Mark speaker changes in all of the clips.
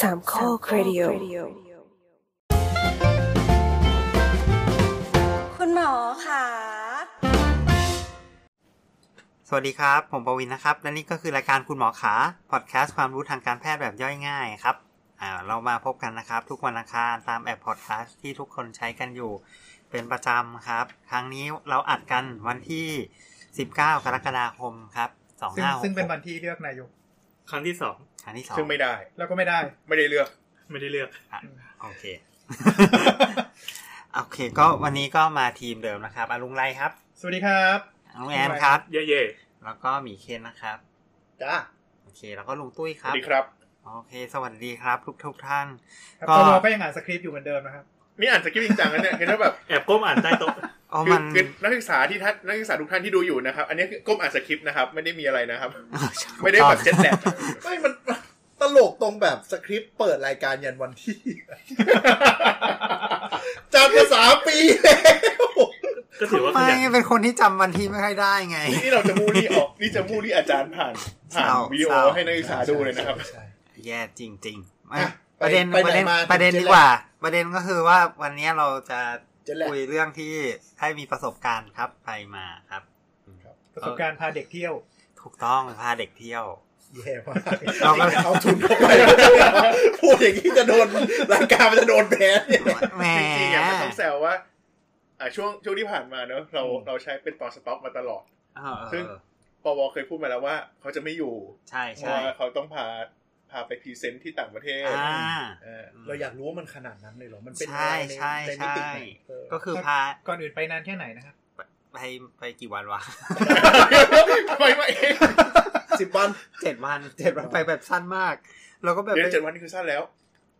Speaker 1: สามข้อครดิโอ
Speaker 2: คุณหมอค่ะ
Speaker 3: สวัสดีครับ ผมปวินนะครับ และนี่ก็คือรายการคุณหมอขา พอดแคสต์ความรู้ทางการแพทย์แบบย่อยง่ายครับอ่าเรามาพบกันนะครับ ทุกวันอังคารตามแอปพอดแคสต์ที่ทุกคนใช้กันอยู่ เป็นประจำครับ ครั้งนี้เราอัดกันวันที่ 19 กรกฎาคมครับ
Speaker 4: ซึ่ง
Speaker 3: 25
Speaker 4: ซึ่งเป็นวันที่เลือกนายก
Speaker 5: ครั้งที่สอง
Speaker 3: ครั้งที่สอง
Speaker 6: ซึ่งไม่ได้
Speaker 4: แล้วก็ไม่ได้
Speaker 6: ไม่ได้เลือก
Speaker 5: ไม่ได้เลือก
Speaker 3: โอเค โอเค ก็วันนี้ก็มาทีมเดิมนะครับอาลุงไรครับ
Speaker 4: สวัสดีครับ
Speaker 3: ลุงแอนครับ
Speaker 5: เย่
Speaker 3: แล้วก็หมีเคนนะครับ
Speaker 4: จ้า
Speaker 3: โอเค แล้วก็ลุงตุ้ยค
Speaker 6: ส
Speaker 3: รับ
Speaker 6: วัสดีครับ
Speaker 3: โอเค สวัสดีครับ ทุกทุกๆท่าน
Speaker 4: ครับ
Speaker 3: ก็
Speaker 4: ตวก็ยังอ่านสคริปต์อยู่เหมือนเดิมนะครับ
Speaker 6: นี่อ่านสกิปต์จริงจังนะเนี่ยเห็นว่าแบบ
Speaker 5: ๆแอบก้มอ่านใต้ โต๊ะ
Speaker 3: อ๋อ
Speaker 6: คือ
Speaker 3: มัน
Speaker 6: คือนักศึกษาที่ท่านนักศึกษาทุกท่านที่ดูอยู่นะครับ อันนี้คือก้มอ่านสคริปต์นะครับ ไม่ได้มีอะไรนะครับ ไม่ได้แบบเจ็ตแลก
Speaker 7: ไม่มัน ตลกตรงแบบสคริปต์เปิดรายการยันวันที่ จำภาษาปีแล้ว
Speaker 5: ก็ถือว่าข
Speaker 3: ไม่
Speaker 5: ยัน
Speaker 3: เป็นคนที่จำวันที่ไม่ค่อยได้ไง
Speaker 6: นี่เราจะมูลี่ออกนี่จะมูลี่อาจารย์ผ่านผ่าน
Speaker 3: เศร้า
Speaker 6: วิดีโอ
Speaker 3: เศร้า
Speaker 6: ให้นักศึกษาดูเลยนะครับ
Speaker 7: ใช่
Speaker 3: แย่จริงๆอ่ะ
Speaker 7: อ่ะไป
Speaker 3: ประเด็น
Speaker 7: ไป
Speaker 3: ประ
Speaker 7: ไหน
Speaker 3: เด็น
Speaker 7: มา
Speaker 3: ประเด็น
Speaker 7: ถึง
Speaker 3: ดีก
Speaker 7: เจ็ดแรก
Speaker 3: ว่า ประเด็นก็คือว่าวันนี้เราจะ
Speaker 7: เจะแหละ
Speaker 3: คุยเรื่องที่ให้มีประสบการณ์ครับไปมาครับ
Speaker 4: ประสบการณ์พาเด็กเที่ยว
Speaker 3: ถูกต้องพาเด็กเที่ยว
Speaker 7: แย่มาก
Speaker 3: เราก็
Speaker 7: เอาทุนเข้าไป พูดอย่างนี้จะโดนรายการมันจะโดนแบน เนี่ย
Speaker 3: แหม
Speaker 6: จริงๆอย่างมันต้องแซวว่าอ่าช่วงช่วงที่ผ่านมาเนอะเราเราใช้เป็นตอนสต็อกมาตลอด
Speaker 3: เออเอ
Speaker 6: ซึ่ง
Speaker 3: อ
Speaker 6: ปวเคยพูดมาแล้วว่า เขาจะไม่อยู่
Speaker 3: ใช่
Speaker 6: เพราะ
Speaker 3: ใช่
Speaker 6: ว่าเขาต้องพาพาไปพรีเซนต์ที่ต่างประเทศ
Speaker 3: อ่า
Speaker 6: เออ
Speaker 7: เราอยากรู้ว่ามันขนาดนั้นเลยเหรอ มันเป็น
Speaker 3: ใช่
Speaker 7: อะไร
Speaker 3: ใช่
Speaker 7: นมิติไหน
Speaker 3: ใช่
Speaker 7: เออ
Speaker 3: ก็คือพา
Speaker 4: ก่อนอื่นไปนานแค่ไหนนะครับ
Speaker 3: ไปไปกี่วันวะ
Speaker 6: ไม่ไม่
Speaker 7: สิบวัน
Speaker 3: เจ็ดวันเจ็ดวันไปแบบสั้นมาก เราก็แบบ
Speaker 6: เดือนเจ็ดวันนี่คือสั้นแล้ว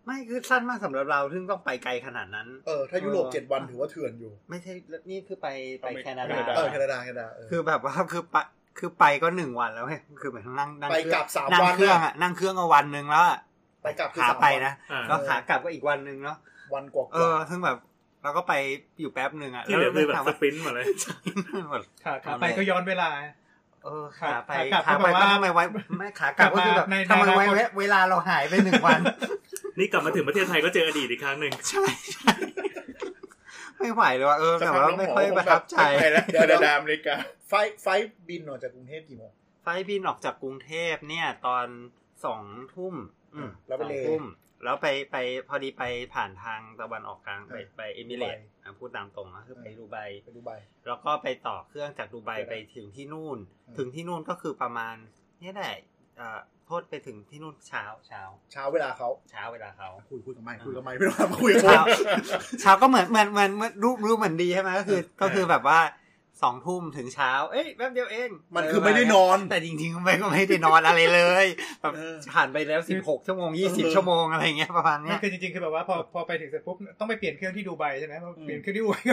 Speaker 3: ไม่คือสั้นมากสำหรับเราซึ่งต้องไปไกลขนาดนั้น
Speaker 7: เออ ถ้ายุโรปเจ็ดวันถือว่าเถื่อนอยู่
Speaker 3: ไม่ใช่นี่คือไปไป
Speaker 6: อเมริ
Speaker 3: แค
Speaker 6: กา
Speaker 3: นาดา
Speaker 7: เออแคนาดาแคนาดาเออ
Speaker 3: คือแบบว่าคือไปคือไปก็หนึ่งวันแล้วเว้ยคือเหมือนนั่งนั่ง
Speaker 7: ไป
Speaker 3: เครื่
Speaker 7: กลั
Speaker 3: อง
Speaker 7: บสาม
Speaker 3: นั่ง
Speaker 7: วัน
Speaker 3: เครื่อง
Speaker 7: น่ะ
Speaker 3: อะนั่งเครื่องเอาวันหนึ่งแล้วอะ
Speaker 7: ไปกลับคือ
Speaker 3: ขา
Speaker 7: สามวัน
Speaker 3: ไปนะ
Speaker 5: อ่า
Speaker 3: แล้วขากลับก็อีกวันหนึ่งเนาะ
Speaker 7: วันกว่าๆ
Speaker 3: เออซึ่งแบบเราก็ไปอยู่แป๊บหนึ่งอะ
Speaker 5: ที่เหลือคือแบบส
Speaker 3: ถามว่า
Speaker 5: ปรินต์หมา เลย
Speaker 4: ค่ะขาไปก็ย้อนเวลา
Speaker 3: เออขาไป
Speaker 4: ขากลับ
Speaker 3: ขาไป
Speaker 4: ก็
Speaker 3: ก็
Speaker 4: แบบว่า
Speaker 3: ทำไมไว้ไม่ขากลับก็คือแบบ
Speaker 4: ใน
Speaker 3: ทำไมไว้
Speaker 4: ในอนาคต
Speaker 3: เวลาเราหายไปหนึ่งวัน
Speaker 5: นี่กลับมาถึงประเทศไทยก็เจออดีตอีกครั้งหนึ่ง
Speaker 3: ใช่ใช่ไม่ไหวเลยว่ะเออ
Speaker 6: สั
Speaker 3: แต่
Speaker 6: กพัก
Speaker 3: ว่า
Speaker 6: น้อง
Speaker 3: ไม่
Speaker 6: หมอ
Speaker 3: ค่อย
Speaker 6: คง
Speaker 3: ประ
Speaker 6: แบ
Speaker 3: ทั
Speaker 6: บบ
Speaker 3: ใจ
Speaker 6: ไปแล้วแค นาดาอเมริกา
Speaker 7: ไฟไฟบินออกจากกรุงเทพกี่โมง
Speaker 3: ไฟล์บินออกจากกรุงเทพเนี่ย ตอนสองทุ่มอืม
Speaker 7: แล้วไป
Speaker 3: ส
Speaker 7: เล
Speaker 3: องทุ่มแล้วไปไปพอดีไปผ่านทางตะวันออกกลางไป
Speaker 7: เออ
Speaker 3: ไปเอมิเรต
Speaker 7: ดูไบ
Speaker 3: พูดตามตรงนะคือไปดูไบ
Speaker 7: ไปดูใบ
Speaker 3: แล้วก็ไปต่อเครื่องจากดูไบ
Speaker 7: ไปได้
Speaker 3: ไปถึงที่นู่น
Speaker 7: อืม
Speaker 3: ถึงที่นู่นก็คือประมาณเนี่ยแหละเอ่อโทษไปถึงที่นู่นเช้าเช้า
Speaker 7: เช้าเวลาเขา
Speaker 3: เช้าเวลาเขา
Speaker 7: คุยคุยกับไม่
Speaker 3: อ่า
Speaker 7: คุยกับไม่ไม่ต้อง มาคุยกับค
Speaker 3: เช้าน เช้าก็เหมือนเหมือนเหมือนเหมือนรู้รู้เหมือนดีใช่ไหมก็คือ ก็คือแบบว่าสองทุ่มถึงเช้า เอ้ยแป๊บเดียวเอง
Speaker 7: มันคือไม่ได้นอน
Speaker 3: แต่จริงๆก็ไม่ก็ไม่ได้นอนอะไรเลยแบบ
Speaker 7: เออ
Speaker 3: ผ่านไปแล้วสิบหกชั่วโมงยี่สิบชั่วโมงอะไรเงี้ยประมาณเนี้
Speaker 4: นั่
Speaker 3: ย
Speaker 4: นคือจริงๆ คือแบบว่าพอพอไปถึงเสร็จปุ๊บต้องไปเปลี่ยนเครื่องที่ดูไบใช่ไหมพอเปลี่ยนเครื่องที่ดูไบก็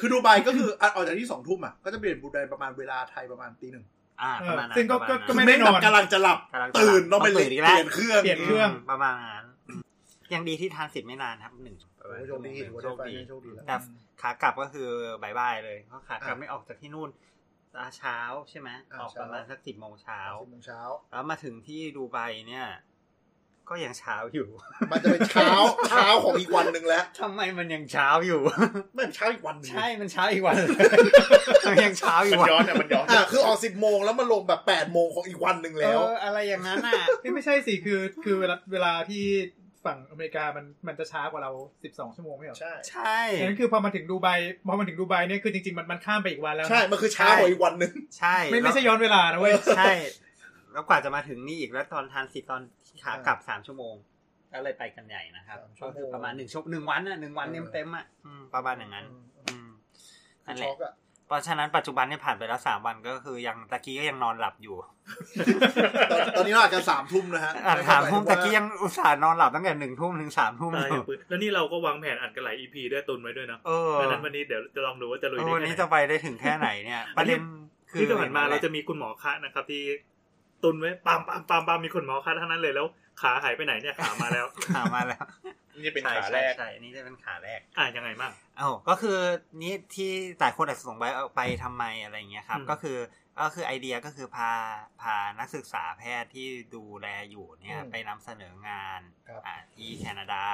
Speaker 7: คือดูใบก็คืออ่ะออกจากที่สองทุ่มอ่ะก็จะเปลี่ยนบูไดประมาณเวลาไทยประมาณตีหนึ่ง
Speaker 3: อ่า
Speaker 4: เอ
Speaker 3: ป
Speaker 4: อ
Speaker 3: ระมาณนั้น
Speaker 4: ซึ่งก็
Speaker 3: ประาณ
Speaker 4: ก็ไม่
Speaker 3: นั้น
Speaker 4: ด้นอน
Speaker 7: แบบกำลังจะหลับ
Speaker 3: กำลังจะหลับ
Speaker 7: ตื่นต้องไป
Speaker 3: ต้องตื่
Speaker 7: เป
Speaker 3: นอี
Speaker 7: ลี่
Speaker 3: ก
Speaker 7: ย
Speaker 3: แล้ว
Speaker 7: นเครื่อง
Speaker 4: เปลี่ยนเครื่อง
Speaker 3: มประมาณนั้นยังดีที่ทานเสร็จไม่นานครับหนึ่งประ
Speaker 7: โอ้
Speaker 3: มาณ
Speaker 7: โหโชคดีถือว่า
Speaker 3: โชค
Speaker 7: ได้ไป
Speaker 3: ดี
Speaker 7: โชคดีแล้ว
Speaker 3: แต่ขากลับก็คือบายบายเลยเพราะขากลับ
Speaker 7: อ่ะ
Speaker 3: ไม่ออกจากที่นู่นอ่าเช้าใช่ไหม
Speaker 7: อ่ะ
Speaker 3: ออกประมาณ
Speaker 7: เช้า
Speaker 3: สักสิบโมงเช้า
Speaker 7: สิบโมงเช้า
Speaker 3: แล้วมาถึงที่ดูไบเนี่ย ก็ยังเช้าอยู่
Speaker 7: มันจะเป็นเช้า เช้าของอีกวันหนึ่งแล้ว
Speaker 3: ทำไมมันยังเช้าอยู่
Speaker 7: ไม่เช้าอีกวันหนึ่ง
Speaker 3: ใช่มันเช้าอีกวันเลยมันยังเช้าอี
Speaker 6: มั
Speaker 3: กวัน
Speaker 6: นย้อนอ่ะมันย้อน
Speaker 7: อ่ะคือออกสิบโมงแล้วมันลงแบบแปดโมงของอีกวันหนึ่งแล้ว
Speaker 3: เอออะไรอย่างนั้นอ่ะ
Speaker 4: นี่ไม่ใช่สิคือคือเวลาเวลาที่ฝั่งอเมริกามันมันจะช้ากว่าเรา 12 ชั่วโมงไม่เหรอ
Speaker 7: ใช่
Speaker 3: ใช่
Speaker 4: ดังนั้นคือพอมาถึงดูไบพอมาถึงดูไบเนี่ยคือจริงๆมันมันข้ามไปอีกวันแล้วนะ
Speaker 7: ใช่มันคือเช้ากว่าอีกวันหนึ่ง
Speaker 3: ใช่
Speaker 4: ไม่ไม่ใช่
Speaker 3: แล้ว
Speaker 4: ย้อนเวลานะเว้ย
Speaker 3: ใช่ แล้วกว่าจะมาถึงนี่อีกแล้วตอนทานสิตอนขากลับสามชั่วโมงก็เลยไปกันใหญ่นะครับก็คือประมาณหนึ่งชั่วหนึ่งวันอ่ะหนึ่งวันเต็มเต็มๆอ่ะอืมประมาณอย่างนั้น อืมนั่นแห
Speaker 7: ช็
Speaker 3: ละ
Speaker 7: อกอ่ะ
Speaker 3: เพราะฉะนั้นปัจจุบันเนี่ยผ่านไปแล้วสามวันก็คือยังตะกี้ก็ยังนอนหลับอยู่
Speaker 7: ตอนตอนนี้เราอาจจะสามทุ่มนะฮะ
Speaker 3: อ่านถามทุ่มตะกี้ยังอุตส่าห์นอนหลับตั้งแต่หนึ่งทุ่มถึงสามทุ่ม
Speaker 5: ตาย
Speaker 3: อ
Speaker 5: อย่าง
Speaker 3: ยู่
Speaker 5: ปืนแล้วนี่เราก็วางแผนอัดกันหลายอีพีด้วยตุนไว้ด้วยเนาะ
Speaker 3: เออ
Speaker 5: ดังนั้นวันนี้เดี๋ยวจะลองดูว่าจะลุย
Speaker 3: เออ
Speaker 5: ได้
Speaker 3: วัน
Speaker 5: ไง
Speaker 3: นี้จะไปได้ถึงแค่ไหนเนี่ย ประเด็นคือ
Speaker 5: ที่ผ่านมาเราจะมีคุณหมอคะนะครับ ที่ตุนไว้ปามปามปามปามมีคุณหมอคะทั้งนั้นเลยแล้ว ขาหายไปไหนเนี่ยขามา แล้ว
Speaker 3: ถามมาแล้ว
Speaker 6: นี่เป็นขาแรก
Speaker 3: ใช่ใช่ใช่นี่จะเป็นขาแรก
Speaker 5: อ่ะยังไงบ้าง
Speaker 3: เอ้าก็คือนี่ที่หลายคนอาจจะสงสัยว่าเอาไปทำไมอะไรอย่างเงี้ยครับ
Speaker 5: อืม
Speaker 3: ก็คือ ก็คือไอเดียก็คือพาพานักศึกษาแพทย์ที่ดูแลอยู่เนี่ย
Speaker 7: อืม
Speaker 3: ไปนำเสนองาน
Speaker 7: ครับ
Speaker 3: อ่าที่แคนาดา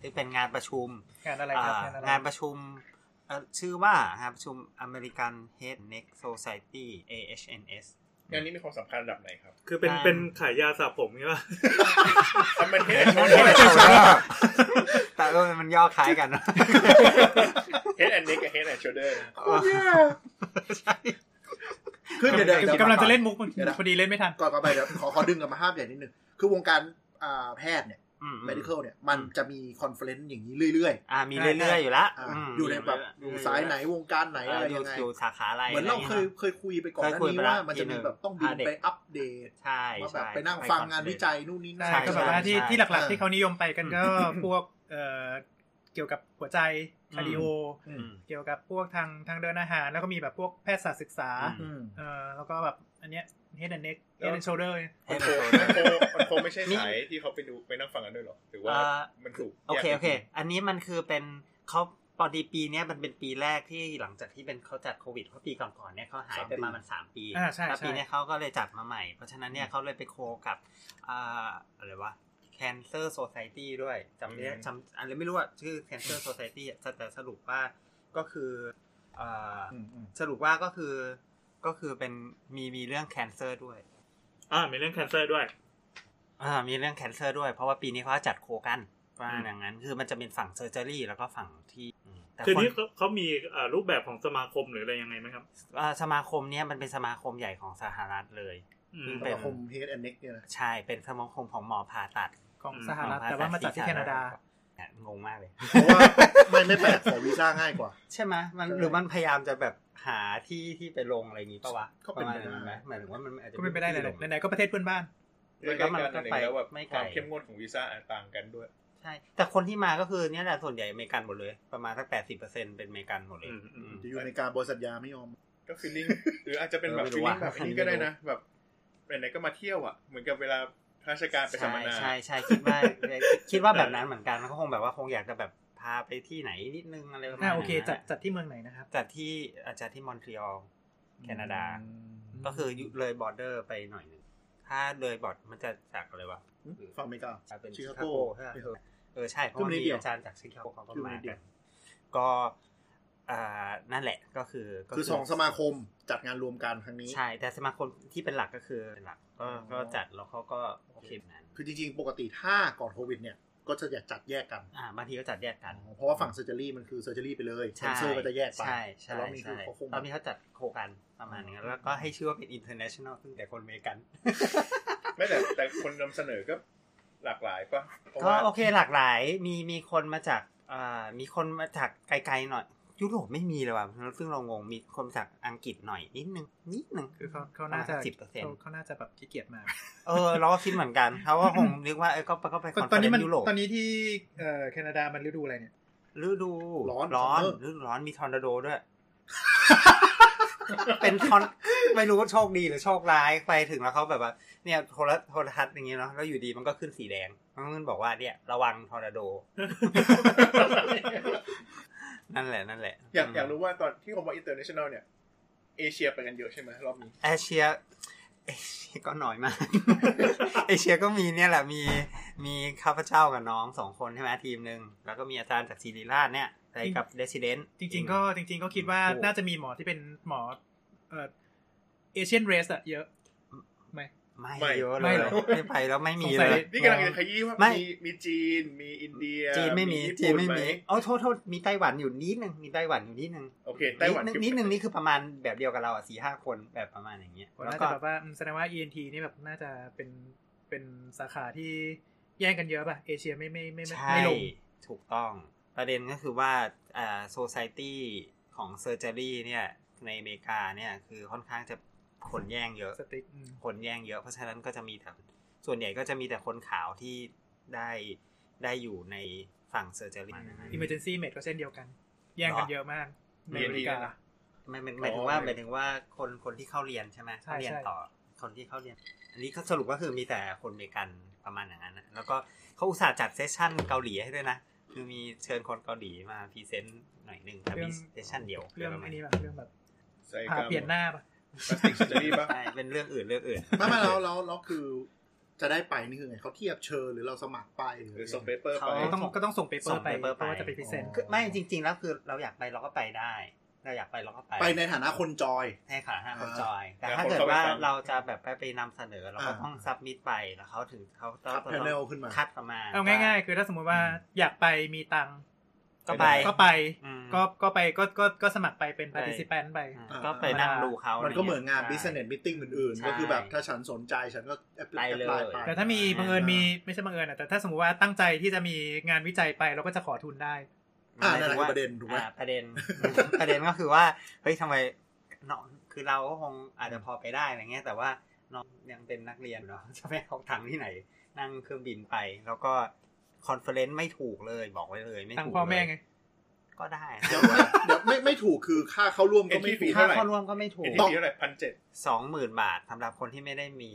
Speaker 3: ซึ่งเป็นงานประชุม
Speaker 4: งานอะไร
Speaker 3: อ่
Speaker 4: ครับ
Speaker 3: างานประชุมเอ่อชื่อว่างานประชุม American Head Neck Society AHNS
Speaker 6: งานนี้มีความสำคัญระดับไหนครับ
Speaker 5: คือเป็น
Speaker 3: อ่า
Speaker 5: เป็นขายยาสระผมใช่ป่ะ
Speaker 6: อันมันเฮด
Speaker 3: แต่เออมันย่อคล้ายกันนะ
Speaker 6: เฮดแอนด์เน็กกับเฮดแอนด์โชเดอร์
Speaker 7: คือเดี๋ยวเดี๋ยวเดี๋ยว
Speaker 4: กำลังจะเล่นมุก
Speaker 7: เดี๋ยวนะ
Speaker 4: พอดีเล่นไม่ทัน
Speaker 7: ก่อนก่อนไปเดี๋ยว ขอขอดึงกลับมาห้าพใหญ่นิดนึงคือวงการอ่าแพทย์เนี่ย
Speaker 3: อืม
Speaker 7: medical เนี่ยมันจะมีคอนเฟลนซ์อย่างนี้เรื่อย
Speaker 3: อ่ามีเรื่อยๆอยู่ละ
Speaker 7: ๆอ่าม อยู่ในแบบ
Speaker 5: อ
Speaker 7: อยู่ ยู่
Speaker 5: เรื่อยๆ
Speaker 7: สายไหนวงการไหน
Speaker 3: เออ
Speaker 7: อะไร
Speaker 3: อ
Speaker 7: ยั
Speaker 3: ยู่
Speaker 7: งไง
Speaker 3: อยู่สาขาอะไร
Speaker 7: เหมือนเราเค
Speaker 3: ะ
Speaker 7: ย
Speaker 3: ไ
Speaker 7: เคยคุยไปก่อนหน้า
Speaker 3: เคยคุย
Speaker 7: นี้
Speaker 3: ไปแล้ว
Speaker 7: ว่ามันจะมีแบบต้องบิน
Speaker 3: ทีหนึ่ง
Speaker 7: ไปอัปเดต
Speaker 3: ใช่
Speaker 7: ว่าแบ
Speaker 3: ใช่
Speaker 7: บไปนั่ง
Speaker 3: คอน
Speaker 7: ฟังงาน
Speaker 3: เซ็ปต์
Speaker 7: วิจัยนู่นนี่นั่
Speaker 4: ใช่
Speaker 7: น
Speaker 3: ใช่
Speaker 4: ก็แบบว่าที่
Speaker 3: ใช่
Speaker 4: ที่หลัก
Speaker 7: เออ
Speaker 4: ๆที่เขานิยมไปกันก็ พวกเอ่อเกี่ยวกับหัวใจ
Speaker 3: อืม
Speaker 4: คาร์ดิโอ
Speaker 3: อืม
Speaker 4: เกี่ยวกับพวกทางทางเดินอาหาร แล้วก็มีแบบพวกแพทยศาสตร์ศึกษา
Speaker 3: อืม
Speaker 4: เออแล้วก็แบบอันเนี้ย head and neck head and shoulder
Speaker 6: มั
Speaker 3: ให้
Speaker 6: น
Speaker 3: มั
Speaker 6: โค
Speaker 3: โต
Speaker 6: นมัน
Speaker 3: ได้
Speaker 6: โคมันโคไม่ใช่สายที่เขาไปดูไปนั่งฟังกันด้วยหรอหรือว่า
Speaker 3: อ่า
Speaker 6: มันถูก
Speaker 3: โอเค
Speaker 6: แยก
Speaker 3: โอเค
Speaker 6: ป็นทีม
Speaker 3: อันนี้มันคือเป็นเขาพอดีปีเนี้ยมันเป็นปีแรกที่หลังจากที่เป็นเขาจัดโควิดเพราะปีก่อนๆเนี่ยเขาหาย
Speaker 7: สาม
Speaker 3: ไป
Speaker 7: ปี
Speaker 3: ประมาณสามปี
Speaker 4: อ่าใช่
Speaker 3: แล้ว
Speaker 4: ใช่
Speaker 3: ปีเนี้ยเขาก็เลยจัดมาใหม่ เพราะฉะนั้นเนี่ยเขาเลยไปโคกับอ่าอะไรวะ Cancer Society ด้วยจำเรียก
Speaker 6: อืม
Speaker 3: จำอะไรไม่รู้อะชื่อ Cancer Society อะแต่แต่สรุปว่าก็คืออ่า
Speaker 7: อืมอืม
Speaker 3: สรุปว่าก็คือก็คือเป็นมีมีเรื่อง cancer ด้วย
Speaker 5: อ่ามีเรื่อง cancer ด้วย
Speaker 3: อ่ามีเรื่องแคนเซอร์ด้วยเพราะว่าปีนี้เขาจัดโคกันว่า
Speaker 5: อืม
Speaker 3: อย่างนั้นคือมันจะเป็นฝั่งเซอร์เจอรี่แล้วก็ฝั่งที่แต่
Speaker 5: คือ
Speaker 3: คน
Speaker 5: นี่เขาเขามีเอ่อรูปแบบของสมาคมหรืออะไรยังไงไหมครับ
Speaker 3: อ่าสมาคมเนี้ยมันเป็นสมาคมใหญ่ของสหรัฐเลย
Speaker 5: อืม
Speaker 3: อื
Speaker 7: ส
Speaker 3: เป็น
Speaker 7: มาคม head and neck เนี่ยนะ
Speaker 3: ใช่เป็นสมาคมของหมอผ่าตัด
Speaker 4: ของ
Speaker 5: อืม
Speaker 4: สหรัฐ
Speaker 3: หอผ่
Speaker 4: แต่ว่ามาจัดที่แคนาดา
Speaker 3: เนี่ยงงม ากเลย
Speaker 7: เพราะว่าไม่ไม่แปลกขอวีซ่าง่ายกว่า
Speaker 3: ใช่ไหมมัน
Speaker 7: ใช่
Speaker 3: หรือมันพยายามจะแบบหาที่ที่ไปลงอะไรอย่างงี้ปะวะ
Speaker 7: ก็เป็นไปได้
Speaker 3: ระมาณไหมหมายถึงว่ามันอาจจะ
Speaker 4: ก็เป็นไปได้
Speaker 3: ที่
Speaker 4: เล
Speaker 3: ล
Speaker 4: ย
Speaker 3: ง
Speaker 4: ไหนๆก็ประเทศเพื่อนบ้าน
Speaker 6: ด้วยกันอะไรอย่างเงี้ยแล้วแบบ
Speaker 3: ไม่ไก
Speaker 6: ค
Speaker 3: ล
Speaker 6: วามเข้มงวดของวีซ่าอาจต่างกันด้วย
Speaker 3: ใช่ แต่คนที่มาก็คือเนี่ยแหละส่วนใหญ่อเมริกันหมดเลย ประมาณสักแปดสิบเปอร์เซ็นเป็นอเมริกันหมดเลย
Speaker 5: อืมอืม
Speaker 3: อืม
Speaker 7: จะอยู่ในการบริษัทยาไม่ยอม
Speaker 6: ก็ฟีลลิ่ง หรืออาจจะเป็นแบบ
Speaker 3: เออไม่รู้
Speaker 6: ฟีล
Speaker 3: ว่ะ
Speaker 6: ลิ่งแบบอันนี้ก็ได้นะ แบบไหนๆก็มาเที่ยวอ่ะ เหมือนกับเวลาข้าราชการไปสัม
Speaker 3: ใช่
Speaker 6: มนา
Speaker 3: ใช่ใช่คิดว่าคิดว่าแบบนั้นเหมือนกันเขาคงแบบว่าคงอยากจะแบบพาไปที่ไหนนิดนึงอะไรประมาณ
Speaker 4: อ่า
Speaker 3: นั้น
Speaker 4: โอเคจัด
Speaker 3: นะ
Speaker 4: จัดที่เมืองไหนนะครับ
Speaker 3: จัดที่อาจจะที่มอนทรีออลแคนาดา ก็คืออยู่เลยบอร์เดอร์ไปหน่อยหนึงถ้าเลยบอร์ดมันจะจากอะไรวะ
Speaker 7: ฝั่งอเมริกา
Speaker 3: จะเป็น
Speaker 7: ชิ
Speaker 3: ชิ
Speaker 7: คา
Speaker 3: คา
Speaker 7: โก
Speaker 3: โกใช่ปะเออเออใช่เพราะว่า
Speaker 7: ขึ้นมานิดเดี
Speaker 3: มี
Speaker 7: ยว
Speaker 3: อาจารย์จากชิคาโกเขาก็
Speaker 7: ขึ้นมา
Speaker 3: มา
Speaker 7: นิดเดี
Speaker 3: กั
Speaker 7: ย
Speaker 3: น
Speaker 7: ว
Speaker 3: ก็อ่านั่นแหละก็คือก็
Speaker 7: คือสองสมาคมจัดงานรวมกันครั้งนี้
Speaker 3: ใช่แต่สมาคมที่เป็นหลักก็คือเป็นหลักก็
Speaker 7: อ๋อ
Speaker 3: ก็จัดแล้วเขาก็โอเคแบบนั้น
Speaker 7: คือจริงๆ ปกติถ้าก่อนโควิดเนี่ย ก็จะอยากจัดแยกกัน
Speaker 3: อ่าบางทีก็จัดแยกกัน
Speaker 7: เพราะว่าฝั่งเซอร์เจอรี่มันคือเซอร์เจอรี่ไปเลยแคนเซอร์ก็จะแยกไป
Speaker 3: ใช่ใช่
Speaker 7: แต่รอบนี้คือ
Speaker 3: ใช่
Speaker 7: เขาคง
Speaker 3: ตอนนี้เขาจัดโคกันประมาณนี้แล้วก็ให้ชื่อว่าเป็น international ซึ่งแต่คนอเมริกัน
Speaker 6: ไม่แต่แต่คนนำเสนอก็หลากหลายป่ะเพราะ
Speaker 3: ก็
Speaker 6: ว่า
Speaker 3: โอเคหลากหลายมีมีคนมาจากอ่ามีคนมาจากไกลๆหน่อย ยุโรปไม่มีเลยว่ะซึ่งเรางงมีคนจากอังกฤษหน่อยนิดนึงนิดนึง
Speaker 4: คือเขาเขาน่า
Speaker 3: ป
Speaker 4: จะ
Speaker 3: ระมาณ10%
Speaker 4: เขาเขาน่าจะแบบขี้เกียจมา
Speaker 3: เออเราก็คิดเหมือนกันเขาก็คงนึกว่าเออก็ก็ไปคอน
Speaker 4: ต
Speaker 3: เฟ
Speaker 4: อ
Speaker 3: อน
Speaker 4: นี้
Speaker 3: เร
Speaker 4: มัน น
Speaker 3: ยุโรป
Speaker 4: ตอนนี้ที่เอ่อแคนาดามันฤดูอะไรเนี่ย
Speaker 3: ฤดู
Speaker 7: ร้อน
Speaker 3: ร้อน
Speaker 7: ซัมเม
Speaker 3: ฤ
Speaker 7: อร์
Speaker 3: ดูร้อนมีทอร์นาโดด้วย เป็นทอนไม่รู้ว่าโชคดีหรือโชคร้ายไปถึงแล้วเขาแบบว่า เนี่ยโทรโทรทัศน์อย่างเงี้ยเนาะแล้วอยู่ดีมันก็ขึ้นสีแดงมันก็บอกว่าเนี่ยระวังทอร์นาโด นั่นแหละนั่นแหละ
Speaker 6: อยากอยากรู้ว่าตอนที่ผมว่าอินเตอร์เนชั่นแนลเนี่ย เอเชียไปกันเยอะใช่ไหมรอบนี้
Speaker 3: เอเชียเอเชียก็น้อยมาก เอเชียก็มีเนี่ยแหละมีมีข้าพเจ้ากับน้องสองคนใช่ไหมทีมหนึ่งแล้วก็มีอาจารย์จากศิริราชเนี่ยไปกับเดซิเดน
Speaker 4: จริง ๆ ก็จริง ๆ ก็คิดว่า
Speaker 3: โอ้
Speaker 4: น่าจะมีหมอที่เป็นหมอเอ่อเอเชียนเรสอะเยอะ
Speaker 3: ไม่
Speaker 6: ไม่
Speaker 3: เยอะเล
Speaker 4: ไม่
Speaker 3: ย
Speaker 4: เหรอ
Speaker 3: ไม่ไปแล้วไม่มี
Speaker 4: สงสั
Speaker 3: เลย ย
Speaker 6: นี่กำลังจะขยี้ว่า
Speaker 3: ไม่
Speaker 6: มีมีจีนมีอินเดีย
Speaker 3: จีนไม่มี
Speaker 6: ญี่
Speaker 3: จีน
Speaker 6: ปุ่
Speaker 3: ไม่
Speaker 6: ห
Speaker 3: มีโอ้โทษโทษมีไต้หวันอยู่นิดนึงมีไต้หวันอยู่นิดนึง
Speaker 6: โอเคไต้หวัน
Speaker 3: นิดนึงนิดนึงนี่คือประมาณแบบเดียวกับเราอ่ะสี่ห้าคนแบบประมาณอย่างเงี้ย
Speaker 4: ผม
Speaker 3: แล้ว
Speaker 4: น่า
Speaker 3: ก็
Speaker 4: จะแบบว่าอืมแสดงว่า ENT นี่แบบน่าจะเป็นเป็นสาขาที่แย่งกันเยอะป่ะ เอเชียไม่ไม่ไม่ไม่
Speaker 3: ใช่
Speaker 4: ไม่ลง
Speaker 3: ถูกต้อง ประเด็นก็คือว่าอ่าโซซตี้ของเซอร์เจอรี่เนี่ยในอเมริกาเนี่ยคือค่อนข้างจะคนแย่งเยอะ
Speaker 4: สติ๊กอืม
Speaker 3: คนแย่งเยอะเพราะฉะนั้นก็จะมีแต่ส่วนใหญ่ก็จะมีแต่คนขาวที่ได้ได้อยู่ในฝั่งเซอร์เจอรี่นะฮะ
Speaker 4: Emergency Med ก็เช่นเดียวกัน แย่งกันเยอะมากในอเมริกา
Speaker 3: ไม่ไม่หมายถึงว่าหมายถึงว่าคนคนที่เข้าเรียนใช่ไหม
Speaker 4: ใช่
Speaker 3: เข้าเรียน
Speaker 4: ใช่
Speaker 3: ต่อคนที่เข้าเรียน อันนี้ก็สรุปก็คือมีแต่คนอเมริกันประมาณอย่างนั้นนะแล้วก็เขาอุตส่าห์จัดเซสชั่นเกาหลีให้ด้วยนะ คือมีเชิญคนเกาหลีมาพรีเซนต์หน่อยหนึ่งแต่มีเซสชั่นเดียว
Speaker 4: เรื่อง
Speaker 3: ประมาณ
Speaker 4: อันนี้
Speaker 3: นี้
Speaker 4: ป่ะเรื่องแบบ
Speaker 6: ใส่
Speaker 4: พาก
Speaker 6: รรม
Speaker 4: เปลี่ยนหน้าป่ะ
Speaker 6: พลาสติก surgery ป่ะ
Speaker 3: ใช่เป็นเรื่องอื่นเรื่องอื่น
Speaker 7: ไม่ไม่แล้วแล้วแล้วคือจะได้ไปนี่คือไงเขาเทียบเชิญหรือเราสมัครไปหรือ
Speaker 6: หรือส่งเปเปอร์
Speaker 3: เขา
Speaker 6: ไป
Speaker 4: ก็ต้องก็ต้องส่งเปเปอ
Speaker 3: ส่ง
Speaker 4: ร์ไปเพ
Speaker 3: paper
Speaker 4: ราะว่าจะไปพรีเซนต์
Speaker 3: คือไม่จริง ๆ แล้วคือเราอยากไปเราก็ไปได้ เราอยากไปเราก็ไป
Speaker 7: ไปในฐานะคนจอย
Speaker 3: ให้ขาห้าคน
Speaker 7: อ่า
Speaker 3: จอย แต่ถ้าเกิดว่าเราจะแบบไปไปนำเสนอเราก็ต้องซับมิดไปแล้วเขาถึงเขาต้อ
Speaker 7: คับแพนเนล
Speaker 3: ง
Speaker 7: ขึ้นมา
Speaker 3: คัดออกมา
Speaker 4: เอาง่าย ๆ คือถ้าสมมติว่าอยากไปมีตังค์
Speaker 3: ๆก็ไป
Speaker 4: ก็ไป
Speaker 3: อืม
Speaker 4: ก็ก็ไปก็ก็ก็สมัครไปเป็น participant ไป
Speaker 3: อ่า
Speaker 7: อ่า
Speaker 3: ก็ไปนั่งดูเขา
Speaker 7: มั
Speaker 3: มัน
Speaker 7: ก็เหมือนงาน business meeting อื่น
Speaker 3: ใช่
Speaker 7: ๆ ก็คือแบบถ้าฉันสนใจฉันก็ apply
Speaker 3: ไปเลย
Speaker 7: apply ไป
Speaker 4: แต่ถ้ามีบังเอิญมีไม่ใช่บังเอิญอะแต่ถ้าสมมติว่าตั้งใจที่จะมีงานวิจัยไปเราก็จะขอทุนได้
Speaker 7: อ่านั่นแหละคือประเด็นถูกไหม
Speaker 3: อ่าประเด็น ประเด็นก็คือว่าเฮ้ยทำไมน้องคือเราก็คงอาจจะพอไปได้อะไรเงี้ย แต่ว่าน้องยังเป็นนักเรียนเนาะจะไปเอาถังค์ที่ไหน นั่งเครื่องบินไป แล้วก็คอนเฟอเรนซ์ไม่ถูกเลยบอกไว้เลย ไม่
Speaker 4: ตัง
Speaker 3: ถู
Speaker 4: ค์
Speaker 3: ก
Speaker 4: พ่อแม่ไง
Speaker 3: ก็ได้
Speaker 7: เดี๋ยวเดี๋ยวไม่ไม่ถูกคือค่าเข้าร่วมก็ไม่ถูก
Speaker 3: ค่าเข้าร่วมก็ไม่ถู
Speaker 5: เอ็
Speaker 3: ก
Speaker 5: นทีพีเท่าไหร่พันเจ็ด
Speaker 3: สองหมื่นบาทสำหรับคนที่ไม่ได้มี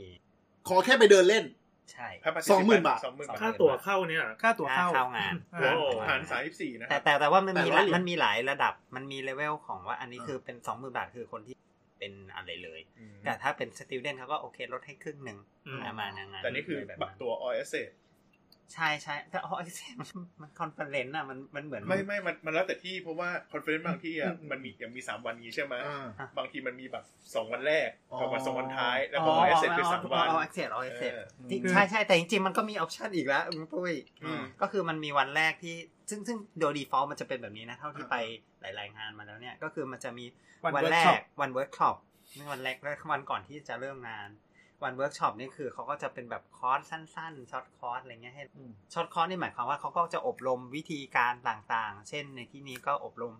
Speaker 7: ขอแค่ไปเดินเล่น
Speaker 3: ใช่
Speaker 7: สองหมื่นบาท
Speaker 6: สองหมื่น
Speaker 5: ค่า
Speaker 6: บาท
Speaker 5: ตั๋วเข้าเนี่ย
Speaker 4: ค่าตั๋วเข้า
Speaker 3: ค่าเข้างาน
Speaker 4: เอ
Speaker 5: โอ้
Speaker 4: อ
Speaker 5: โห
Speaker 6: หารสามสิบสี่นะค
Speaker 3: แต่
Speaker 6: รับ
Speaker 3: แต่แต่ว่ามันมี
Speaker 7: แปดร้
Speaker 3: ละ
Speaker 7: อยเหรียญ
Speaker 3: มันมีหลายระดับมันมีเลเวลของว่าอันนี้คือเป็นสองหมื่นบาทคือคนที่เป็นอะไรเลย
Speaker 6: อืม
Speaker 3: แต่ถ้าเป็นสติวเดนเขาก็โอเคลดให้ครึ่งหนึ่ง
Speaker 5: อืม
Speaker 3: ประมาณนั้น
Speaker 6: แต่นี่คือ
Speaker 3: แบบ
Speaker 6: บัตรตัว OSS
Speaker 3: ใช่ใช่แต่ อ๋อไอ้เสียงมันมันคอนเฟอเรนซ์อ่ะมันมันเหมือน
Speaker 6: ไม่ไม่มันมันแล้วแต่ที่เพราะว่าคอนเฟอเรนซ์บางที่อ่ะมันมีอย่างมีสามวันนี้ใช่ไหม
Speaker 7: อ่า
Speaker 6: บางทีมันมีแบบสองวันแรก
Speaker 7: อ๋อ
Speaker 6: กับวันสองวันท้าย แล้วพอ
Speaker 3: อ๋อ
Speaker 6: OSS คือสามวัน
Speaker 3: อ๋อ access อ๋อ access
Speaker 6: เออ
Speaker 3: จริง
Speaker 4: คือ
Speaker 3: ใช่ใช่แต่จริงๆมันก็มีออปชันอีกแล้วอืมปุ้ย
Speaker 6: อืม
Speaker 3: ก็คือมันมีวันแรกที่ซึ่งซึ่งโดย default มันจะเป็นแบบนี้นะ เท่าที่ไปหลายๆงานมาแล้วเนี่ย ก็คือมันจะมี
Speaker 4: วัน
Speaker 3: วัน
Speaker 4: เวิร์ก
Speaker 3: แร
Speaker 4: ช็อป
Speaker 3: กวันเวิร์กช็อปนี่วันแรกและวันก่อนที่จะเริ่มงาน วันเวิร์กช็อปนี่คือเขาก็จะเป็นแบบคอร์สสั้นๆช็อตคอร์สอะไรเงี้ยให้
Speaker 7: อืม
Speaker 3: ช็อตคอร์สนี่หมายความว่าเขาก็จะอบรมวิธีการต่างๆ เช่นในที่นี้ก็อบรม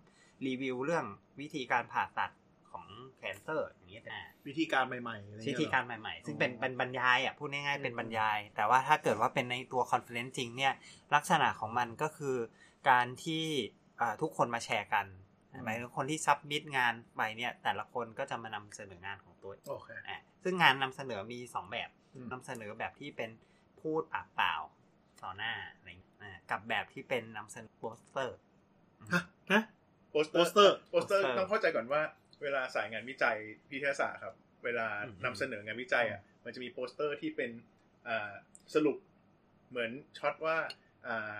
Speaker 3: รีวิวเรื่องวิธีการผ่าตัดของแคนเซอร์อย่างเงี้ยเป็นอ่า
Speaker 7: วิธีการใหม่ๆอะไรเงี้ย
Speaker 3: วิธีการ
Speaker 7: เหอ
Speaker 3: ใหม่ๆ ซึ่ง
Speaker 7: อ๋อ
Speaker 3: เป็นเป็นบรรยายอ่ะพูดง่ายๆเป็นบรรยาย แต่ว่าถ้าเกิดว่าเป็นในตัวคอนเฟอเรนซ์จริงเนี่ยลักษณะของมันก็คือการที่อ่าทุกคนมาแชร์กัน หมายถึงคนที่ซับมิดงานไปเนี่ยแต่ละคนก็จะมานำเสนองานของตัว
Speaker 7: โอเค
Speaker 3: อ่ะซึ่งงานนำเสนอมี 2 แบบ
Speaker 7: อืม
Speaker 3: นำเสนอแบบที่เป็นพูดปากเปล่าต่อหน้าอะไรอย่างเงี้ยอ่ะกับแบบที่เป็นนำเสนอโปสเตอร์
Speaker 5: นะ
Speaker 6: โปสเตอร์
Speaker 7: poster
Speaker 6: โปสเตอร์
Speaker 3: poster
Speaker 6: ต้องเข้าใจก่อนว่าเวลาสายงานวิจัยพิทยาศาสตร์ครับ เวลา
Speaker 3: อืม
Speaker 6: นำเสนองานวิจัยอ่ะมันจะมีโปสเตอร์ที่เป็นอ่าสรุปเหมือนช็อตว่าอ่า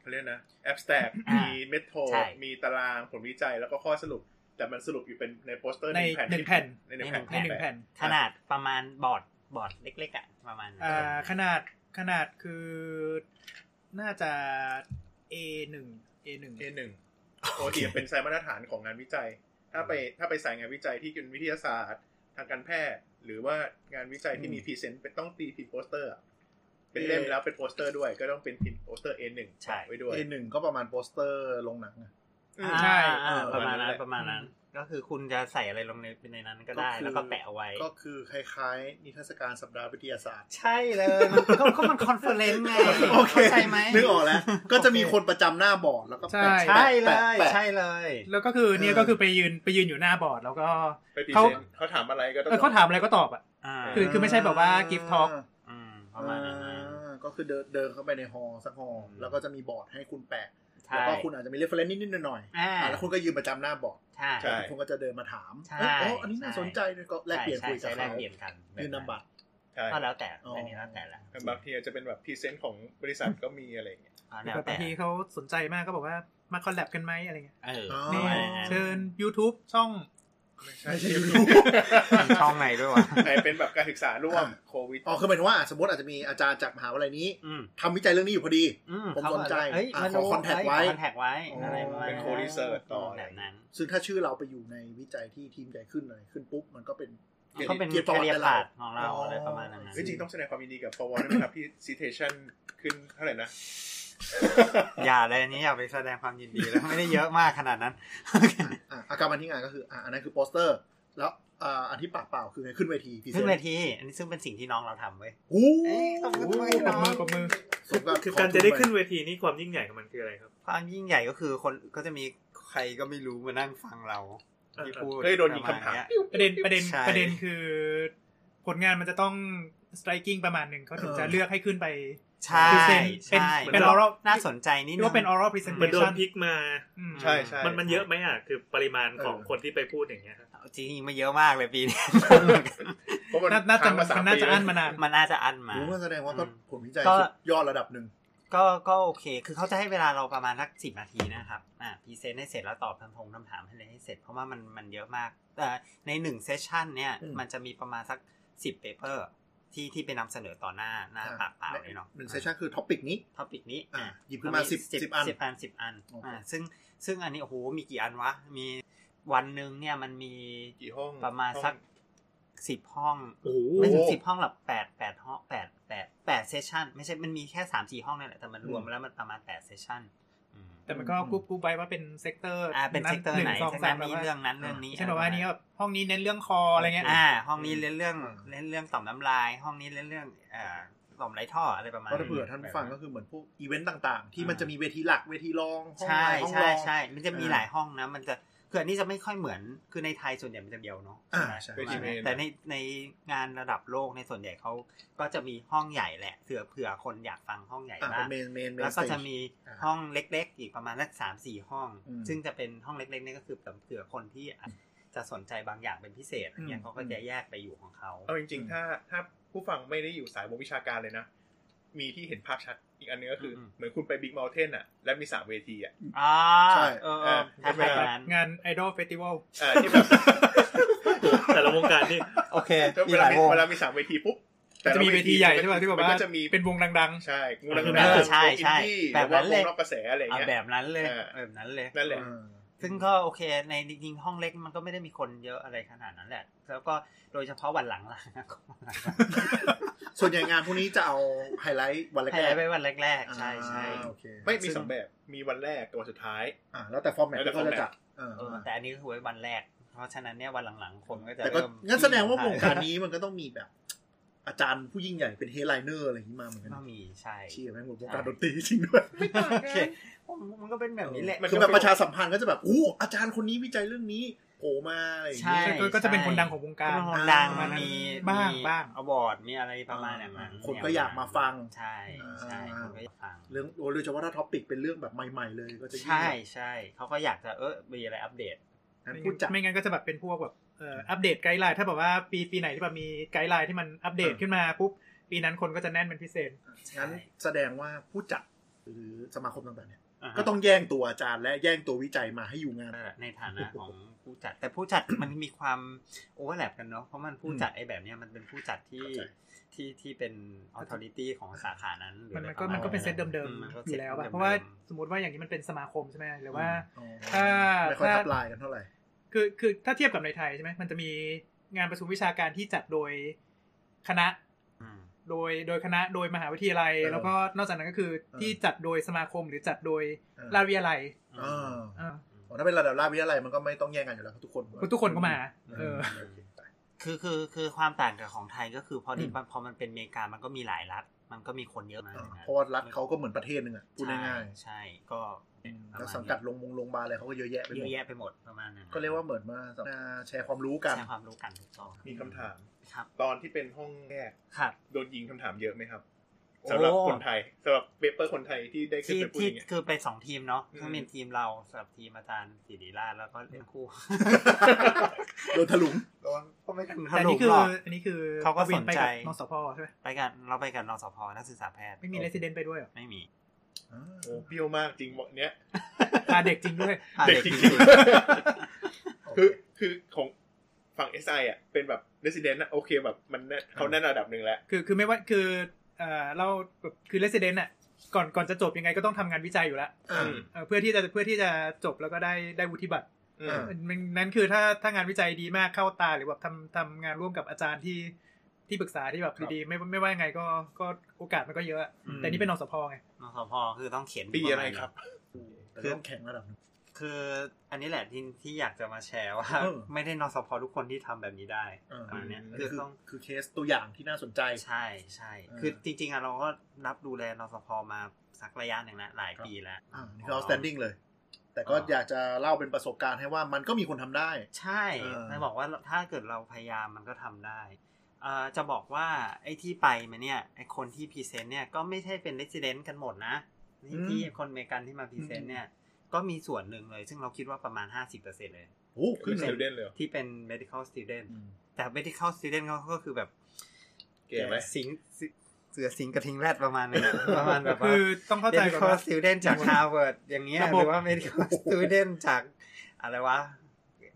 Speaker 6: เขาเรียกนะแอบสแต็กมีเมทโท
Speaker 3: ใช่
Speaker 6: มีตารางผลวิจัยแล้วก็ข้อสรุป แต่มันสรุปอยู่เป็นในโปสเตอร์
Speaker 4: ในหนึ่งแผ่น
Speaker 6: ในหนึ่งแผ่น
Speaker 3: ใ
Speaker 4: ในหนึ่งแผ่น
Speaker 3: ขนาดประมาณบอร์ดบอร์ดเล็กๆอ่ะประมาณนั้น
Speaker 4: อ่าขนาดขนาดคือน่าจะ A หนึ่ง A หนึ่ง
Speaker 6: เอหนึ่งปกติเป็นไซต์มาตรฐานของงานวิจัย ถ้าไปถ้าไปสายงานวิจัยที่เป็นวิทยาศาสตร์ ทางการแพทย์ หรือว่างานวิจัยที่มีพรีเซนต์เป็นต้องตีพิมพ์โปสเตอร์อะเป็นเล่มแล้วเป็นโปสเตอร์ด้วย ก็ต้องเป็นพิมพ์โปสเตอร์ A1
Speaker 3: ใช่
Speaker 6: ไว้ด้วย
Speaker 7: A หนึ่งก็ประมาณโปสเตอร์ลงหนังอะ
Speaker 3: อ่า
Speaker 4: ใช่
Speaker 3: อ่า
Speaker 6: เออ
Speaker 3: ประมาณนั้น
Speaker 6: ประมาณนั้น
Speaker 3: ประมาณนั้น ก็คือคุณจะใส่อะไรลงในในนั้นก็ได้
Speaker 7: ก็คือ
Speaker 3: แล้วก็แปะเอาไว้
Speaker 7: ก็คือคล้ายๆ นิทรรศการสัปดาห์วิทยาศาสตร์
Speaker 3: ใช่เลยมัน ก็ก็มันคอนเฟอเรนซ์ไงเข้าใจไหม
Speaker 7: นึกออกแล้ว ก็จะมีคนประจำหน้าบอร์ดแล้วก็แปะ
Speaker 4: ใช่
Speaker 3: ใช่เล
Speaker 7: แปะ
Speaker 3: ย
Speaker 7: แปะ
Speaker 3: ใช่เลย
Speaker 4: แล้วก็คือเนี่ย
Speaker 7: เออ
Speaker 4: ก็คือไปยืนไปยืนอยู่หน้าบอร์ดแล้วก็
Speaker 6: ไปพรี
Speaker 4: เขา
Speaker 6: เซนต์เขาถามอะไรก็ต้อง
Speaker 4: เออเขาถามอะไรก็ตอบอ่ะ
Speaker 3: อ่า
Speaker 4: คือ ไม่ใช่แบบว่า gift talk
Speaker 3: อืมประมาณนั้น
Speaker 7: อ่าก็คือเดินเดินเข้าไปในฮอลล์สักฮอลล์แล้วก็จะมีบอร์ดให้คุณแปะ
Speaker 3: ใช่
Speaker 7: แล้วก็คุณอาจจะมีเรฟเฟรนซ์นิดๆหน่อยๆ
Speaker 3: อ่า
Speaker 7: อ่าแล้วคุณก็ยืนประจำหน้าบอร์ด
Speaker 3: ใช่
Speaker 6: ใช่
Speaker 7: คุณก็จะเดินมาถาม
Speaker 3: ใช่
Speaker 7: เอ้ยอ๋ออันนี้น่า
Speaker 3: ใช่
Speaker 7: สนใจเลยก็แลกเปลี่ยนคุยกับ
Speaker 3: ใช่ใช่แลก
Speaker 7: เขา
Speaker 3: เปลี่ยนกัน
Speaker 7: ยืนนำบัตร
Speaker 6: ใช่
Speaker 3: ก็แล้วแต่
Speaker 7: อ๋ออั
Speaker 3: อันนี้แล้วแต่ละ
Speaker 6: บางทีอาจจะเป็นแบบพรีเซนต์ของบริษัทก็มีอะไรอย่างเงี้ย
Speaker 3: อ่าแล้ว
Speaker 4: แบบ
Speaker 3: แต่
Speaker 4: บางทีเขาสนใจมากก็บอกว่ามาคอลแลบกันไหมอะไรเงี้ย
Speaker 3: เออ
Speaker 7: อ๋อ
Speaker 3: นี่
Speaker 4: นี่
Speaker 3: ว่าอย่างนั้น
Speaker 4: เชิญ YouTube ช่อง
Speaker 7: ไม่ใช่ยู
Speaker 3: มีช่องไหนด้วยวะ
Speaker 6: ไหนเป็นแบบการศึกษาร่วมโควิด
Speaker 7: อ๋อคือหมายถึงว่าสมมติอาจจะมีอาจารย์จากมหาวิทยาลัยนี้
Speaker 3: อืม
Speaker 7: ทำวิจัยเรื่องนี้อยู่พอดี
Speaker 3: อืม
Speaker 7: ผม
Speaker 3: เขา
Speaker 7: สนใจ
Speaker 3: เอ้ย
Speaker 7: อ่ะ
Speaker 3: มา
Speaker 7: ขอ contact ไว้
Speaker 3: คอนแทคไว้
Speaker 7: อ๋ออ
Speaker 3: อะไรประมาณ
Speaker 6: เป็นโคดิเซอร์ต่อ
Speaker 3: แบบนั้น
Speaker 7: ซึ่งถ้าชื่อเราไปอยู่ในวิจัยที่ทีมใหญ่ขึ้นอะไรขึ้นปุ๊บมันก็เป็น
Speaker 3: มันก็เป็น
Speaker 7: เกียรติ
Speaker 3: แคเรีย
Speaker 7: ประวั
Speaker 3: ร์ศาสต
Speaker 7: ติเรา
Speaker 3: ร์ของเราอะไรประมาณนั้น
Speaker 6: เฮ้ยจริงต้องแสดงความยินดีกับ forward ด้วยนะครับที่ citation ขึ้นเท่าไห ร่นะ
Speaker 3: อย่าเลยอันนี้อย่าไปแสดงความยินดีแล้วไม่ได้เยอะมากขนาดนั้น
Speaker 7: อ่ะอาการมันที่งานก็คืออ่ะอันนั้นคือโปสเตอร์ แล้วอ่าอันที่ปากเปล่าคือไงขึ้นเวทีพรีเซ
Speaker 3: ขึ้น
Speaker 7: น
Speaker 3: เว
Speaker 7: ต์
Speaker 3: ที อันนี้ซึ่งเป็นสิ่งที่น้องเราทำเว้ย
Speaker 7: โอ้
Speaker 3: เอ้ยขอบคุณมาก
Speaker 4: ปรบ
Speaker 3: น้ง
Speaker 4: มือปรบมือ
Speaker 7: สมบ
Speaker 5: คือการจะได้ขึ้นเวทีนี่ความยิ่งใหญ่ของมันคืออะไรครับ
Speaker 3: ความยิ่งใหญ่ก็คือคนก็จะมีใครก็ไม่รู้มานั่งฟังเราที่พูด
Speaker 6: เฮ้ยโดนยิงคำถา
Speaker 3: ประณ
Speaker 6: ม
Speaker 3: เนี้ย
Speaker 4: ประเด็นประเด็น
Speaker 3: ใช่
Speaker 4: ประเด็นคือ ผลงานมันจะต้อง striking ประมาณหนึ่งเขาถึงจะเลือกให้ขึ้นไป
Speaker 3: ใช่
Speaker 4: คือเซ็น
Speaker 3: ใช่
Speaker 4: เป็นเป็น oral
Speaker 3: น่าสนใจนิด
Speaker 4: เรีย
Speaker 3: นึง
Speaker 4: กว่าเป็น oral
Speaker 3: เหมือน
Speaker 5: มันโดน
Speaker 4: presentation
Speaker 5: พลิกมา
Speaker 4: อืม
Speaker 6: ใช่ใช่
Speaker 5: มันมันเยอะไหมอ่ะ คือปริมาณของคนที่ไปพูดอย่างเงี้ยครับ
Speaker 3: จริงๆไม่เยอะมากเลยปีนี้
Speaker 6: เพราะมัน
Speaker 4: น่าน่าจะ
Speaker 6: ค้ง
Speaker 4: มัน
Speaker 6: ส
Speaker 4: น่าจะ
Speaker 6: ปี
Speaker 4: อั้นมานาน
Speaker 3: มันน่าจะอั้นมา
Speaker 7: โอ้ก็แสดงว่าก็
Speaker 3: อืม
Speaker 7: ผลวิจัย
Speaker 3: ก็
Speaker 7: สุดยอดระดับหนึ่ง
Speaker 3: ก็ก็โอเค คือเขาจะให้เวลาเราประมาณสักสิบนาทีนะครับ อ่าพรีเซนต์ให้เสร็จแล้วตอบคำทงคำถามให้เลยให้เสร็จ เพราะว่ามันมันเยอะมากแต่ในหนึ่งเซสชันเนี่ย มันจะมีประมาณสักสิบเปเปอร์ที่ที่ไปนำเสนอต่อหน้าหน้าปากเปล่าเลยเนาะ
Speaker 7: หนึ่งเซสชั่นคือท็อปิกนี้
Speaker 3: ท็อปิกนี้
Speaker 7: อ่าหยิบขึ้นมา
Speaker 3: แล้ว
Speaker 7: 10 10อัน
Speaker 3: สิบอันสิบอัน
Speaker 7: โอเค
Speaker 3: อ่า ซึ่งซึ่งอันนี้โอ้โห มีกี่อันวะ มีวันหนึ่งเนี่ยมันมี
Speaker 6: กี่ห้อง
Speaker 3: ประมาณสัก
Speaker 6: ห้อง
Speaker 3: สิบห้อง
Speaker 5: โอ้โห
Speaker 3: ไม่ถึงสิบห้องหรอกแปดแปดห้องแปดแปดแปดเซสชันไม่ใช่มันมีแค่สามสี่ห้องนั่นแหละแต่มันรวมแล้วมันประมาณแปดเซสชันอืม
Speaker 4: แต่มันก็กรุ๊ปกรุ๊ปไว้ว่าเป็นเซกเตอร์
Speaker 3: อ่าเป็นเซกเตอร์ไหน
Speaker 4: สอง
Speaker 3: เซก
Speaker 4: สา
Speaker 3: นั้น
Speaker 4: มแบบ
Speaker 3: นี้
Speaker 4: ว่า
Speaker 3: เรื่องนั้นเรื่องนี้
Speaker 4: เช่นแบบว่าอันนี้ก็แบบห้องนี้เน้นเรื่องคออะไรเงี้ย
Speaker 3: อ่า ห้องนี้เล่นเรื่องเล่นเรื่องต่อมน้ำลาย ห้องนี้เล่นเรื่องเอ่อต่อมไรท่ออะไรประมาณ
Speaker 7: ก็ถ้าเผื่อท่านผู้ฟังก็คือเหมือนพวกอีเวนต์ต่างๆ ที่มันจะมีเวทีหลักเวทีรองห้อง
Speaker 3: ใช่
Speaker 7: ไลน์ห้อง
Speaker 3: ใช่
Speaker 7: รอง
Speaker 3: ใช่มันจะมี
Speaker 7: อ่า
Speaker 3: หลายห้องนะ มันจะคืออันนี้จะไม่ค่อยเหมือนคือในไทยส่วนใหญ่มันจะเดียวเนาะ
Speaker 7: อ่า
Speaker 3: ไหม
Speaker 7: ใช่
Speaker 3: ประมาณ
Speaker 6: เวทีเมน
Speaker 3: แต่ในในงานระดับโลกในยส่วนใหญ่เขาก็จะมีห้องใหญ่แหละเผื่อเผื่อคนอยากฟังห้องใหญ่
Speaker 7: อ่า
Speaker 3: บ้าง
Speaker 7: เมนเมนเมน
Speaker 3: แล้วก็จะมี
Speaker 7: อ่า
Speaker 3: ห้องเล็กๆ อีกประมาณสักสามสี่ห้อง
Speaker 7: อืม
Speaker 3: ซึ่งจะเป็นห้องเล็กๆนี่ก็คือเผื่อคนที่อาจจะสนใจบางอย่างเป็นพิเศษอะไรเนี่ย
Speaker 7: อืม
Speaker 3: เขาก็จะแยกไปอยู่ของเขา
Speaker 6: เอาจริง ๆ ถ้าถ้าผู้ฟังไม่ได้อยู่สายวงวิชาการเลยนะ มีที่เห็นภาพชัดอีกอันนึงก็คืออเหมือนคุณไปบิ๊ก u ม t เทนอ่ะ แล้วมีสามเวทีอ่ะ
Speaker 3: อ่า
Speaker 7: ใช่
Speaker 3: เออ
Speaker 6: เออ
Speaker 3: ถ้าใครแบบนั้น
Speaker 4: งานไอดอลเฟสติวัล
Speaker 6: อ่าที่แบบ
Speaker 5: แต่ละวงการนี่
Speaker 3: โอเค
Speaker 6: เวลามีเวลามีสามเวทีปุ๊บแต่ล
Speaker 4: จะมีเวทีใหญ่ใช่ป่ะที่แบบ
Speaker 6: มัน
Speaker 4: ว่า
Speaker 6: ก็จะมี
Speaker 4: เป็นวงดัง
Speaker 6: ใช่งูรัง
Speaker 3: เอ
Speaker 6: ดา
Speaker 3: อใช่ใช่
Speaker 6: แบ
Speaker 3: แบบ บ
Speaker 6: นั้
Speaker 3: นั้น น
Speaker 6: เล
Speaker 3: เลย ย
Speaker 6: นอกกระแสอะไร
Speaker 3: เอา
Speaker 6: เงี้ย
Speaker 3: แบบนั้นเลย
Speaker 6: เออ
Speaker 3: แบบนั้นเลย
Speaker 6: นั่นแหละ
Speaker 7: อ่า
Speaker 3: ซึ่งก็โอเคในจริงๆห้องเล็กมันก็ไม่ได้มีคนเยอะอะไรขนาดนั้นแหละ แล้วก็โดยเฉพาะวันหลั งๆนะ
Speaker 7: ส่วนใหญ่งานพวกนี้จะเอาไฮไลท์วันแรก
Speaker 3: ใครไปวันแรก
Speaker 7: อ่า
Speaker 3: ๆ ใช่ใช่
Speaker 7: โอเค
Speaker 6: ไม่มีสองแบบมีวันแรกกับวันสุดท้าย
Speaker 7: อ่าแล้วแต่ฟอร์แมต
Speaker 6: แล้วแต่
Speaker 7: ที่เขา
Speaker 6: format
Speaker 7: จะจัดเออ
Speaker 3: เออแต่อันนี้ก็คือไว้วันแรก เพราะฉะนั้นเนี่ยวันหลังๆคนก็จะ
Speaker 7: แต่ก็
Speaker 3: เริ่ม
Speaker 7: งั้นแสดงว่าวงการนี้มันก็ต้องมีแบบ อาจารย์ผู้ยิ่งใหญ่เป็นเฮดไลเนอร์อะไรอย่างนี้มาเหมือนกัน
Speaker 3: ก็มีใช่
Speaker 7: เชี่ยแม่งหมดวงการดนตรีจริงด้วย
Speaker 3: โอเคมันก็เป็นแบบนี้แหละ
Speaker 6: มันก็
Speaker 7: คือแบบประชาสัมพันธ์ก็จะแบบอู้อาจารย์คนนี้วิจัยเรื่องนี้โผล่มาอะไรอย่าง
Speaker 4: ๆ
Speaker 7: นี้
Speaker 3: ใช่
Speaker 4: ก็ก็จะเป็นคนดังของวง
Speaker 3: ก็
Speaker 4: การ
Speaker 3: เป็นคนดัง
Speaker 7: อ่ามั
Speaker 3: มันมี
Speaker 4: บ้างบ้าง
Speaker 3: อวอร์ดมีอะไรประมาณอย่างนั้น
Speaker 7: คนก็อยากมาฟัง
Speaker 3: ใช่ใช่
Speaker 7: อ่า
Speaker 3: คนก็อยากฟัง
Speaker 7: เรื่องโอ้โดยเฉพาะถ้าท็อปิกเป็นเรื่องแบบใหม่ๆเลยก็จะยิ่ง
Speaker 3: ใช่ใช่เขาก็อยากจะเออมีอะไรอัปเดต
Speaker 7: งั้นพูดจัด
Speaker 4: ไม่งั้นก็จะแบบเป็นพวกแบบเอ่ออัปเดตไกด์ไลน์ถ้าแบบว่าปีปีไหนที่แบบมีไกด์ไลน์ที่มันอัปเดต
Speaker 7: อ่า
Speaker 4: ขึ้นมาปุ๊บปีนั้นคนก็จะแน่นเป็นพิเศษ
Speaker 7: งั้นแสดงว่าผู้จัดหรือสมาคมต่างๆเนี่ย
Speaker 3: อ่าฮะ
Speaker 7: ก็ต้องแย่งตัวอาจารย์และแย่งตัววิจัยมาให้อยู่งาน
Speaker 3: นั่นแหละในฐานะของผู้จัด แต่ผู้จัด มันมีความโอเวอร์แลปกันเนาะเพราะมันผู้จัดไอ้แบบเนี้ยมันเป็นผู้จัดที่
Speaker 7: เข้าใจ
Speaker 3: ที่ที่เป็นออทอริตี้ของสาขานั้นหรือ
Speaker 4: มัน
Speaker 3: อะไร
Speaker 4: มันก็
Speaker 3: ระาณ
Speaker 4: มันก็เป็นเซตเดิม
Speaker 3: นก็
Speaker 4: ๆอ
Speaker 3: เซต
Speaker 4: ยู่แล้วอะ
Speaker 3: ดิมๆ
Speaker 4: เพราะว่าสมมติว่าอย่างนี้มันเป็นสมาคมใช่ไหมหรือว่า
Speaker 7: อ๋อ
Speaker 4: ถ้า
Speaker 7: ไม่ค่อย
Speaker 4: ถ้า
Speaker 7: ทับลายกันเท่าไหร่
Speaker 4: คือคือถ้าเทียบกับในไทยใช่ไหมมันจะมีงานประชุมวิชาการที่จัดโดยคณะ
Speaker 3: อืม
Speaker 4: โดยโดยคณะโดยมหาวิทยาลัย
Speaker 7: เออ
Speaker 4: แล้วก็นอกจากนั้นก็คือ
Speaker 7: เออ
Speaker 4: ที่จัดโดยสมาคมหรือจัดโดย
Speaker 7: เออ
Speaker 4: ราชวิทยาลัย
Speaker 7: อ่า
Speaker 4: อ่า
Speaker 7: อ๋อถ้าเป็นระดับราชวิทยาลัยมันก็ไม่ต้องแย่งกันอยู่แล้วเพราะทุกคน
Speaker 4: คือทุกคนก็มาเออ
Speaker 7: โอเคไป
Speaker 3: คือคือคือความต่างกับของไทยก็คือพอดี
Speaker 7: อืม
Speaker 3: พอมันเป็นอเมริกามันก็มีหลายรัฐ มันก็มีคนเยอะมาก
Speaker 7: อ่า
Speaker 3: นะ
Speaker 7: เพราะว่ารัฐเขาก็เหมือนประเทศหนึ่งอ่ะพูด
Speaker 3: ใช่
Speaker 7: ง่าย
Speaker 3: ใช่ก็
Speaker 7: ๆอืม
Speaker 3: ประมาณ
Speaker 7: แล้วสังกัดโรงมงโรงพยาบาลอะไรเขาก็เยอะแยะไปห
Speaker 3: เย
Speaker 7: มด
Speaker 3: อะแยะไปหมดประมาณนั้น
Speaker 7: ก็เรียกว่าเหมือนมาสัมมนาแชร์ความรู้กัน
Speaker 3: แชร์ความรู้กันถูกต้อง
Speaker 6: มีคำถาม
Speaker 3: ครับ
Speaker 6: ตอนที่เป็นห้องแรก
Speaker 3: ครับ
Speaker 6: โดนยิงคำถามเยอะไหมครับสำหรับ
Speaker 3: โอ้
Speaker 6: คนไทยสำหรับเปเปอร์คนไทยที่ได้ขึ้น
Speaker 3: ที่
Speaker 6: ไปพูดอ
Speaker 3: ที่
Speaker 6: ย่างเงี้ย
Speaker 3: คือไปสองทีมเนาะ
Speaker 6: อืม
Speaker 3: ทั้งเป็นทีมเราสำหรับทีมอาจารย์ศิริราชแล้วก็เล่นคู่
Speaker 7: โดนถลุง
Speaker 3: ก็ไม่ถึง
Speaker 4: แต่อันนี้คื
Speaker 3: ห
Speaker 4: อ
Speaker 3: รอก
Speaker 4: อันนี้คือ
Speaker 3: เขาก็
Speaker 4: วิ
Speaker 3: สน
Speaker 4: ไปกับ
Speaker 3: ใจ
Speaker 4: นสพใช่ไหม
Speaker 3: ไปกันเราไปกับนสพนักศึกษาแพทย์
Speaker 4: ไม่มีเลสเดนไปด้วยเหรอ
Speaker 3: ไม่มี
Speaker 6: โอ้เปรี้ยวมากจริงหมดเนี้ย
Speaker 4: พาเด็กจริงด้วย
Speaker 3: อ่ะ
Speaker 6: เด็ก
Speaker 3: เด็ก
Speaker 6: จ
Speaker 3: จ
Speaker 6: ริง
Speaker 3: ริง
Speaker 7: โอเค
Speaker 6: คือคือของฝั่ง SI อ่ะเป็นแบบ resident อ่ะโอเคแบบมันแน่เขาแน่นระดับหนึ่งแล้ว
Speaker 4: คือคือไม่ว่าคือเอ่อเราแบบคือเลสเดนอะก่อนก่อนจะจบยังไงก็ต้องทำงานวิจัยอยู่แล้ว
Speaker 7: อ่า
Speaker 4: เออเพื่อที่จะเพื่อที่จะจบแล้วก็ได้ได้วุฒิบัตร
Speaker 6: อืม
Speaker 7: อ่า
Speaker 4: มันนั้นคือถ้าถ้างานวิจัยดีมากเข้าตาหรือแบบทำทำงานร่วมกับอาจารย์ที่ที่ปรึกษาที่แบบ
Speaker 6: ครับ
Speaker 4: ดีๆไม่ไม่ว่ายังไงก็ก็โอกาสมันก็เยอะ แต่นี่เป็นนสพไง
Speaker 3: นสพคือต้องเขียน
Speaker 6: ปีอะไรครับ
Speaker 7: แต่ก็ต้องแข่งระดับหนึ่ง
Speaker 3: คืออันนี้แหละที่ที่อยากจะมาแชร์ว่า
Speaker 7: เออ
Speaker 3: ไม่ได้นอสพทุกคนที่ทำแบบนี้ได้
Speaker 7: อ่า
Speaker 3: ประมาณเนี้ย
Speaker 6: อืม
Speaker 3: คือ
Speaker 7: คือ
Speaker 3: ต้อง
Speaker 7: คือเคสตัวอย่างที่น่าสนใจ
Speaker 3: ใช่ใช่
Speaker 7: เออ
Speaker 3: คือจริงๆอะเราก็นับดูแลนอสพมาสักระยะหนึ่งนะหลายปีแล้ว
Speaker 7: อ่านี่คือ outstanding เลย แต่ก็
Speaker 3: อ๋อ
Speaker 7: อ
Speaker 3: อ
Speaker 7: ยากจะเล่าเป็นประสบการณ์ให้ว่ามันก็มีคนทำได้
Speaker 3: ใช่
Speaker 7: เออ
Speaker 3: จะบอกว่าถ้าเกิดเราพยายามมันก็ทำได้เอ่อจะบอกว่าไอ้ที่ไปมาเนี่ยไอ้คนที่พรีเซนต์เนี่ยก็ไม่ใช่เป็นเลสเดนต์กันหมดนะที่ที่คนอเมริกันที่มาพรีเซนต์เนี่ยก็มีส่วนหนึ่งเลย ซึ่งเราคิดว่าประมาณ 50%เลย
Speaker 7: โอ้
Speaker 6: คื
Speaker 7: ขึ้
Speaker 6: อน ส
Speaker 7: เลย
Speaker 6: ติวเดนเลยเหรอ
Speaker 3: ที่เป็น medical student
Speaker 7: อืม
Speaker 3: แต่ medical student เขาก็คือแบบ
Speaker 6: เก๋ไหม
Speaker 3: สิงเสือสิงกระทิงแรดประมาณนึ งอะ ประมาณแบบว่า
Speaker 4: คือต้องเข้าใจก่อน
Speaker 3: medical
Speaker 4: ว่า
Speaker 3: student จาก Harvard อย่างเงี้ย
Speaker 4: ระ
Speaker 3: ห
Speaker 4: บบ
Speaker 3: รือว่า medical student จากอะไรวะ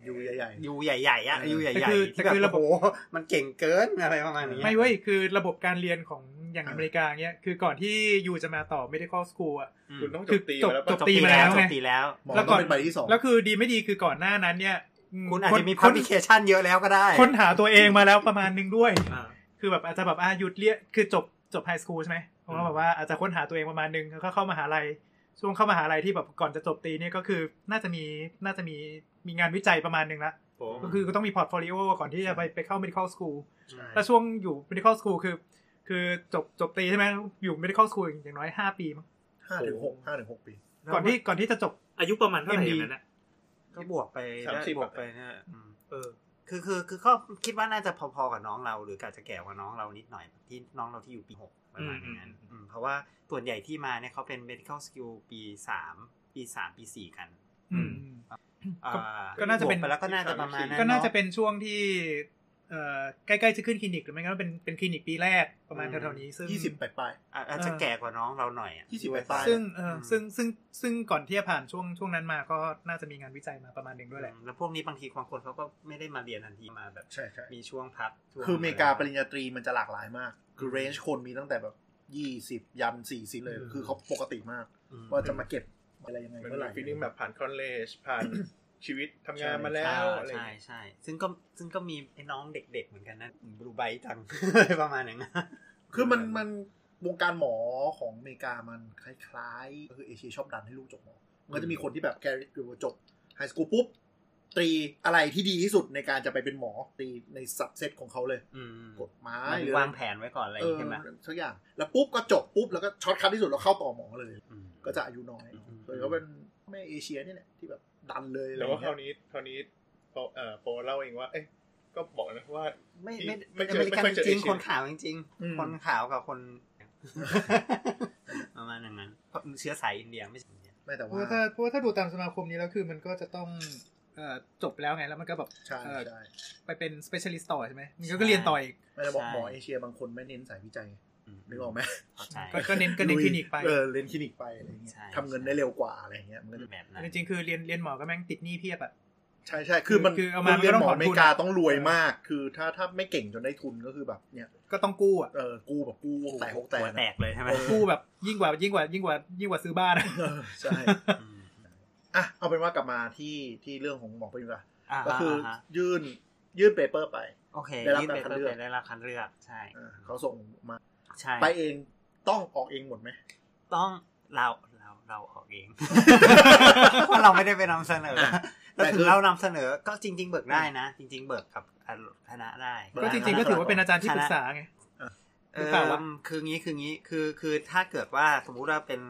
Speaker 7: ยูใหญ่
Speaker 3: ยูใหญ่ๆอะ
Speaker 7: เออ
Speaker 3: ยูให
Speaker 4: แต่
Speaker 3: ญ่
Speaker 4: คือ
Speaker 3: ๆที่แบ
Speaker 4: แต่คื
Speaker 3: บ
Speaker 4: อระบบ
Speaker 3: โอ้โหมันเก่งเกินอะไรประมาณนี้
Speaker 4: ไม่เว้ยคือระบบการเรียนของอย่าง
Speaker 7: อ่า
Speaker 4: อเมริกาเนี้ยคือก่อนที่ยูจะมาต่อ medical school อ่ะ
Speaker 3: อืม
Speaker 6: คุณต้องจ
Speaker 4: คือบ
Speaker 6: ตี
Speaker 4: จบ
Speaker 6: มา
Speaker 4: จ
Speaker 6: แล้วป่ะ
Speaker 4: บตีมาแล้ว
Speaker 3: จ
Speaker 4: ไง
Speaker 3: บตีแล้ว
Speaker 7: ๆหมอ
Speaker 4: แล้วก่
Speaker 7: ต้อ
Speaker 4: อง น
Speaker 7: เป็นใบที่สอง
Speaker 4: แล้วคือดีไม่ดีคือก่อนหน้านั้นเนี่ย
Speaker 3: คุณอาจจะมี
Speaker 4: ค้น
Speaker 3: publication เยอะแล้วก็ได้
Speaker 4: ค้นหาตัวเองมาแล้วประมาณนึงด้วย
Speaker 5: อ่า
Speaker 4: คือแบบอาจจะแบบอ่ะหยุดเรียนคือจบจบไฮสคูลใช่ไหมเพราะว่าแบบว่าอาจจะค้นหาตัวเองประมาณนึงแล้วก็เข้ามหาลัยช่วงเข้ามหาลัยที่แบบก่อนจะจบตีเนี่ยก็คือน่าจะมีน่าจะมีมีงานวิจัยประมาณนึงละ
Speaker 5: โอ้
Speaker 4: ก็คือก็ต้องมีพอร์ตโฟลิโอก่อนที่จะไปไปเข้า medical school
Speaker 3: ใช่
Speaker 4: แล้วช่วงอยู่ medical school คือ คือจบจบตีใช่ไหมอยู่ medical school อย่างน้อยห้าปีมั้ง
Speaker 7: ห้าถึงหกห้าถึงหกปี
Speaker 4: ก่อนที่ก่อนที่จะจบ
Speaker 5: อายุประมาณเท่าไหร่อย่างนั้นน่ะ
Speaker 3: ก็บวกไปได้บวกไปเนี่ยอืม
Speaker 5: เออ
Speaker 3: คือคือคือก็คิดว่าน่าจะพอๆกับน้องเรา หรืออาจจะแก่กว่าน้องเรานิดหน่อยที่น้องเราที่อยู่ปีหกประมาณอย่างนั้น
Speaker 5: อืม
Speaker 3: อืมเพราะว่าส่วนใหญ่ที่มาเนี่ยเขาเป็น medical skill ปีสามปีสามปีสี่กัน
Speaker 4: อืม
Speaker 3: อ่า
Speaker 4: ก็น่าจะเป็
Speaker 3: บ
Speaker 4: น
Speaker 3: วไปแล้วก็น่าจะประมาณนั้น
Speaker 4: ก็น่าจะ
Speaker 3: เอ
Speaker 4: เป็นช่วงที่เอ่อใกล้ๆจะขึ้นคลินิกหรือไม่งั้นก็เป็นเป็นคลินิกปีแรกประมาณ
Speaker 3: อืม
Speaker 4: แถวๆนี้ซึ่ง
Speaker 7: ยี่สิบปลาย
Speaker 3: อ่ะอาจจะแก่กว่าน้องเราหน่อยอ่ะ
Speaker 7: ยี่สิบปลาย
Speaker 4: ซึ่งเออ
Speaker 3: อืม
Speaker 4: ซึ่งซึ่งซึ่งก่อนที่จะผ่านช่วงช่วงนั้นมาก็น่าจะมีงานวิจัยมาประมาณหนึ่งด้วยแหละ
Speaker 3: อืมแล้วพวกนี้บางทีบางคนเขาก็ไม่ได้มาเรียนทันทีมาแบบ
Speaker 7: ๆใช่ใช่
Speaker 3: มีช่วงพักช่วง
Speaker 7: คืออเมริกาปริญญาตรีมันจะหลากหลายมาก คือเรนจ์คนมีตั้งแต่แบบยี่สิบยันสี่สิบเลย
Speaker 5: อืม
Speaker 7: คือเขาปกติมาก
Speaker 3: อืม
Speaker 7: ว่าจะมาเก็บอะไรยังไง
Speaker 6: เหมือน
Speaker 7: เมื่อไหร่
Speaker 6: ฟีลิ่งแบบผ่านคอนเลจ ผ่าน ชีวิตทำงานมาแล้
Speaker 3: ใช่
Speaker 6: วอะไรอ
Speaker 3: ใช่
Speaker 6: ย่างเงี้ย
Speaker 3: ใช่ซึ่งก็ซึ่งก็มีไอ้น้องเด็กๆเหมือนกันนะบลูไบท์จัง ประมาณอย่างนั้น
Speaker 7: คือมันมันวงการหมอของอเมริกามันคล้ายๆก็คือเอเชียชอบดันให้ลูกจบหมอ มันก็จะมีคนที่แบบแกหรือว่าจบไฮสคูลปุ๊บ ตรีอะไรที่ดีที่สุดในการจะไปเป็นหมอตรีในสับเซตของเขาเลย
Speaker 3: อืม
Speaker 7: กฎหมาย
Speaker 3: มัน
Speaker 7: หรือ
Speaker 3: วางแผนไว้ก่อนอะไรอ
Speaker 7: เอย่าง
Speaker 3: งี้
Speaker 7: อ
Speaker 3: ใช่ไหม
Speaker 7: สักอย่าง แล้วปุ๊บก็จบปุ๊บ แล้วก็ช็อตคัทที่สุดแล้วเข้าต่อหมอเลย
Speaker 3: อืม
Speaker 7: ก็จะอายุน้อย
Speaker 3: อืม
Speaker 7: เลยก็เป็นแม่เอเชียเนี่ยแหละที่แบบดันเลยอะไร
Speaker 6: แต่
Speaker 7: อ
Speaker 6: ว่าค
Speaker 7: ย่าง
Speaker 6: ราวย
Speaker 7: เงี้
Speaker 6: นี้คราวนี้พอเอ่อโปรเล่าเองว่า เอ๊ะก็บอกนะว่า
Speaker 3: ไม่ไม่
Speaker 6: ไม่
Speaker 3: เป็น
Speaker 6: เจ
Speaker 3: อ
Speaker 6: อ
Speaker 3: เมริกัน
Speaker 6: ไม่เคยเจอ
Speaker 3: จริง
Speaker 6: เอ
Speaker 3: ๆ
Speaker 6: เชีย
Speaker 3: คนขาวจริงๆคนขาวกับคน ประมาณอย่างนั้นเพราะเชื้อสายอินเดียไม่ใช่อินเดีย
Speaker 7: ไม่แต่
Speaker 4: เพ
Speaker 7: ว่า
Speaker 4: ราะว่าถ้าเพราะว่าถ้าดูตามสมาคมนี้แล้วคือมันก็จะต้องเอ่อจบไปแล้วไงแล้วมันก็แบบ
Speaker 7: ใช่
Speaker 4: เอ่อ
Speaker 7: ใช่
Speaker 4: ไปเป็น specialist ต่อใช่ไหมมันก็เรียนต่ออีก
Speaker 7: ไม่ได้บอกหมอเอเชียบางคนไม่เน้นสายวิจัยนึกออกไหม
Speaker 3: เข้าใจ
Speaker 4: ก็ก็เน้นก็เน้น
Speaker 7: ลุย
Speaker 4: คลินิกไป
Speaker 7: เออเรียนคลินิกไปอะไรเงี้ย
Speaker 3: ใช่
Speaker 7: ทำเงินได้เร็วกว่าอะไรเงี้ยมันก็จะ
Speaker 3: แบบนั้น
Speaker 4: จริงๆคือเรียนเรียนหมอก็แม่งติดหนี้เพียบอ่ะ
Speaker 7: ใช่ใช่คือมัน
Speaker 4: คือเอามา
Speaker 7: ณเรียน
Speaker 4: มันก็ต้อง
Speaker 7: หมออเมริกา
Speaker 4: ถอนทุน
Speaker 7: ต้องรวยมาก คือถ้าถ้าไม่เก่งจนได้ทุนก็คือแบบเนี่ย
Speaker 4: ก็ต้องกู้อ่ะ
Speaker 7: เออกู้แบบกู้แตกหกแตก
Speaker 3: หัวแตกเลยใช่ไหม
Speaker 4: กู้แบบยิ่งกว่ายิ่งกว่ายิ่งกว่ายิ่งกว่าซื้อบ้าน อะ
Speaker 7: เออใช่
Speaker 3: อืม
Speaker 7: อ่ะเอาเป็นว่ากลับมาที่ที่เรื่องของหมอประยุทธ์อะ
Speaker 3: า
Speaker 7: ก็คืออา
Speaker 3: ฮะ
Speaker 7: ยื่นยื่นเปเปอร์ไป
Speaker 3: โอเค
Speaker 7: ได้รับ
Speaker 3: ยื่น
Speaker 7: การ
Speaker 3: ไป
Speaker 7: คัด
Speaker 3: เพื่
Speaker 7: เลือก
Speaker 3: อได้รับคัดเลือกใช่
Speaker 7: อ่าเขาส่งมา
Speaker 3: ใช่
Speaker 7: ไปเองต้องออกเองหมดไหม
Speaker 3: ต้องเราเราเราออกเอง เพราะเรา ไม่ได้ไปนำเสนอ
Speaker 7: อ่ะ
Speaker 3: แต่
Speaker 7: แต่คื
Speaker 3: ถึง
Speaker 7: อ
Speaker 3: เรานำเสนอก็จริง ๆ เบิกได้นะ จริง ๆ เบิกกับคณะได้
Speaker 7: เบิ
Speaker 4: ก็จริงๆก็ถือว่าเป็นอาจารย์ที่ปรึกษาไง
Speaker 3: เอ
Speaker 4: หรือเปล่าวะ
Speaker 3: อคืองี้คืองี้คือคือถ้าเกิดว่าสมมุติว่าเป็น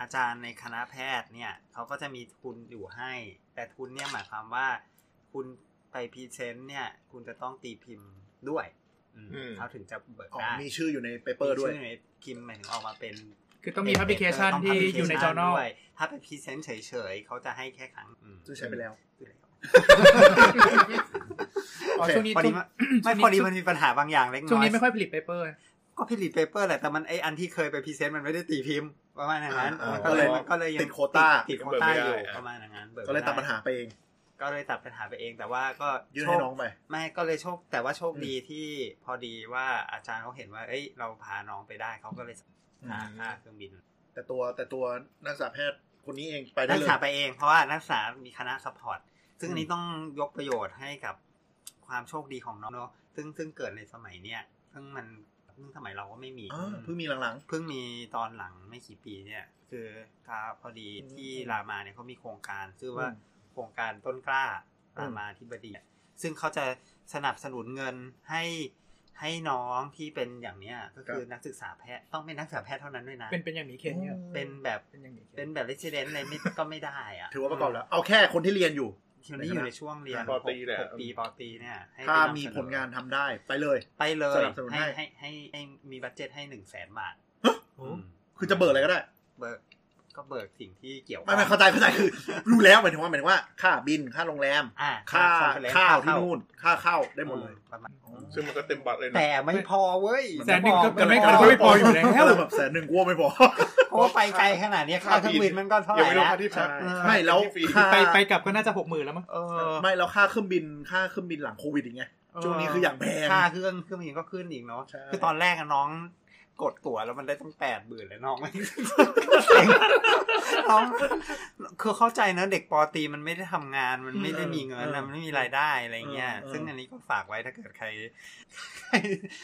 Speaker 3: อาจารย์ในคณะแพทย์เนี่ยเขาก็จะมีทุนอยู่ให้ แต่ทุนเนี่ยหมายความว่าคุณไปพรีเซนต์เนี่ย คุณจะต้องตีพิมพ์ด้วยอืม
Speaker 6: อืม
Speaker 3: เขาถึงจะเบิก
Speaker 7: อ๋อ
Speaker 3: ได้
Speaker 7: มีชื่ออยู่ในเปเปอร์ด้วย
Speaker 3: มีชื่ในพิมพ์หมายถึงออกมาเป็น
Speaker 4: คือต้องมี publication
Speaker 3: ต้อง
Speaker 4: ที่อยู่ใน
Speaker 3: publication
Speaker 4: journal
Speaker 3: ด้วยถ้าเป็นพรีเซนต์เฉยๆ เขาจะให้แค่ครั้งอืม
Speaker 7: ซึ่งใช้ไปแล้ว
Speaker 4: อ๋อช่วงนี้
Speaker 3: พอ
Speaker 4: ช่
Speaker 3: ดี
Speaker 4: วง
Speaker 3: ว่าไม่
Speaker 4: ช่วง
Speaker 3: พอ
Speaker 4: นี้
Speaker 3: ดีมันมีปัญหาบางอย่างเล็กน้อย
Speaker 4: ช่วงนี้ไม่ค่อยผลิตเปเปอร์
Speaker 3: ก็พิลิตเปเปอร์แหละ แต่มันไออันที่เคยไปพรีเซนต์มันไม่ได้ตีพิมพ์ประมาณอย่างนั้น
Speaker 7: อ่า
Speaker 3: มัน
Speaker 7: อ่า
Speaker 3: ก็เลย
Speaker 7: ก็เลย
Speaker 3: มันก็เลยยัง
Speaker 7: ติดโควต้า
Speaker 3: ติดโควต้าอยู่
Speaker 6: เบิกไม่ได้
Speaker 3: ประมาณอย่างนั้นบิ
Speaker 7: ก็เลยตัด
Speaker 3: ไม่
Speaker 7: ปัญ
Speaker 3: ไ
Speaker 7: หาไปเอง
Speaker 3: ก็เลยตัดปัญหาไปเอง แต่ว่าก็
Speaker 7: ยื่น
Speaker 3: โช
Speaker 7: ให้
Speaker 3: ค
Speaker 7: น้องไป
Speaker 3: ไม่ก็เลยโชค แต่ว่าโชคดีที่พอดีว่าอาจารย์เขาเห็นว่า เอ้ยเราพาน้องไปได้เขาก็เลย
Speaker 7: อืม
Speaker 3: หาค่าเครื่องบิน
Speaker 7: แต่ตัวแต่ตัวนักศึกษาแพทย์คนนี้เองไปได้
Speaker 3: นัก
Speaker 7: เล
Speaker 3: ศึ
Speaker 7: ย
Speaker 3: กษาไปเองเพราะว่านักศึกษามีคณะซัพพอร์ต ซึ่ง
Speaker 7: อืม
Speaker 3: อันนี้ต้องยกประโยชน์ให้กับความโชคดีของน้องเนาะซึ่งซึ่งเกิดในสมัยเนี้ยซึ่งมันซึ่งสมัยเราก็ไม่มี
Speaker 7: อ่าเพิ่งมีหลัง
Speaker 3: เพิ่งมีตอนหลังไม่กี่ปีเนี่ย คือถ้าพอดีที่รามาเนี่ยเขามีโครงการชื่อว่า
Speaker 7: อืม
Speaker 3: โครงการต้นกล้า
Speaker 7: อืม
Speaker 3: รามาธิบดี ซึ่งเขาจะสนับสนุนเงินให้ให้น้องที่เป็นอย่างเนี้ยก็คือนักศึกษาแพทย์ต้องเป็นนักศึกษาแพทย์เท่านั้นด้วยนะ
Speaker 4: เป็นเป็นอย่างนี้เคนเนี่ย
Speaker 7: ๆ
Speaker 3: เป็นแบบ
Speaker 4: เป็นอย่างนี้เคน
Speaker 3: เป็นแบบเรสซิเดนต์อะไรไม่ ก็ไม่ได้อะ
Speaker 7: ถือว่าประกอบแล้ว เอาแค่คนที่เรียนอยู่
Speaker 3: ทีนี้อยู่ในช่วงเรียน
Speaker 6: ปอตีแหละ
Speaker 3: หกปีปอตีเนี่ยให้
Speaker 7: ถ้า
Speaker 3: ไปนำเสนอ
Speaker 7: มีผลงานทำได้ไปเลย
Speaker 3: ไปเล
Speaker 7: ส
Speaker 3: ย
Speaker 7: นับสนุนให้
Speaker 3: ให้ให้ให้ให้มีบัตเจ็ตให้หนึ่งแสนบาท
Speaker 5: โอ้
Speaker 3: อืม
Speaker 7: คือจะเบิร์อะไรก็ได้
Speaker 3: เบิก ก็เบิกสิ่งที่เกี่ยวข้อง
Speaker 7: ไม่ไม่เข้าใจเข้าใจคือ รู้แล้วหมายถึงว่าหมายถึงว่าค่าบินค่าโรงแรม
Speaker 3: อ่า
Speaker 7: ค่า
Speaker 3: คอนเฟอเรนซ์
Speaker 7: ข้าวที่
Speaker 3: เข้
Speaker 7: นู่นค่าเข้าได้หมดเลย
Speaker 3: ประมาณ
Speaker 6: ซึ่งมันก็เต็มบัตรเลยนะ
Speaker 3: แต่ไม่พอเว้ย
Speaker 4: แสนหนึ่งก็
Speaker 3: มั
Speaker 4: ไม่
Speaker 3: ไม่
Speaker 4: พ
Speaker 3: พอ
Speaker 4: อพออยู่แล้ว
Speaker 7: ก็เแบบแสนหนึ่งกูว่าไม่พอ
Speaker 3: เพราะว่าไปไกลขนาดเนี้ยค่าเครื่องบินมันก็เท่าไห
Speaker 6: ยั
Speaker 3: ร่
Speaker 6: งไม่รู้
Speaker 3: แล้ว
Speaker 6: ค่าที่พักค่า
Speaker 7: ใช่ไม่แล้ว
Speaker 6: ที่ฟรี
Speaker 7: ค่า
Speaker 4: ไปไปกลับก็น่าจะหกหมื่นแล้วมั้ง
Speaker 3: เออ
Speaker 7: ไม่แล้วค่าเครื่องบินค่าเครื่องบินหลังโควิดอีกไง
Speaker 4: เออ
Speaker 7: ช่วงนี้คืออย่างแพง
Speaker 3: ค่าเครื่องเครื่องบินก็ขึ้นอีกเนาะ
Speaker 7: ใช่
Speaker 3: คือตอนแรกอะน้องกดตั๋วแล้วมันได้ตั้งแปดหมื่นเลยน้ องไม่ น้องคือเข้าใจนะเด็กปอตรีมันไม่ได้ทำงานมันไม่ได้มีเงินนะมันไม่มีรายได้อะไรเงี้ย
Speaker 7: เออ
Speaker 3: ซึ่งอันนี้ก็ฝากไว้ถ้าเกิดใคร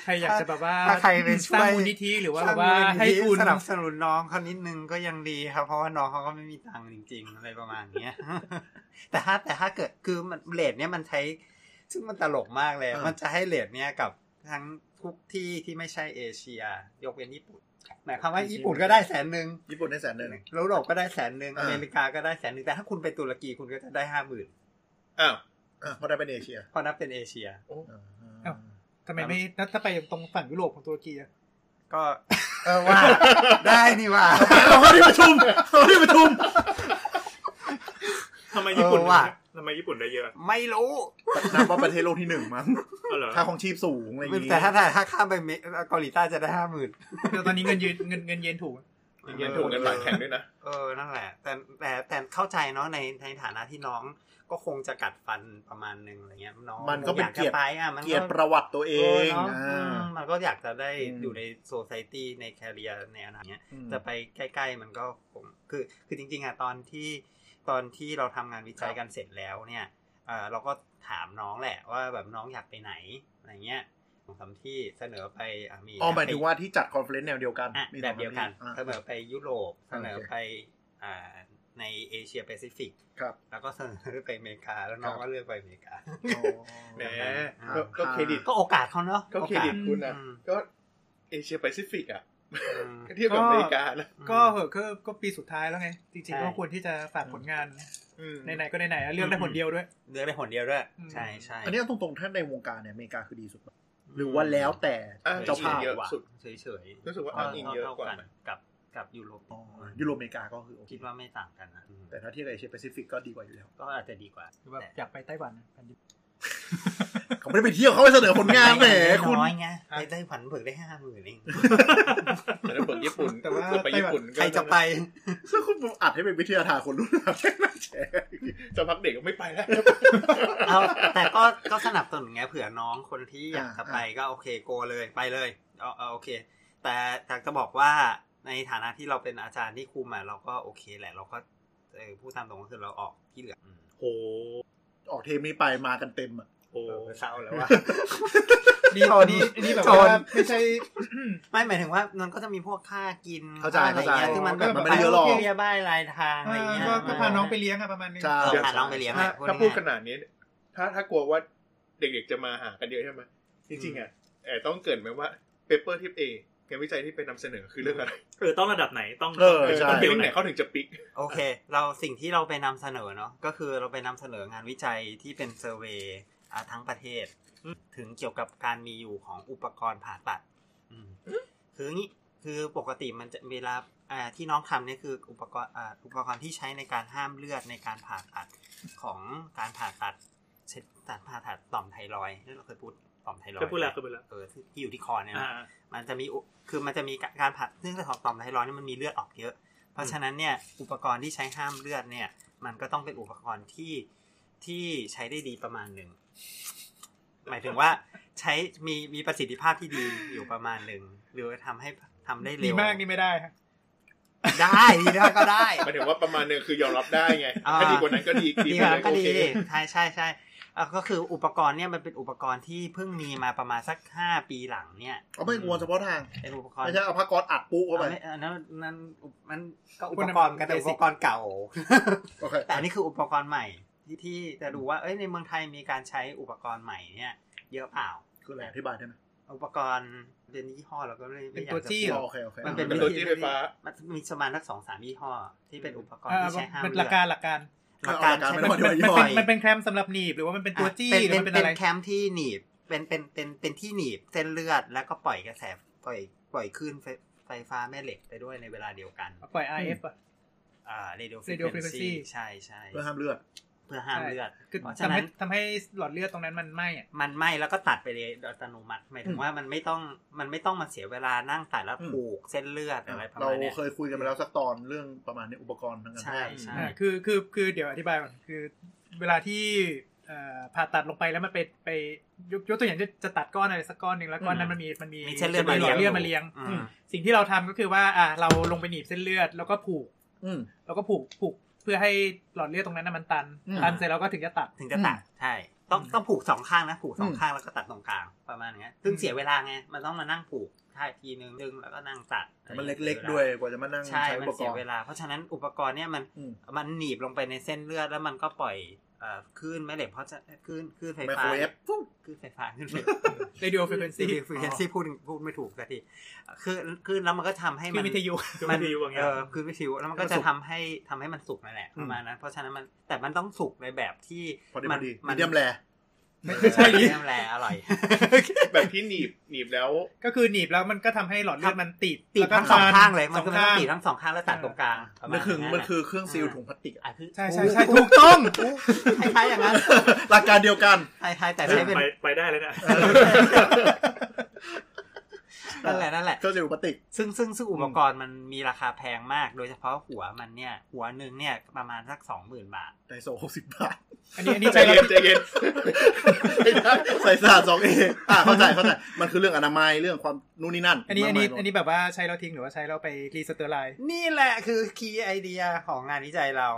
Speaker 4: ใครอยากจะแบบว่า
Speaker 3: ถ้าใครไปช่วย
Speaker 4: สร้างมูลนิธิหรือว่าแบบว่าให้ทุน
Speaker 3: สนับสนุนน้องเขานิดนึงก็ยังดีครับ เพราะว่าน้องเขาก็ไม่มีตังค์จริง ๆ อะไรประมาณเนี้ย แต่ถ้าแต่ถ้าเกิดคือมันเลทเนี้ยมันใช้ ซึ่งมันตลกมากเลย
Speaker 7: อ่ามั
Speaker 3: มันจะให้เลทเนี้ยกับทั้งทุกที่ที่ไม่ใช่เอเชีย ยกเว้นญี่ปุ่นหมายความว่าญี่ปุ่นก็ได้แสนหนึ่ง
Speaker 7: ญี่ปุ่นได้แสนหนึ่ง
Speaker 3: ยุโรปก็ได้แสนหนึ่ง
Speaker 7: อ่า
Speaker 3: อเมริกาก็ได้แสนหนึ่งแต่ถ้าคุณไปตุรกีคุณก็จะได้ห้าหมื่น
Speaker 6: อ้าว
Speaker 7: อ่ะเพราะได้เป็นเอเชีย
Speaker 3: เพราะนับเป็นเอเชีย
Speaker 4: อ้าว ทำไมไม่นัดถ้าไปตรงฝั่งยุโรปของตุรกี อะ
Speaker 3: ก็เออว่า ได้นี่ว่า
Speaker 7: เราเข้าที่ประชุมเราที่ประชุม
Speaker 5: ทำไมญี่ปุ่น
Speaker 3: เออว่ะ
Speaker 5: ทำไมญี่ปุ่นได้เยอะ
Speaker 3: ไม่รู้
Speaker 7: นับว่าประเทศโลกที่หนึ่งมั้ง
Speaker 5: ก็เหรอ
Speaker 7: ค่าของชีพสูงอะไรอย่างงี้
Speaker 3: แต่ถ้าถ้าข้ามไปเมเกาหลีใต้จะได้ห้าหมื่น
Speaker 4: แต่ตอนนี้เงินยืนเงินเงินเย็นถูก
Speaker 6: เงินถูกเงินบาทแข็งด้วยนะ
Speaker 3: เออ นั่นแหละ แต่แต่แต่เข้าใจเนาะในในฐานะที่น้องก็คงจะกัดฟันประมาณหนึงอะไรเงี้ยน้อง
Speaker 7: มันก็เป็
Speaker 3: อ
Speaker 7: น
Speaker 3: ยา
Speaker 7: เกียร
Speaker 3: จะ
Speaker 7: ติ
Speaker 3: ไปอ่ะมัน
Speaker 7: เกียรติประวัติตัวเอง
Speaker 3: เนาะ
Speaker 7: อ่
Speaker 3: อืมา มันก็อยากจะได้
Speaker 7: อืม
Speaker 3: อยู่ในโซซ i ตี้ในแคริเอร์ในอนาคตเนี้ยจะไปใกล้ ๆ มันก็คงคือคือจริง ๆอ่ะตอนที่ตอนที่เราทำงานวิจัยกันเสร็จแล้วเนี่ยเออเราก็ถามน้องแหละว่าแบบน้องอยากไปไหนอะไรเงี้ยสองสามที่เสนอไปอ่ะมี
Speaker 7: อ๋อหมาย
Speaker 3: ไป
Speaker 7: ถึงว่าที่จัดคอนเฟลเลนซ์แนวเดียวกัน
Speaker 3: อ่ะ
Speaker 7: มี
Speaker 3: แบบเดียวกัน
Speaker 7: สอง
Speaker 3: เสน
Speaker 7: ที่อ่ะ
Speaker 3: อไปยุโรปเสนอ
Speaker 7: โอเค
Speaker 3: ไปอ่าในเอเชียแปซิฟิก
Speaker 7: ครับ
Speaker 3: แล้วก็เสนอไปอเมริกา แล้วน้อง
Speaker 7: ครับ
Speaker 3: ก็เลือกไปอเมริกา
Speaker 6: แหม
Speaker 3: อ่า
Speaker 6: ก็ก็เครดิต
Speaker 3: ก็โอกาสเขาเนาะ
Speaker 6: ก็เครดิต
Speaker 3: โอ
Speaker 6: คุณนะ
Speaker 3: อืม
Speaker 6: ก็เอเชียแปซิฟิกอ่ะ
Speaker 3: กาสอืม
Speaker 6: ก็เทียบกับ
Speaker 4: ก็
Speaker 6: อเมริกานะ
Speaker 4: ก็เหอะก็ก็ปีสุดท้ายแล้วไง จริง
Speaker 3: ใช่
Speaker 4: ๆก็ควรที่จะฝากผลงาน
Speaker 6: อืม
Speaker 4: ไหนๆก็ไหนๆแล้วเลือกได้ผลเดียวด้วย
Speaker 3: เลือกได้ผลเดียวด้วย
Speaker 4: อืม
Speaker 3: ใช่ใช่
Speaker 7: อันนี้เอาตรงๆถ้าในวงการเนี่ยอเมริกาคือดีสุดปะหรือว่าแล้วแต่
Speaker 6: อ่ะ
Speaker 7: เจ้าภาพ
Speaker 6: เยอะสุด
Speaker 3: เฉยๆ
Speaker 6: รู้สึกว่าอ้างอิงเยอะกว่า
Speaker 3: กับกับยุโรป
Speaker 7: อ๋อยุโรปอเมริกาก็คือโอเค
Speaker 3: คิดว่าไม่ต่างกันนะอืม
Speaker 7: แต่ถ้าเทียบกับเอเชียแปซิฟิกก็ดีกว่าอยู่แล้ว
Speaker 3: ก็อาจจะดีกว่า
Speaker 4: คือแบบอยากไปไต้หวันกันดิ
Speaker 7: เขาไม่ได้ไปเที่ยวเขาไปเสนอผลงานแหมคุณ
Speaker 3: น้อยไงไปได้ผันเบิกได้ห้าหมื่นเอง
Speaker 6: แต่ถ้าเปิดญี่ปุ่น
Speaker 7: แต่ว่า
Speaker 6: ไป
Speaker 7: ไต้หวั
Speaker 6: ญี่
Speaker 7: น
Speaker 6: ปุ่น
Speaker 3: ใครจะไป
Speaker 7: ซึ่งคุณอัดให้เป็นวิทยาทานคนรุ่นหลัง ให้มาแชร์
Speaker 6: จะพักเด็กก็ไม่ไปแล้ว
Speaker 3: เอาแต่ก็ก็สนับสนุนไงเผื่อน้องคนที่อยากจะไปก็โอเคโกเลยไปเลยเอาเอาโอเค แต่อยากจะบอกว่าในฐานะที่เราเป็นอาจารย์ที่คุมอ่ะเราก็โอเคแหละ เราก็เออพูดตามตรงก็คือเราออกที่เหลืออืม
Speaker 5: โห
Speaker 7: ออกเทมนี้ไปมากันเต็มอ่ะ
Speaker 5: โอ้
Speaker 3: เออเศร้าแล้วว่า
Speaker 4: นี่
Speaker 3: ชน
Speaker 4: นี่นี่แบบ
Speaker 3: ชน
Speaker 4: ว่าไม่ใช่
Speaker 3: ไม่หมายถึงว่ามันก็จะมีพวกค่ากิน
Speaker 7: เข้าใจ
Speaker 3: ค่อะไรเงี้ย
Speaker 4: เข้าใจ
Speaker 3: ซึ่งมันแบบ
Speaker 7: มันไม่ได้เยอะหรอก
Speaker 3: เรียบ้ายรายทางอะไรเงี้ย
Speaker 4: ก็ก็พาน้องไปเลี้ยงอะประมาณนึง
Speaker 7: ใช่
Speaker 3: เออพาน้องไปเลี้ยง
Speaker 6: ถ้า
Speaker 3: อะ
Speaker 6: ถ้าพูด
Speaker 3: ง่ยๆ
Speaker 6: ขนาดนี้ ถ้าถ้ากลัวว่าเด็กๆจะมาหากันเยอะใช่ไหมจริงๆอ่ะเอ่อต้องเกรินไหมว่าเปเปอร์ทิปเองานวิจัยที่ไปนำเสนอคือเรื่องอะไร
Speaker 5: เออต้องระดับไหนต้อง
Speaker 7: เออ
Speaker 6: เออ
Speaker 7: ใช่
Speaker 6: ต้อง
Speaker 5: เกี่
Speaker 6: เกี่
Speaker 5: ย
Speaker 6: ยว วไห
Speaker 5: ไห
Speaker 6: น
Speaker 5: น
Speaker 6: เขาถึงจะปิ๊ก
Speaker 3: โอเค เราสิ่งที่เราไปนำเสนอเนาะก็คือเราไปนำเสนองานวิจัยที่เป็นเซอร์เวย์อ่ะทั้งประเทศ ถึงเกี่ยวกับการมีอยู่ของอุปกรณ์ผ่าตัดอืมคืออย่างงี้คือปกติมันจะเวลาอ่าที่น้องทำเนี่ยคืออุปกรณ์อ่าอุปกรณ์ที่ใช้ในการห้ามเลือดในการผ่าตัดของการผ่าตัดเช่นการผ่าตัดต่อมไทรอยด์นี่เราเคยพูดต่อมไทรอย
Speaker 5: ก็
Speaker 3: ด์
Speaker 5: พูดแล้วก็พูดแล้ว
Speaker 3: เออที่อยู่ที่คอเนี่ยนะ
Speaker 5: อ่า
Speaker 3: มันจะมีอุคือมันจะมีการผ่าเนื่องจากของต่อมไทรอยด์เนี่ยมันมีเลือดออกเยอะ เพราะฉะนั้นเนี่ยอุปกรณ์ที่ใช้ห้ามเลือดเนี่ย มันก็ต้องเป็นอุปกรณ์ที่ที่ใช้ได้ดีประมาณหนึ่ง หมายถึงว่าใช้มีมีประสิทธิภาพที่ดีอยู่ประมาณหนึ่งหรือทำให้ทำได้เร็
Speaker 4: ดี
Speaker 3: ว
Speaker 4: มากนี่ไม่ได้ฮะ
Speaker 3: ได้ดีมากก็ได้
Speaker 6: หมายถึงว่าประมาณหนึงคือยอมรับได้ไง
Speaker 3: อ่า
Speaker 6: ถ้าดีกว่านั้นก็ดี
Speaker 3: ดี
Speaker 6: ว่า
Speaker 3: แล้
Speaker 6: นั้น
Speaker 3: ก็ดี
Speaker 6: โอเค
Speaker 3: ใช่ใช่ใช่เอ่อก็คืออุปกรณ์เนี่ยมันเป็นอุปกรณ์ที่เพิ่งมีมาประมาณสักห้าปีหลังเนี่ย
Speaker 7: เอาไม่กลัวเฉพาะทาง
Speaker 3: เป็นอุปกรณ์
Speaker 7: ไม่ใช่เอาผ้าก๊อซอัดปุ๊เข้าไป
Speaker 3: อ่ะไม่อันนั้นนั้นอุปมันก็อุปกรณ์กันแต่อุปกรณ์เก่า
Speaker 7: โอเค
Speaker 3: แต่อันนี้คืออุปกรณ์ใหม่ ที่ที่จะดูว่าเอ้ยในเมืองไทยมีการใช้อุปกรณ์ใหม่เนี่ยเยอะเปล่า
Speaker 7: คืออะไรอธิบายได้ไหม
Speaker 3: อุปกรณ์เป็นยี่ห้อเราก็ไม่ไม่
Speaker 4: เป็น
Speaker 3: อยาก
Speaker 4: ตัว
Speaker 3: จะ
Speaker 4: จี้
Speaker 3: พู
Speaker 4: เหร
Speaker 7: อ๋
Speaker 4: อ
Speaker 7: อโอเคโอเค
Speaker 3: ดมันเป็น
Speaker 6: เป็น
Speaker 3: วิ
Speaker 6: ตัว
Speaker 3: ธี
Speaker 6: ที่ไฟฟ้า
Speaker 3: มันมีประมาณสักสองสามยี่ห้อ ที่เป็นอุปกรณ์
Speaker 4: อ่า
Speaker 3: ที่ใช้ห้าม
Speaker 4: เป็น
Speaker 3: เลือ
Speaker 4: หลั
Speaker 3: ด
Speaker 4: กการหลักการ
Speaker 3: หลักการ
Speaker 7: เอาหลักการ
Speaker 3: ใช้
Speaker 7: ไม่ต้
Speaker 3: น
Speaker 7: องอธิบาย
Speaker 4: มันเป็นมันเป็นแคมสำหรับหนีบหรือว่ามันเป็นตัวจี้หรือ
Speaker 3: เป็น
Speaker 4: มันเป็น
Speaker 3: เป็
Speaker 4: อะไร
Speaker 3: นแคมที่หนีบเป็นเป็นเป็นเป็นที่หนีบเส้นเลือดแล้วก็ปล่อยกระแสปล่อยปล่อยคลื่นไฟไฟฟ้าแม่เหล็กไปด้วยในเวลาเดียวกัน
Speaker 4: ปล่อย RF อ่ะ
Speaker 3: อ่า radio
Speaker 4: radio
Speaker 3: frequency
Speaker 4: frequency
Speaker 3: ใช่ใช่
Speaker 7: เพื่อห้ามเลือด
Speaker 3: เพื่อห้ามเลือด
Speaker 4: คือ
Speaker 3: เพราะฉะนั้
Speaker 4: ทำให้
Speaker 3: น
Speaker 4: ทำให้หลอดเลือดตรงนั้นมันไหม้อะ
Speaker 3: มันไหม่แล้วก็ตัดไปเลยโดยอัตโนมัติหมายถึงว่ามันไม่ต้องมันไม่ต้องมาเสียเวลานั่งตัดแล้ว
Speaker 7: อืม
Speaker 3: ผูกเส้นเลือดอะไรประ
Speaker 7: เรา
Speaker 3: มาณเนี้ย
Speaker 7: เคยคุยกันไปแล้วสักตอนเรื่องประมาณเนี้ยอุปกรณ์ทางการแพ
Speaker 3: ใช่
Speaker 7: ทย์
Speaker 3: ใช่
Speaker 4: อ่าคือคือคือเดี๋ยวอธิบายก่อนคือเวลาที่เอ่อผ่าตัดลงไปแล้วมันไปไปยกยกตัวอย่างจะจะตัดก้อนอะไรสักก้อนหนึ่งแล้วก้อนนั้นมันมีมันมี
Speaker 3: มีเส้นเลือดมา
Speaker 4: ห
Speaker 3: เลี้ยง
Speaker 4: เลือดมาเลี้ยง
Speaker 3: อืม
Speaker 4: สิ่งที่เราทำก็คือว่าอ่าเราลงไปหนีบเส้นเลือดแล้วก็ผูก
Speaker 7: อืม
Speaker 4: แล้วก็ผูกผูกเพื่อให้หลอดเลือดตรงนั้นน่ะมันตัน
Speaker 7: อืม
Speaker 4: ตันเสร็จแล้วก็ถึงจะตัด
Speaker 3: ถึงจะตัดใช่ ต้อง
Speaker 4: อืม
Speaker 3: ต้องผูกสองข้างนะผูกสอง
Speaker 7: อืม
Speaker 3: ข้างแล้วก็ตัดตรงกลางประมาณเนี้ยซึ่งเสียเวลาไงมันต้องมานั่งผูกท่าทีนึงดึงแล้วก็นั่งตัด
Speaker 7: แต่มันเล็กๆด้วยกว่าจะมานั่ง
Speaker 3: ใช่
Speaker 7: ใช้อุ
Speaker 3: มัน
Speaker 7: ปก
Speaker 3: เสีย
Speaker 7: รณ์
Speaker 3: เวลา เพราะฉะนั้นอุปกรณ์เนี่ยมัน
Speaker 7: อืม
Speaker 3: มันหนีบลงไปในเส้นเลือดแล้วมันก็ปล่อยเอ่อคลื่นแม่เหล็กเพราะจะคลื่นคลื่นไฟฟ้า
Speaker 7: ไมโครเวฟ
Speaker 3: ฟุ้งคลื่นไฟฟ้าขึ้นไป
Speaker 4: เรดิโอเฟรนซี
Speaker 3: ซีฟรีเอนซีพูดพูดไม่ถูกสักทีคือคือแล้วมันก็ทำให้
Speaker 4: คื
Speaker 3: มั
Speaker 4: อน วิทยุ
Speaker 3: มั
Speaker 5: มัน นดีว่าเงี้
Speaker 3: เอย อคือวิทยุแล้วมันก็จะทำให้ทำให้มันสุกนั่นแหละประมาณนั้น เพราะฉะนั้นมันแต่มันต้องสุกในแบบที่
Speaker 7: พอดี
Speaker 3: มั
Speaker 7: พอดี
Speaker 3: มั
Speaker 7: มีเดียมแล
Speaker 4: ไม่ใช่
Speaker 3: เยี่ยมแลอร่อย
Speaker 6: แบบที่หนีบหนีบแล้ว
Speaker 4: ก็คือหนีบแล้วมันก็ทำให้หลอดเลือดมันติด
Speaker 3: ตี
Speaker 4: แวก็
Speaker 3: ทั้งสองข้างเลยมัน
Speaker 4: สอ
Speaker 3: ก็มั
Speaker 4: ง
Speaker 3: นต้
Speaker 4: ข้า
Speaker 3: อง
Speaker 4: ง
Speaker 3: ตีทั้งสองข้างแล้วตัดตรงกลางประาณ
Speaker 7: มันคือมันคือเครื่องซีลถุงพลาสติกอะ
Speaker 3: อ่ะคือ
Speaker 4: ใช่ใช่ใช่ถูกต้อง
Speaker 3: คล้ายๆอย่างนั้น
Speaker 7: หลักการเดียวกัน
Speaker 3: คล้ายๆแต่ใช้เป็น
Speaker 5: ไปไปได้แล้วเนี่ย
Speaker 3: นั่นแหละนั่นแหละ
Speaker 7: เครื่องซีลถุงพลาสติก
Speaker 3: ซึ่งซึ่งซึ่งอุปกรณ์มันมีราคาแพงมาก โดยเฉพาะหัวมันเนี่ย หัวหนึ่งเนี่ยประมาณสักสองหมื่นบาท
Speaker 7: ไดโซหกสิบบาท
Speaker 4: อันนี้อันนี้
Speaker 6: ใจ
Speaker 4: ใช้
Speaker 6: เย็นใจเย็น
Speaker 7: ใส่สาดสองเออ่ะเข้าใจเข้าใจ มันคือเรื่องอนามัยเรื่องความนู่นนี่นั่น
Speaker 4: อันนี้อันนี้
Speaker 7: มากมาย
Speaker 4: อันนี้แบบว่าใช้เราทิ้งหรือว่าใช้เราไปรีสเตอร์ไลน์
Speaker 3: นี่แหละคือคีย์ไอเดียของงานวิจัยเรา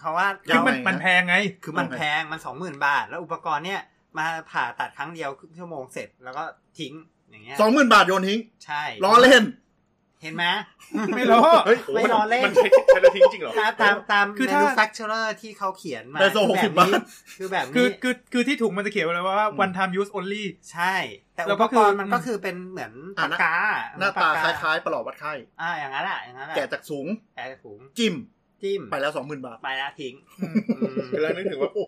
Speaker 3: เพราะว่า
Speaker 4: คือมันมันแพงไง
Speaker 3: คือมันแพงมันสองหมื่นบาท แล้วอุปกรณ์เนี่ยมาผ่าตัดครั้งเดียวครึ่งชั่วโมงเสร็จแล้วก็ทิ้งอย่างเงี้ย
Speaker 7: สองหมื่นบาทโยนทิ้ง
Speaker 3: ใช่
Speaker 7: ล้อเล่น
Speaker 3: เห็นไหม
Speaker 4: ไม่รอ
Speaker 6: เฮ้ย
Speaker 3: ไม่ล้อเล่น
Speaker 6: มันใช้ใช้แล้วทิ้งจริงเหรอ
Speaker 3: ตามตามตาม
Speaker 4: คือถ้า
Speaker 3: manufacturer ที่เขาเขียนมา
Speaker 7: ได้โซ่
Speaker 3: คือแบบ
Speaker 7: 60บา
Speaker 3: นี้
Speaker 7: ท
Speaker 3: คือแบบ
Speaker 4: คือ
Speaker 3: นี้
Speaker 4: คือคือที่ถุงมันจะเขียนไว้เลยว่า one time use only
Speaker 3: ใช่ แต่
Speaker 4: แล้
Speaker 3: อุ
Speaker 4: ว
Speaker 3: ป
Speaker 4: ก็
Speaker 3: กรณ์
Speaker 4: คือ
Speaker 3: มันก็คือเป็นเหมือน
Speaker 7: อ่ะ
Speaker 3: ปาก
Speaker 7: นะ
Speaker 3: กา
Speaker 7: หน้าตา
Speaker 3: ป
Speaker 7: ค
Speaker 3: กก
Speaker 7: ล้ายๆประหลอดวัดไข้
Speaker 3: อ่าอย่างนั้นแหละอย่างนั้นแหละ
Speaker 7: แกะจากสูง
Speaker 3: แกะจากถุง
Speaker 7: จิ้ม
Speaker 3: จิ้ม
Speaker 7: ไปแล้วสองหมื่นบาท
Speaker 3: ไปแล้วทิ้ง
Speaker 4: อืม
Speaker 3: อืม
Speaker 6: กำลังนึกถึงว่าโอ้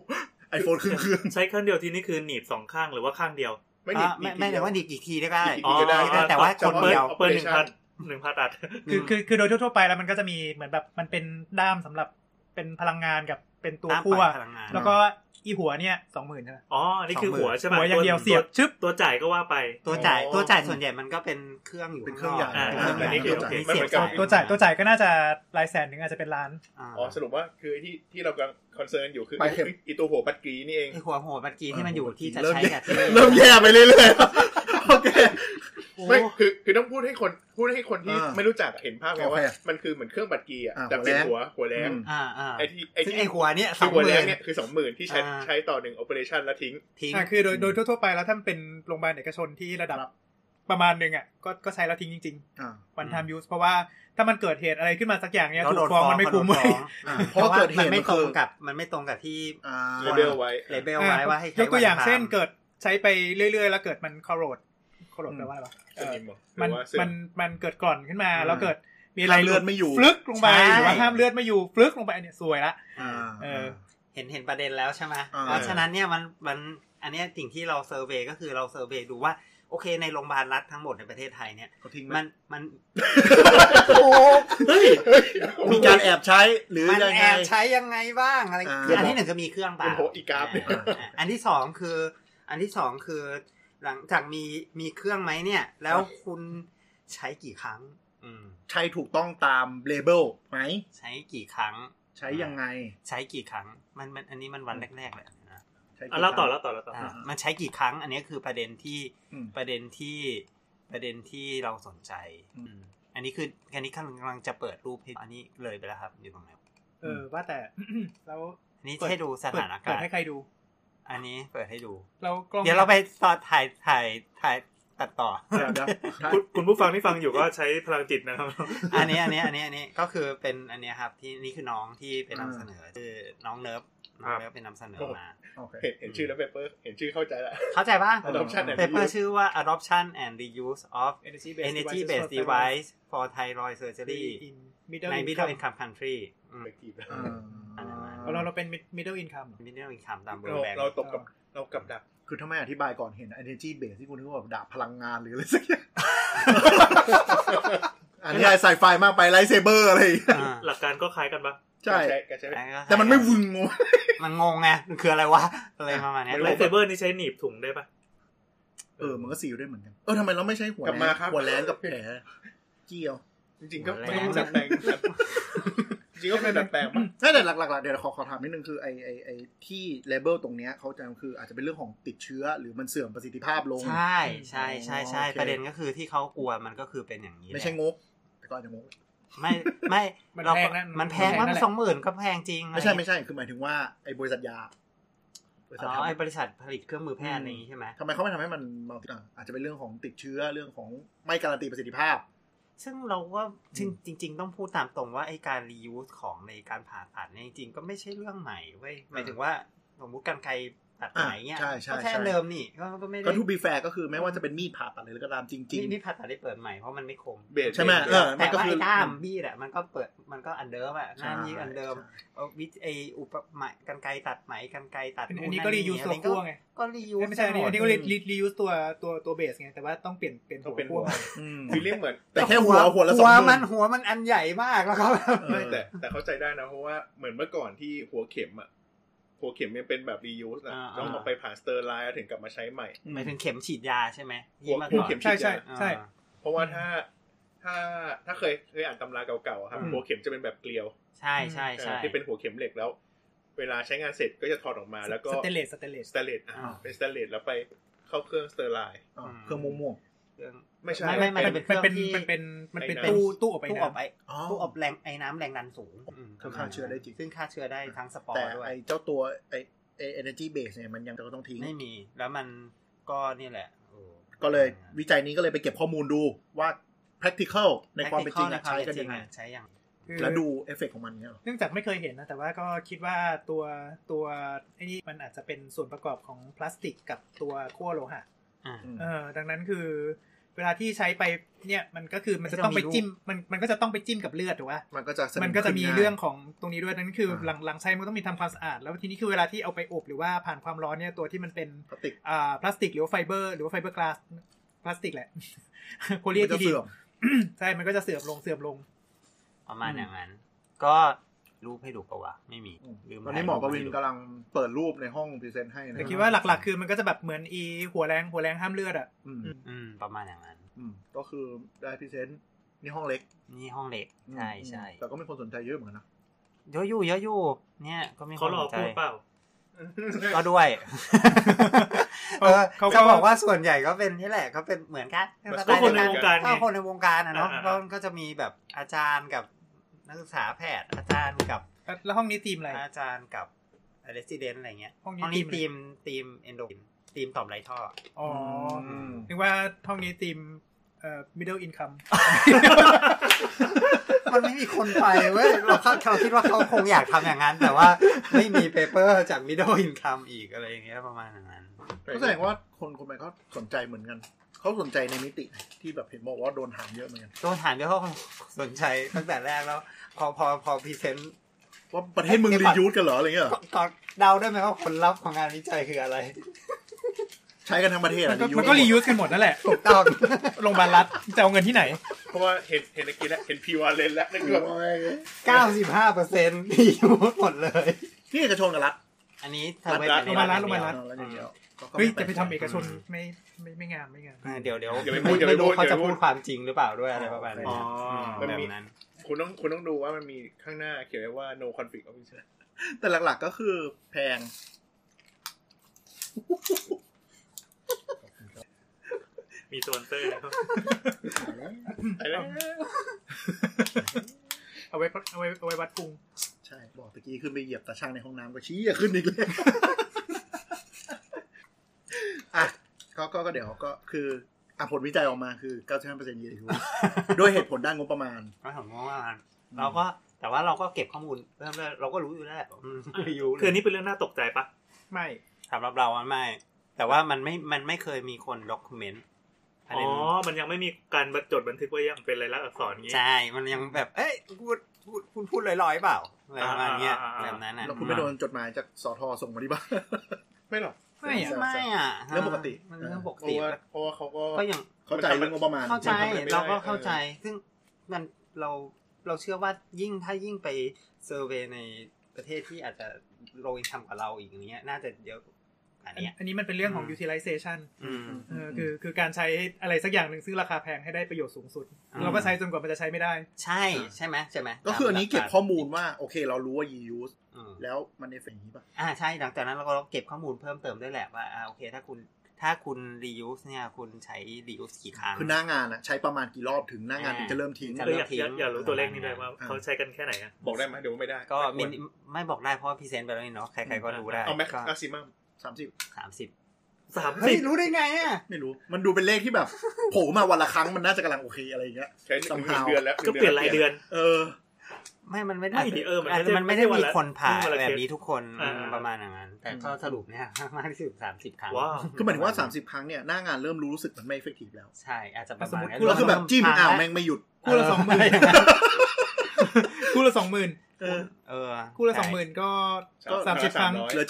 Speaker 7: ไอโฟนครึ่งเครื่อง
Speaker 5: ใช้ข้างเดียวทีนี่คือหนีบสองข้างหรือว่าข้างเดียว
Speaker 6: ไม่หนี
Speaker 3: อ่ะ
Speaker 6: บ
Speaker 3: ไม่
Speaker 6: ห
Speaker 3: ไม่แต่
Speaker 6: นีบทีเดียว
Speaker 3: ว่าดีกี่ทีได้ก็ได้
Speaker 6: อ๋อ
Speaker 3: ได้ แต่ว่าคนเดียว
Speaker 5: เปิดหนึ่งพันหนึ่งพันอัด
Speaker 4: คือคือคือโดยทั่วๆไปแล้วมันก็จะมีเหมือนแบบมันเป็นด้ามสำหรับเป็นพลังงานกับเป็นตัว
Speaker 3: ตามปล่อย
Speaker 4: คั่ว
Speaker 3: พลังงาน
Speaker 4: แล้วก็อีหัวเนี่ยสองหมื่นใช่ไหม
Speaker 5: อ๋อ นี่คือหัวใช่ไหม
Speaker 4: หัวอย่างเดียวเสียบชึบ
Speaker 5: ตัวจ่ายก็ว่าไป
Speaker 3: ตัวจ่าย
Speaker 6: อ๋อ
Speaker 3: ตัวจ่ายส่วนใหญ่มันก็เป็นเครื่องอยู่
Speaker 7: เป็นเครื่องใหญ่
Speaker 3: ข้นก
Speaker 5: อ่าอันนี้คือ
Speaker 3: เครื่ง
Speaker 6: โอเคมันเหมือนกับ
Speaker 3: ส
Speaker 4: ตัวจ่ายตัวจ่ายก็น่าจะรายแสนถึงอาจจะเป็นล้าน
Speaker 3: อ่า
Speaker 6: อ๋อสรุปว่าคือที่ที่เรากำลังคอนเซิร์นอยู่คือ
Speaker 7: ไปเข็ม
Speaker 6: อีตัวหัวบัตรกรีนี่เอง
Speaker 3: ไอ้หัวโหดเมื่อกี้ที่มันอยู่ที่จะ
Speaker 7: เริ่ม
Speaker 3: ใช้
Speaker 7: แย่
Speaker 3: กับที่
Speaker 7: เริ่มแย่ไปเรื่อยๆโอเค
Speaker 3: โอ้
Speaker 6: ไม่คือคือต้องพูดให้คนพูดให้คนที่
Speaker 7: อ่า
Speaker 6: ไม่รู้จักเห็นภาพไง
Speaker 7: โอเค
Speaker 6: ว่ามันคือเหมือนเครื่องบัตรกีอ่ะ
Speaker 7: อ่า
Speaker 6: แต่เป็น
Speaker 7: หั
Speaker 6: หัว
Speaker 7: วแรง
Speaker 6: หัวแรง
Speaker 7: อืม
Speaker 3: อ่าอ่า
Speaker 6: ไอที่ไอ
Speaker 3: ซึ่ง
Speaker 6: ที่
Speaker 3: ไอ้หัวเนี่ยส
Speaker 6: คื
Speaker 3: อ
Speaker 6: อ
Speaker 3: งห
Speaker 6: หัว
Speaker 3: มื่
Speaker 6: แรง
Speaker 3: น
Speaker 6: เนี่ยคือสองหมื่นที่ใช้
Speaker 3: อ่า
Speaker 6: ใช้ต่อหนึ่งโอเปอเรชันแล้วทิ้ง
Speaker 3: ทิ้ง
Speaker 4: อ่ะคือโดยโดยทั่วๆไปแล้วถ้ามันเป็นโรงพยาบาลเอกชนที่ระดับ
Speaker 7: ครับ
Speaker 4: ประมาณหนึ่งอ่ะก็ก็ใช้แล้วทิ้งจริง
Speaker 7: อ่า
Speaker 4: ๆ วัน
Speaker 3: อืม
Speaker 4: ทามยูสเพราะว่าถ้ามันเกิดเหตุอะไรขึ้นมาสักอย่างเนี่ย
Speaker 3: แล้ว
Speaker 4: ถู
Speaker 3: โด
Speaker 4: กฟ้องมันไม่คุ้ม
Speaker 3: โด
Speaker 4: เว้ย
Speaker 3: นฟ้อง
Speaker 7: อ่าเพราะว่าเกิดเห
Speaker 3: มัน
Speaker 7: ตุ
Speaker 3: ไม่
Speaker 7: น
Speaker 3: ตร
Speaker 7: คื
Speaker 3: ง
Speaker 7: อ
Speaker 3: กับมันไม่ตรงกับที่
Speaker 7: อ่า
Speaker 6: เลเบลไว้
Speaker 3: เลเบล
Speaker 4: อ่ะ
Speaker 3: ไว้ว่าให้ใช้
Speaker 4: ยกตัวอย่าง
Speaker 3: ไ
Speaker 4: เช่นเกิดใช้ไปเรื่อยๆ แล้วเกิดมันคอโรดคอโรด
Speaker 7: อืม
Speaker 4: แปลว่าอะไรวะ
Speaker 6: สนิมเหรอห
Speaker 4: มัน
Speaker 6: รือว่าซึม
Speaker 4: มันมันเกิดกร่อนขึ้นมา
Speaker 3: อืม
Speaker 4: แล้วเกิดมีอะไร
Speaker 7: ห้ามเลือดไม่อยู่
Speaker 4: ฟลึกลงไป
Speaker 3: ใช่
Speaker 4: หรือว่าห้ามเลือดไม่อยู่ฟลึกลงไปอันเนี่ยซวยละ
Speaker 7: อ่า
Speaker 4: เออ
Speaker 3: เห็นเห็นประเด็นแล้วใช่ไหม
Speaker 7: อ่า
Speaker 3: เพราะฉะนั้นเนี่ยมันมันอันเนี้ยสิ่งที่เราเซอร์เวยก็คือเราเซอร์เวยดูว่าโอเคในโรงพยาบาลรัฐทั้งหมดในประเทศไทยเนี่ย
Speaker 7: เขาทิ้ง
Speaker 3: มั
Speaker 7: มัน
Speaker 3: นมัน
Speaker 7: เฮ้ยมีการแอบใช้หรือ
Speaker 3: มัน
Speaker 7: ยัง
Speaker 3: แอ
Speaker 7: ไง
Speaker 3: บใช้ยังไงบ้างอะไร
Speaker 7: อ่า
Speaker 3: คืออันที่หนึ่งคือมีเครื่องเปล่า
Speaker 6: โอ้โหอีกราฟเนี่ย
Speaker 3: อ่าอันที่สองคือ อันที่สองคือ หลังจากมีมีเครื่องไหมเนี่ย แล้วคุณใช้กี่ครั้ง อืม
Speaker 7: ใช้ถูกต้องตามเลเบลไหม
Speaker 3: ใช้กี่ครั้ง
Speaker 7: ใช้ยังไง
Speaker 3: ใช้กี่ครั้ง มันมันอันนี้มันวันแรกๆแหละนะ
Speaker 7: ใช้กี่
Speaker 5: อ่ะแล้วต่อ
Speaker 7: ครั้ง
Speaker 5: แล้วต่อแล้วต่อ
Speaker 3: อ่ามันใช้กี่ครั้ง อันนี้คือประเด็นที่
Speaker 7: อืม
Speaker 3: ประเด็นที่ประเด็นที่เราสนใจ
Speaker 7: อืม
Speaker 3: อืมอันนี้คืออันนี้กำลังจะเปิดรูปให้อันนี้เลยไปแล้วครับอยู่ตรงไหน
Speaker 4: เออว่าแต่ แล้ว
Speaker 3: อันนี้ให้ดูส
Speaker 4: เปิด
Speaker 3: ถาน
Speaker 4: เปิ
Speaker 3: การ
Speaker 4: ด
Speaker 3: ณ์
Speaker 4: ให้ใครดู
Speaker 3: อันนี้เปิดให้ดู
Speaker 4: เรากล้อง
Speaker 3: เดี๋ยวเราไปต่อถ่ายถ่ายถ่ายตัดต่อ
Speaker 7: เดี๋ยวเดี๋ยวถ้า
Speaker 5: คุณคุณผู้ฟังที่ฟังอยู่ก็ใช้พลังจิตนะครับ
Speaker 3: อันนี้อันนี้อันนี้อันนี้ก็คือเป็นอันเนี้ยครับที่นี่คือน้องที่ไปนำเสนอคือน้องเนิร์ฟน้องเนิร์ฟเป็นนำเสนอมา
Speaker 7: โอเค
Speaker 6: เห็นเห็นชื่อแล้วเปเปอร์เห็นชื่อเข้าใจแล้ว
Speaker 3: เข้าใจป่ะ
Speaker 6: adoption and
Speaker 3: เปเปอ
Speaker 6: reuse
Speaker 3: ร์ชื่อว่า adoption and reuse of
Speaker 4: energy
Speaker 3: energy based device for thyroid surgery
Speaker 4: in middle
Speaker 3: ใน middle
Speaker 4: income
Speaker 3: income country อืม
Speaker 6: ไปจีบแล้ว
Speaker 7: อ่า
Speaker 3: อ่า
Speaker 4: เอาเราเราเป็น mid- middle income เหรอ
Speaker 3: middle income ตามเบอ
Speaker 6: เรา
Speaker 3: ร์แบง
Speaker 6: เราตกกับเรากับดัก
Speaker 7: คือถ้าไม่อธิบายก่อนเห็น energy base ที่คุณนึกว่าแบบดาบพลังงานหรืออะไรสักอย่าง อ่านนิยายไซไฟมากไปไลท์เซเบอร์อะไรอย่างเงี้ย
Speaker 3: อ่า
Speaker 5: หลักการก็คล้ายกันปะ
Speaker 7: ใช่
Speaker 6: การใช้
Speaker 7: แต่มันไม่วึงงง
Speaker 3: มันงงไงมันคืออะไรวะอะไรประมาณเนี้ย
Speaker 5: ไลท์เซเบอร์นี่ใช้หนีบถุงได้ปะ
Speaker 7: เออมันก็สีได้เหมือนกัน เออทำไมเราไม่ใช่หัว
Speaker 6: กลับมาครับ
Speaker 7: หัวแหลนกับแผลเจียว
Speaker 6: จริงๆก็ไม่ต้องดัดแปลงจริงๆก็เป็นดัดแปลง
Speaker 7: ใช่แต่หลักๆๆเดี๋ยวขอขอถามนิดนึงคือไอไอไอที่เลเบลตรงเนี้ยเขาจะคืออาจจะเป็นเรื่องของติดเชื้อหรือมันเสื่อมประสิทธิภาพลง
Speaker 3: ใช่ใช่ใช่ใช่
Speaker 7: โอเค
Speaker 3: ประเด็นก็คือที่เขากลัวมันก็คือเป็นอย่างนี้แหละ
Speaker 7: ไม่ใช่งกแต่ก็อาจจะงก
Speaker 3: ไม่ไม่
Speaker 4: มัน
Speaker 3: เราก็
Speaker 4: แพงนะ
Speaker 3: มันแพงมากสองหมื่นก็แพงจริง
Speaker 7: ไม่ใช่ไม่ใช่คือหมายถึงว่าไอบริษัทยาบริษัท
Speaker 3: อ๋อ
Speaker 7: ทำ
Speaker 3: ไอ้บริษัทผลิตเครื่องมือแพทย์อะไรอย่างนี้ใช่ไหม
Speaker 7: ทำไมเขาไม่ทำให้มันมัลติอ่ะอาจจะเป็นเรื่องของติดเชื้อเรื่องของไม่การันตีประสิทธิภาพ
Speaker 3: ซึ่งเราว่าจริงจริง ๆ ต้องพูดตามตรงว่าไอ้การรียูสของในการผ่าตัดเนี่ยจริงๆ ก็ไม่ใช่เรื่องใหม่เว้ยหมายถึงว่าสมมติการไกรตัดไหนเนี่ย
Speaker 7: อ่ะใช่ใช่
Speaker 3: ก็แค่
Speaker 7: ใช่
Speaker 3: เดิมนี่ก็ก็ไม่
Speaker 7: ก็
Speaker 3: ได้
Speaker 7: ทูบีแฟร์ก็คือไม่ว่าจะเป็นมีดผ่าตัดอะไรก็ตามจริง
Speaker 3: นี่นี่ผ่าตัดได้เปิดใหม่เพราะมันไม่คม
Speaker 6: เบส
Speaker 7: ใช่ไหมเออ น
Speaker 3: แต่
Speaker 7: ก็
Speaker 3: ว่า
Speaker 7: คือ
Speaker 3: ไอ้ด้ามบี้แหละมันก็เปิดมันก็อันเดิมอ่ะ
Speaker 7: ๆ
Speaker 3: หน้ามีอันเดิม
Speaker 7: ใช่
Speaker 3: เอาวิธีไออุปไหมกันไกรตัดไหมกันไกรตัด
Speaker 4: อันนี้ก็รียูส
Speaker 3: อะ
Speaker 4: ตั
Speaker 3: ไร
Speaker 4: วคั่วไง
Speaker 3: ก็รียู
Speaker 4: เอ้ยไม่ใช่อันนี้อันนี้ก็รีรียูสตัวตัวตัวเบสไงแต่ว่าต้องเปลี่ยนเปลี่ยน
Speaker 6: เขา
Speaker 4: ตัว
Speaker 6: เป็น
Speaker 4: คั่วใหม่
Speaker 7: อืม
Speaker 6: ฟีลลิ่งเหมือน
Speaker 7: แต่แค่หัวหัวละสองห
Speaker 3: หัว
Speaker 7: มื่น
Speaker 3: มันหัวมันอันใหญ่มากแล้วครับ
Speaker 6: ไม่แต่แต่เข้าใจได้นะ เพราะว่าเหมือนเมื่อก่อนที่หัวเข็มอะหัวเข็มมันเป็นแบบ reuse นะ
Speaker 3: อ่า
Speaker 6: ต้องเอาไปผ่านสเตอร์ไลน์แล้วถึงกลับมาใช้ใหม่
Speaker 3: หมายถึงเข็มฉีดยาใช่ไหม
Speaker 6: หัว
Speaker 3: เมื่อ
Speaker 6: หัว
Speaker 3: ก่อน
Speaker 6: เข็ม
Speaker 4: ใช่
Speaker 6: ฉีด
Speaker 4: ใช่
Speaker 6: ยา
Speaker 3: อ่า
Speaker 4: ใช่
Speaker 6: เพราะว่าถ้าถ้าถ้าเคยเคยอ่านตำราเก่าๆอะครับ
Speaker 3: อืม
Speaker 6: หัวเข็มจะเป็นแบบเกลียว
Speaker 3: ใช่ใช่ใช่
Speaker 6: ที่เป็นหัวเข็มเหล็กแล้ว เวลาใช้งานเสร็จก็จะถอดออกมาแล้วก็
Speaker 4: สเตนเลสสเตนเลส
Speaker 6: สเตนเลสอ่ะ
Speaker 3: อ่า
Speaker 6: เป็นสเตนเลสแล้วไปเข้าเครื่องสเตอร์ไลน์
Speaker 7: อ่าเครื่องม่วง
Speaker 3: เครื่อง
Speaker 6: ไม่ใช่
Speaker 3: ไม่ไม่ นเป็นเครื่อง
Speaker 4: มันเป็น
Speaker 3: ที่
Speaker 4: มันเป็นมันเป็น
Speaker 6: ไอ้น้ำ
Speaker 4: ตู้ตู้อบไป
Speaker 3: ตู้
Speaker 4: น้
Speaker 3: อบไอ
Speaker 7: ๆอ๋อ
Speaker 3: ตู้อบแรงไอ้น้ำแรงดันสูงม
Speaker 7: คือฆ่าเชื้อได้จริง
Speaker 3: ซึ่งฆ่าเชื้อได้ทั้งสปอ
Speaker 7: แต่
Speaker 3: ร์ด้วย
Speaker 7: ไอเจ้าตัวไอไอ energy base เนี่ยมันยังจะต้องทิ้ง
Speaker 3: ไม่มีแล้วมันก็นี่แหละโอ้
Speaker 7: ก็เลยวิจัยนี้ก็เลยไปเก็บข้อมูลดูว่า practical ในความเป็นจริงอะใช้กันยังไง
Speaker 3: ใช้อย่าง
Speaker 4: ำคือ
Speaker 7: แล้วดูเอฟเฟกต์ของมันเนี่ยหรอ
Speaker 4: เนื่องจากไม่เคยเห็นนะ แต่ว่าก็คิดว่าตัวตัวไอ้นี่มันอาจจะเป็นส่วนประกอบของพลาสติกกับตัวขั้วโลหะ
Speaker 3: อ่า
Speaker 7: อืม
Speaker 4: เออดังนั้นคือ เวลาที่ใช้ไปเนี่ยมันก็คือมันจะ
Speaker 3: ไม่ต้
Speaker 4: ต้
Speaker 3: อ
Speaker 4: อ
Speaker 3: มี
Speaker 4: ง งไป
Speaker 3: รูป
Speaker 4: จิ้มมันมันก็จะต้องไปจิ้มกับเลือดถูกปะ
Speaker 7: มันก็จะส
Speaker 4: มันก็จะมี
Speaker 7: ขึ้นง่าย
Speaker 4: เรื่องของตรงนี้ด้วยนั่นคืออา หลังหลังใช้มันต้องมีทำความสะอาด แล้วทีนี้คือเวลาที่เอาไปอบหรือว่าผ่านความร้อนเนี่ยตัวที่มันเป็น
Speaker 7: พลาสติก
Speaker 4: อ่าพลาสติกหรือว่าไฟเบอร์หรือว่าไฟเบอร์กลาสพลาสติกแหละ โพลีเอ
Speaker 7: มัน
Speaker 4: ทิ
Speaker 7: จะ
Speaker 4: ลีน
Speaker 7: เสื่อม
Speaker 4: ใช่มันก็จะ เสื่อมลงเสื่อมลง
Speaker 3: ประมาณอย่างนั้น ก็รูปให้ดูปะวะไม่มีลืม
Speaker 7: ตอนนี้หมอประวินกำลังเปิดรูปในห้องพรีเซนต์ให้นะ
Speaker 4: แต่คิดว่าหลักๆ คือมันก็จะแบบเหมือนอีหัวแรงหัวแรงห้ามเลือดอ่ะ
Speaker 7: อืม
Speaker 3: อืมประมาณอย่างนั้น
Speaker 7: อืมก็คือได้พรีเซนต์นี่ห้องเล็ก
Speaker 3: นี่ห้องเหล็กใช่ใช่
Speaker 7: อืมแต่ก็มีคนสนใจเยอะเหมือนกันนะ
Speaker 3: เยอะอยู่เยอะอยู่เนี่ยก็มี
Speaker 5: เขาหล
Speaker 3: ส
Speaker 5: อก
Speaker 3: นใจ
Speaker 5: พูดเปล่า
Speaker 3: ก็ด้วยเออ
Speaker 4: เขา
Speaker 3: จะบอกว่าส่วนใหญ่ก็เป็นนี่แหละก็เป็นเหมือนกัน
Speaker 5: ก็คนในวงการไง
Speaker 3: ก็คนในวงการอะเนาะ
Speaker 5: อ่าๆ
Speaker 3: ก็ก็จะมีแบบอาจารย์กับนักศึกษาแพทย์ อาจารย์กับ
Speaker 4: แล้วแล้วห้องนี้ทีมอะไร
Speaker 3: อาจารย์กับเรสซิเดนอะไรเงี้ย
Speaker 4: ห้องนี้
Speaker 3: ห้องนี้
Speaker 4: ที
Speaker 3: ทีม
Speaker 4: ม
Speaker 3: ทีมเอนโดทีมต่อมไรท่อ
Speaker 4: อ๋ออ
Speaker 7: ม
Speaker 4: นึกว่าห้องนี้ทีมเอ่อ middle income
Speaker 3: มันไม่มีคนไปเว้ย เราคาดเขาคิดว่าเขาคงอยากทำอย่างนั้น แต่ว่าไม่มีเปเปอร์จาก middle income อีกอะไรอย่างเงี้ยประมาณอย่างนั้น
Speaker 7: ก็แสดงว่าคนคนมันก็สนใจเหมือนกัน เขาสนใจในมิติที่แบบเห็นบอกว่าโดนถามเยอะเหมือนกัน
Speaker 3: ตัวฐานเดียวเขาคงสนใจตั้งแต่แรกแล้ว พอพอพอพรีเซนต์
Speaker 7: ว่าประเทศมึงรียูสกันเหรออะไรเงี้ยเหรอ
Speaker 3: ก่อนเดาได้ไหมว่าผลลัพธ์ของงานวิจัยคืออะไร
Speaker 7: ใช้กันทั้งประเทศ
Speaker 4: มันก็
Speaker 7: อะ reuse
Speaker 4: มันก็ reuse กันหมดนั่นแหละ
Speaker 3: ถูกต้อง
Speaker 4: โรงพยาบาลรัฐจะเอาเงินที่ไหน
Speaker 6: เพราะว่าเห็นเห็นเมื่อกี้แล้วเห็นพีวาเลนแล้วนั่นคือแบบ
Speaker 7: โอ้ย
Speaker 3: 95เปอร์เซ็นต์ที่ยูดหมดเลย
Speaker 7: นี่เอกชนกับรัฐ
Speaker 3: อันนี้
Speaker 4: ลงมาร้านลงมาร้าน
Speaker 7: เออแล้วอย่างเดียวก็ก็
Speaker 4: เฮ้ย
Speaker 7: ม่
Speaker 4: จะไป
Speaker 7: แลก
Speaker 4: ทำ
Speaker 7: ใจ
Speaker 4: เอกชนไม่ไม่ไม่งามไม่งาม
Speaker 3: เดี๋ยวเดี๋ยวไม่รู้เขาจะพูดความจริงหรือเปล่าด้วยอะไรประมาณนี้แบบนั้น
Speaker 6: คุณต้องคุณต้องดูว่ามันมีข้างหน้าเขียนไว้ว่า no conflict of interest
Speaker 7: แต่หลักๆก็คือแพง
Speaker 5: มีสปอนเซอร์นะครับ
Speaker 6: ไปแล้ว
Speaker 4: เอาไว้เอาไว้เอาไว้วัดพุง
Speaker 7: ใช่ บอกตะกี้ขึ้นไปเหยียบตาช่างในห้องน้ำก็ชี้อย่าขึ้นอีกเลยอ่ะก็ก็ก็เดี๋ยวก็คืออ่ะผลวิจัยออกมาคือ 95%เยียร์ทู ด้วยเหตุผลด้านงบประมาณ
Speaker 3: ก็ผมว่าเราก็แต่ว่าเราก็เก็บข้อมูลเริ่มแรกเราก็รู้อยู่ แล้วอยู่
Speaker 5: คืออันนี้เป็นเรื่องน่าตกใจปะ
Speaker 4: ไม่
Speaker 3: สำหรับเราไม่ แต่ว่ามันไม่มันไม่เคยมีคนด็อกเมนต์
Speaker 5: อ๋อ มันยังไม่มีการจดบันทึกไว้อย่างเป็นลายลักษณ์อักษรอย่างงี้
Speaker 3: ใช่ มันยังแบบ เอ้ยพูดพูดคุณพูดลอยๆเปล่าอะไรประมาณเนี้ยแบบนั้น
Speaker 7: แล้วคุณไม่โดนจดหมายจากสอทอส่งมาที่บ้าน
Speaker 6: ไม่หรอก
Speaker 4: ไม่อะ
Speaker 3: ไม่อ่ะมันเรื่องปก
Speaker 6: เพราะ
Speaker 3: ติ
Speaker 6: ว่าเพราะว่าเขาก็
Speaker 3: ก็ยัง
Speaker 7: เข้าใจเรื่องงบประมาณ
Speaker 3: เข้าใจ
Speaker 6: มันทำอะไรไม่ได้
Speaker 3: เราก็เข้าใจซึ่ง มันเราเราเชื่อว่ายิ่งถ้ายิ่งไปเซอร์เวยในประเทศที่อาจจะโรยทำกว่าเราอีกอย่างเงี้ย น่าจะเยอะกว่าเนี้ย
Speaker 4: อันนี้มันเป็นเรื่องของ
Speaker 3: อืม
Speaker 4: utilization
Speaker 3: อืม
Speaker 4: เออคือคือการใช้อะไรสักอย่างหนึ่งซึ่งราคาแพงให้ได้ประโยชน์สูงสุด
Speaker 3: อ่า
Speaker 4: เราก็ใช้จนกว่ามันจะใช้ไม่ได้
Speaker 3: ใช่ใช่ไหมใช่ไหม
Speaker 7: ก็คืออันนี้เก็บข้อมูลว่า โอเค เรารู้ว่า reuse
Speaker 3: อืม
Speaker 7: แล้วมันในเฟนี้ป่ะ
Speaker 3: อ่าใช่หลังจากนั้นเราก็เก็บข้อมูลเพิ่มเติมด้วยแหละว่าอ่าโอเค ถ้าคุณถ้าคุณ reuse เนี่ยคุณใช้ reuse กี่ครั้ง
Speaker 7: คือหน้างานอะใช้ประมาณกี่รอบถึงหน้างาน
Speaker 3: อ่า
Speaker 7: ถึงจะเริ่มทิ้ง
Speaker 3: จะ
Speaker 5: เอ
Speaker 3: เริ่ม
Speaker 5: ออยาก
Speaker 3: ทิ้ง
Speaker 5: อยากอยากรู้ตัวเลขนี้เลยว่าเขาใช้กันแค่ไหนอะ
Speaker 6: บอกได้ไหมเดี๋ยวไม่ได้
Speaker 3: ก็
Speaker 6: ไม่ควร
Speaker 3: มินิไม่บอกได้เพราะว่าพรีเซนต์ไปแล้วนี่เนาะใครๆก็รู้ได้
Speaker 6: เอาแม็ก
Speaker 3: ก็
Speaker 6: ซ์ซิมัม
Speaker 7: สามสิบ
Speaker 3: สามสิบ
Speaker 5: สาม
Speaker 3: เฮ้
Speaker 5: สิ
Speaker 3: ย
Speaker 5: บ
Speaker 3: รู้ได้ไงอ่ะ
Speaker 7: ไม่รู้ มันดูเป็นเลขที่แบบ โผล่มาวันละครั้งมันน่าจะกำลังโอเคอะไรอย่างเงี้ย
Speaker 6: ใช้หนึ่ง
Speaker 7: somehow
Speaker 6: เดือนแล้ว
Speaker 5: ก็เปลี่ยนรายเดือน
Speaker 7: เออ
Speaker 3: ไม่มันไม่ได้
Speaker 5: ไม่ดิเออมันไม่ได้
Speaker 3: มันไม่ได้
Speaker 5: ไม่
Speaker 3: มี
Speaker 5: ได้วันละ
Speaker 3: คนผ่า
Speaker 5: ไม่ได้วันละ
Speaker 3: แบบ
Speaker 5: เคส
Speaker 3: นี้ทุกคน
Speaker 5: อ่า
Speaker 3: อืมประมาณอย่างนั้น แต่ก็สรุปเนี่ย มากที่สุดสามสิบครั้ง
Speaker 5: ว้าว
Speaker 7: คือหมายถึงว่า 30 ครั้งเนี่ยหน้างานเริ่มรู้รู้สึกมันไม่ effective แล้ว
Speaker 3: ใช่อาจจะประ
Speaker 4: สม
Speaker 3: มาณ
Speaker 4: มุ
Speaker 3: นั้
Speaker 4: ติ
Speaker 3: น
Speaker 4: คุณ
Speaker 7: แล้วคือแบบจิ้มอ้าวแม่งไม่หยุด
Speaker 4: คู่ละสองหมื่นคู่ละสองหมื่น
Speaker 7: เออ
Speaker 3: เออ
Speaker 4: คู่ละสองหมื่นก็
Speaker 7: ก็
Speaker 4: สามสิบครั้ง
Speaker 7: เหลือ 700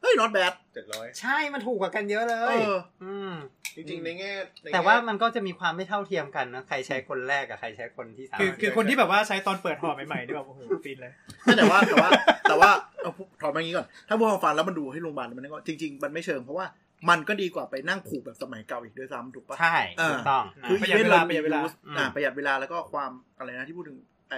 Speaker 7: เฮ้ย not bad
Speaker 6: เจ็ดร้อย
Speaker 3: ใช่มันถูกกว่ากันเยอะเล
Speaker 7: เอย อ
Speaker 3: ม
Speaker 6: จริงๆในแง่ใน
Speaker 3: แต่ว่า
Speaker 6: ง่
Speaker 3: มันก็จะมีความไม่เท่าเทียมกันนะใครใช้คนแรกกับใครใช้คนที่สาม
Speaker 4: คือคือคนที่แบบว่าใช้ตอนเปิดห่อใหม่ๆนี่แบบโอ้โหฟินเลย
Speaker 7: แต่ว่าแต่ว่าแต่ว่าเอาพูดถอดมาอย่างนี้ก่อน ถ้าพวกเราฟังแล้วมันดูให้โรงพยาบาลมันก็จริง ๆ มันไม่เชิงเพราะว่ามันก็ดีกว่าไปนั่งผูกแบบสมัยเก่าอีกด้วยซ้ำถูกปะ
Speaker 3: ใช่
Speaker 7: เออ
Speaker 3: ถูกต้อง
Speaker 7: คือ
Speaker 4: ประหยัด
Speaker 7: อีน
Speaker 4: เวลาประหยัดเวลา
Speaker 7: รู้
Speaker 3: อืม
Speaker 7: อ่าประหยัดเวลาแล้วก็ความอะไรนะที่พูดถึงไอ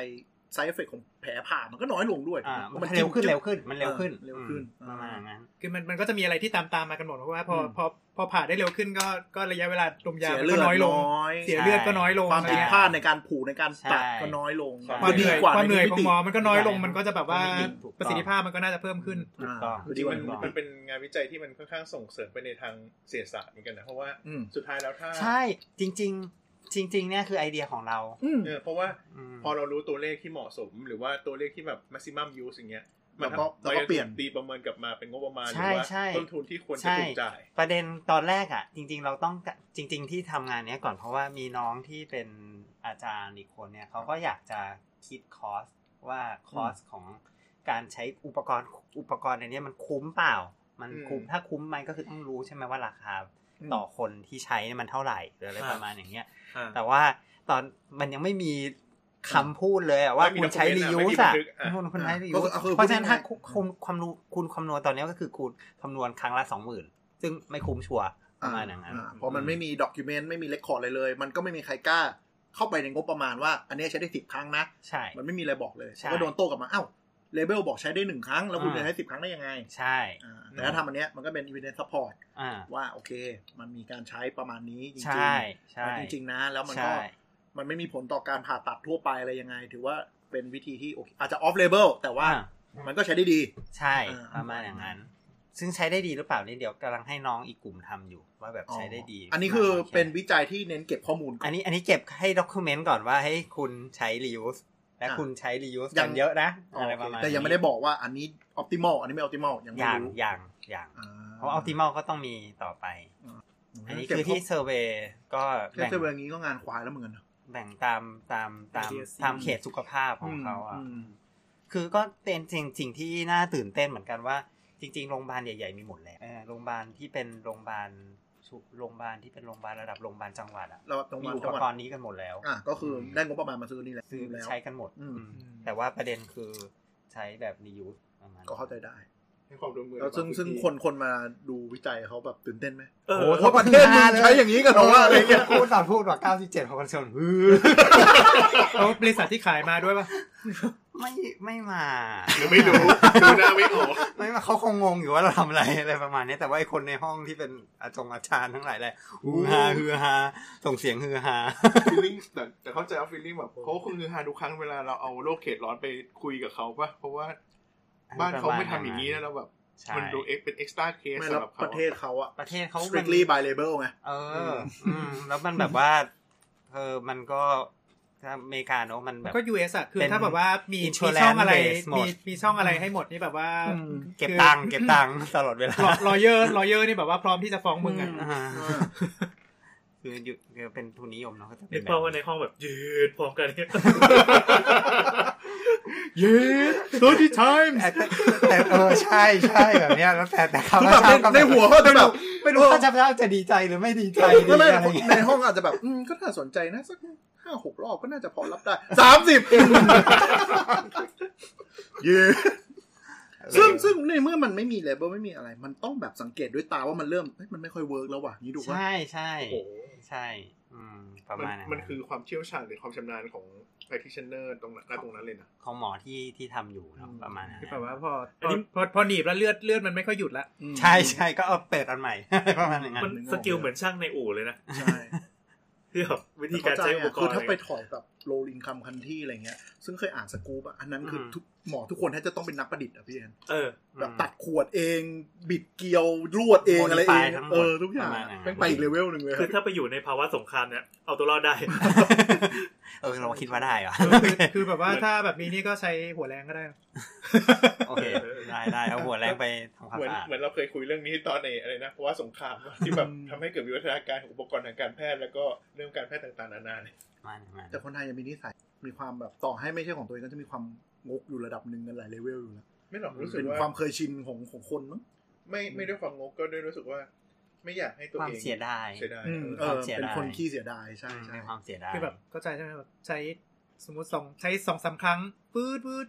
Speaker 7: side effect ของแผลผ่ามันก็น้อยลงด้วย
Speaker 3: อ่า
Speaker 7: พราะ
Speaker 3: มันเร็วขึ้น
Speaker 7: จิ้ม
Speaker 3: เร็วขึ้นมันเร็วขึ้น
Speaker 7: เออเร็วขึ้น
Speaker 3: อืมประมาณนั้น
Speaker 4: คือมันมันก็จะมีอะไรที่ตามตามๆมากันหมดเพราะว่าพอ
Speaker 3: อืม
Speaker 4: พอพอผ่าได้เร็วขึ้นก็ก็ระยะเวลาดมยา
Speaker 7: เสีย
Speaker 4: มัน
Speaker 7: เลื
Speaker 4: ก็
Speaker 7: อด
Speaker 4: น้อยลง
Speaker 7: น้อย
Speaker 4: เสียเลือดก็น้อยลง
Speaker 7: ความ
Speaker 4: อะไร
Speaker 7: ผิด
Speaker 4: เงี้ย
Speaker 7: พลาดในการผูกในการตัด
Speaker 3: ใช่
Speaker 7: ก็น้อยลง
Speaker 6: ความ
Speaker 4: ความเหนื่อยความเหนื่อยของหมอ
Speaker 7: อ
Speaker 4: มันก็น้อยลง
Speaker 3: ใช่
Speaker 4: มันก็จะแบบว่า
Speaker 3: ถูกต้อง
Speaker 4: ประสิทธิภาพมันก็น่าจะเพิ่มขึ้น
Speaker 3: ถูกต้อง
Speaker 7: คื
Speaker 6: จ
Speaker 7: อ
Speaker 6: ริงๆมัน
Speaker 3: ดีกว่า
Speaker 6: มันเป็นงานวิจัยที่มันค่อนข้างส่งเสริมไปในทางเศรษฐศาสตร์เหมือนกันนะ เพราะว่า
Speaker 7: อืม
Speaker 6: สุดท้ายแล้วถ้า
Speaker 3: ใช่จริง ๆ จริง ๆ เนี่ยคือไอเดียของเรา
Speaker 7: อืม
Speaker 6: เออเพราะว่า
Speaker 3: อืม
Speaker 6: พอเรารู้ตัวเลขที่เหมาะสม หรือว่าตัวเลขที่แบบ maximum use อย่างเงี้ย
Speaker 7: เราก็เราก็เปลี่ยน
Speaker 6: ตีประเมินกลับมาเป็นงบประมาณหรื
Speaker 3: ใช่
Speaker 6: อว่า
Speaker 3: ใช่
Speaker 6: ต้นทุนที่ควรจะถูกจ่าย
Speaker 3: ใช่ประเด็นตอนแรกอ่ะ จริง ๆ เราต้องจริง ๆ ที่ทำงานเนี้ยก่อนเพราะว่ามีน้องที่เป็นอาจารย์อีกคนเนี่ยเขาก็อยากจะคิดคอสว่าคอสของการใช้อุปกรณ์อุปกรณ์ในเนี้ยมันคุ้มเปล่า มันคุ้ม
Speaker 6: อืม
Speaker 3: ถ้าคุ้มมันก็คือต้องรู้ใช่ไหมว่าราคา
Speaker 7: อืม
Speaker 3: ต่อคนที่ใช้เนี่ยมันเท่าไหร่หรืออะไร
Speaker 5: อ่า
Speaker 3: ประมาณอย่างเงี้ย
Speaker 5: อ่า
Speaker 3: แต่ว่าตอนมันยังไม่มีคำพูดเลยอะว่า
Speaker 6: ไม่มี
Speaker 3: คุณใช้
Speaker 6: document อะ
Speaker 3: reuse
Speaker 6: ไม่มีบั
Speaker 3: อะ
Speaker 6: นทึกอะ
Speaker 3: คุณคุณใช้ reuse
Speaker 7: ก็คือเอาคือ
Speaker 3: เพราะฉะนั้น
Speaker 7: พูดง่าย
Speaker 3: ถ้า
Speaker 7: ๆ
Speaker 3: คุณคุณความรู้คุณคำนวณตอนนี้ก็คือคุณคำนวณครั้งละสองหมื่นซึ่งไม่คุ้มชัวร์ประมาณอย่างนั้น
Speaker 7: อ่เพราะมันไม่มีด็อกิเมนต์ไม่มีเรคคอร์ดเลยเลย มันก็ไม่มีใครกล้า เข้าไปในงบประมาณว่า อันเนี้ยใช้ได้สิบครั้งนะ
Speaker 3: ใช่
Speaker 7: มันไม่มีอะไรบอกเลย
Speaker 3: ใช่
Speaker 7: มันก็โดนโต้กลับมา อ้าวเลเบลบอกใช้ได้หนึ่งครั้ง แล้วคุณ
Speaker 3: อ่า
Speaker 7: จะใช้สิบครั้งได้ยังไง
Speaker 3: ใช่
Speaker 7: อ่าแต่ถ้าทำอันเนี้ยมันก็เป็น evidence support
Speaker 3: อ่า
Speaker 7: ว่าโอเค มันมีการใช้ประมาณนี้จริง
Speaker 3: ใช่
Speaker 7: ๆมั
Speaker 3: ใช่
Speaker 7: นจริงๆนะ แล้วมันก็
Speaker 3: ใช่
Speaker 7: มันไม่มีผลต่อการผ่าตัดทั่วไปอะไรยังไง ถือว่าเป็นวิธีที่โอเคอาจจะออฟเลเบลแต่ว่า
Speaker 3: อ่า
Speaker 7: มันก็ใช้ได้ดี
Speaker 3: ใช่
Speaker 7: อ่า
Speaker 3: ประมาณอย่างนั้น ซึ่งใช้ได้ดีหรือเปล่านี่เดี๋ยวกำลังให้น้องอีกกลุ่มทำอยู่ว่าแบบใช้ได้ดี
Speaker 7: อันนี้คือ
Speaker 3: มากยแค่
Speaker 7: เป็น
Speaker 3: ไห
Speaker 7: วิจัยที่เน้นเก็บข้อมูลก่
Speaker 3: อั
Speaker 7: อน น
Speaker 3: นี้อันนี้เก็บให้ด็อกิเมนต์ก่อนว่าให้คุณใช้ reuse และ
Speaker 7: อ่ะ
Speaker 3: คุณใช้ reuse
Speaker 7: ยั
Speaker 3: กั
Speaker 7: ง
Speaker 3: นเยอะนะ
Speaker 7: อ๋อ
Speaker 3: อะไร
Speaker 7: อ
Speaker 3: ประมาณ
Speaker 7: แต่ยังไม่ได้บอกว่าอันนี้ออปติมอลอันนี้ไม่ออปติมอลยังไม่
Speaker 3: อย่าง
Speaker 7: รู้
Speaker 3: อย่างอย่าง
Speaker 7: อ่
Speaker 3: เพราะ optimal ก็ต้องมีต่อไป อันนี้
Speaker 7: เก็บ
Speaker 3: คือที่ survey ก็
Speaker 7: ข้อ
Speaker 3: แบ่ง
Speaker 7: เก็บเรื่องนี้ก็งานควายแล้วเหมือนกัน
Speaker 3: แบ่งตามตามตาม
Speaker 4: IDSC
Speaker 3: ตามเขตสุขภาพของเขาอ่ะ
Speaker 7: อืมอืม
Speaker 3: คือก็เป็นสิ่งสิ่งที่น่าตื่นเต้นเหมือนกันว่า จริงๆโรงพยาบาลใหญ่ๆมีหมดแล้วเออโรงพยาบาลที่เป็นโรงพยาบาลชุโรงพยาบาลที่เป็นโรงพยาบาลระดับโรงพยาบาลจังหวัดอ่ะ
Speaker 7: เราตรง
Speaker 3: มี
Speaker 7: วัน
Speaker 3: อุ
Speaker 7: จั
Speaker 3: ป
Speaker 7: งหวัด
Speaker 3: กรณ์นี้กันหมดแล้ว
Speaker 7: อ่ะก็คือได้งบประมาณมาซื้อนี่แหละ
Speaker 3: ซื้อ
Speaker 7: แล้ว
Speaker 3: ใช้กันหมด
Speaker 7: อืม
Speaker 3: อืมแต่ว่าประเด็นคือใช้แบบ reuse ประมาณ
Speaker 7: ก็เข้าใจได้
Speaker 6: ให้ความร่วมมือ
Speaker 7: แล้วซึ่งซึ่งคนคนมาดูวิจัยเขาแบบตื่นเต้นไหม
Speaker 5: เออ
Speaker 7: โอ้โหประเทศมึงใช้อย่างนี้กันเหรอวะอะไรเงี้ย
Speaker 3: พูดตอนพูดว่า97ของคนชนฮือ
Speaker 4: แล้วบริษัทที่ขายมาด้วยป่ะ
Speaker 3: ไม่ไม่มา
Speaker 6: หรือไม่รู้ ดูหน้าไม่ออก
Speaker 3: ไม่มาเขาคงงงอยู่ว่าเราทำอะไรอะไรประมาณนี้แต่ว่าไอคนในห้องที่เป็นอาจงอาจารย์ทั้งหลายแหละฮือฮาฮือฮาส่งเสียงฮือฮา
Speaker 6: ฟีลลิ่งแต่แต่เข้าใจว่าฟีลลิ่งแบบเขาคงคือฮาทุกครั้งเวลาเราเอาโลกเขตร้อนไปคุยกับเขาปะเพราะว่าบ้านเขาไม่ทำอย่างนี้นะเราแบบ
Speaker 3: ใช่
Speaker 6: มันดูเอ็กเป็นเอ็กซ์ตร้าเคส
Speaker 7: ไม่
Speaker 6: สำ
Speaker 7: แล้ว
Speaker 6: หรับ
Speaker 7: ป
Speaker 6: เขา
Speaker 7: ระเทศเขาอะ
Speaker 3: ประเทศเขามัน
Speaker 7: strictly by label ไง
Speaker 3: เอออืมแล้วมันแบบว่าเออมันก็ถ้าอเมริกาเนอะมันแบบ
Speaker 4: ก็ US อะคือ
Speaker 3: เป็น
Speaker 4: ถ้าแบบว่ามีมี
Speaker 3: insurance
Speaker 4: ช่องอะไร
Speaker 3: based หมด
Speaker 4: มีมีช่องอะไรให้หมดนี่แบบว่า
Speaker 3: เก็บตังค์เก็บตังค์ตลอดเวลา
Speaker 4: ลอเยอร์ลอเยอร์นี่แบบว่าพร้อมที่จะฟ้องมึงอะ
Speaker 3: อ่าคืออยู่คือเป็นทุนนิยมเนาะก็จะเป็
Speaker 5: นึ
Speaker 3: น
Speaker 5: ก
Speaker 3: แบบ
Speaker 5: ภาพว่าในห้องแบบยืดพร้อมกันเนี่ย
Speaker 4: เย้30 times
Speaker 3: แต่แต่เออใช่ใช่แบบเนี้ยแล้วแต่แต่
Speaker 7: คือ
Speaker 3: คำ
Speaker 7: แบบ
Speaker 3: เช้าก็
Speaker 7: ในในหัวเขาจะแบบ
Speaker 3: ไม่รู้ว่าเจ้าจะดีใจหรือไม่ดีใจดี
Speaker 7: ก็เลย
Speaker 3: อะไรอย่างเงี้ย
Speaker 7: ในห้องอาจจะแบบ อืมก็น่าสนใจนะสัก ห้าหกรอบก็น่าจะพอรับได้สามสิบเย้ซึ่งซึ่งในเมื่อมันไม่มีเลเบลไม่มีอะไร มันต้องแบบสังเกตด้วยตาว่ามันเริ่มเฮ้ยมันไม่ค่อยเวิร์กแล้วว่ะนี่ดูว่า
Speaker 3: ใช่ใช่
Speaker 6: โอ้โห
Speaker 3: ใช่อืมประ
Speaker 6: มัน
Speaker 3: มาณนั้น
Speaker 6: มันคือความเชี่ยวชาญหรือความชำนาญของ practitioner ตรงนั้นณตรงนั้นเลยนะ
Speaker 3: ของหมอที่ที่ทำอยู่เนาะประมาณนั้น
Speaker 4: คือแบบว่าพอ
Speaker 5: อันนี้
Speaker 4: พอพอหนีบแล้วเลือดเลือดมันไม่ค่อยหยุดละ
Speaker 3: ใช่ใช่ก็เอาเปิดอันใหม่ ประมาณอย่างนั้
Speaker 5: มัน
Speaker 3: น
Speaker 5: สกิลเหมือนช่างในอู่เลยนะ
Speaker 7: ใช่
Speaker 5: ที่แบบวิธีการใช้อุปกร
Speaker 7: คือ
Speaker 5: ณ์
Speaker 7: ถ้าไปถอยแบบโรลิงคำคันที่อะไรเงี้ย ซึ่งเคยอ่านสกู๊ปอะอันนั้นคือทุกหมอทุกคนแทบจะต้องเป็นนักประดิษฐ์อะพี่แอน
Speaker 5: เออ
Speaker 7: แบบตัดขวดเอง บิดเกลียวลวดเองอะไรเอง
Speaker 3: ทั้งหมด
Speaker 7: เออ ทุกอย่าง
Speaker 3: ประมณ
Speaker 7: เป็นไปอีกเลเวลหนึ่งเลยค
Speaker 5: คื
Speaker 7: รั
Speaker 5: อบ ถ้าไปอยู่ในภาวะสงครามเนี่ย เอาตัวรอดได้
Speaker 3: เออเราคิดว่าได้เหรอ
Speaker 4: คือคือคือแบบว่าถ้าแบบนี้นี่ก็ใช้หัวแรงก็ได้นะ
Speaker 3: โอเคได้ได้เอาหัวแรงไปทำความ
Speaker 6: เหมือน
Speaker 3: สะอาด
Speaker 6: เหมือนเราเคยคุยเรื่องนี้ตอนในอะไรนะเพราะว่าสงครามที่แบบทำให้เกิดวิวัฒนาการของอุปกรณ์ทางการแพทย์แล้วก็เรื่องการแพทย์ต่างๆนานาเนี่ย
Speaker 3: ประมาณอย่างนั้น
Speaker 7: แต่คนไทยยังมีนิสัยมีความแบบต่อให้ไม่ใช่ของตัวเองก็จะมีความงกอยู่ระดับหนึ่งกันหลายเลเวลอยู่นะ
Speaker 6: ไม่หรอกรู้สึก
Speaker 7: เป็น
Speaker 6: ว่า
Speaker 7: ความเคยชินของของคนมั้ง
Speaker 6: ไม่ไม่ด้วยความงกก็ด้วยรู้สึกว่า ไม่อยากให้ตัว
Speaker 3: ความ
Speaker 6: เอง
Speaker 3: เสียดาย
Speaker 6: เสียดาย
Speaker 7: อืม
Speaker 3: ค
Speaker 7: เอ
Speaker 3: วา
Speaker 7: อ
Speaker 3: มเสียดาย
Speaker 7: เป็นคนขี้เสียดายใช่
Speaker 3: อืม
Speaker 7: ใช่
Speaker 3: ในความเสียดาย
Speaker 4: คือแบบก็ใช้ใช่ไหมแบบใช้สมมติสองใช้สองสามครั้งปื๊ดปื๊ด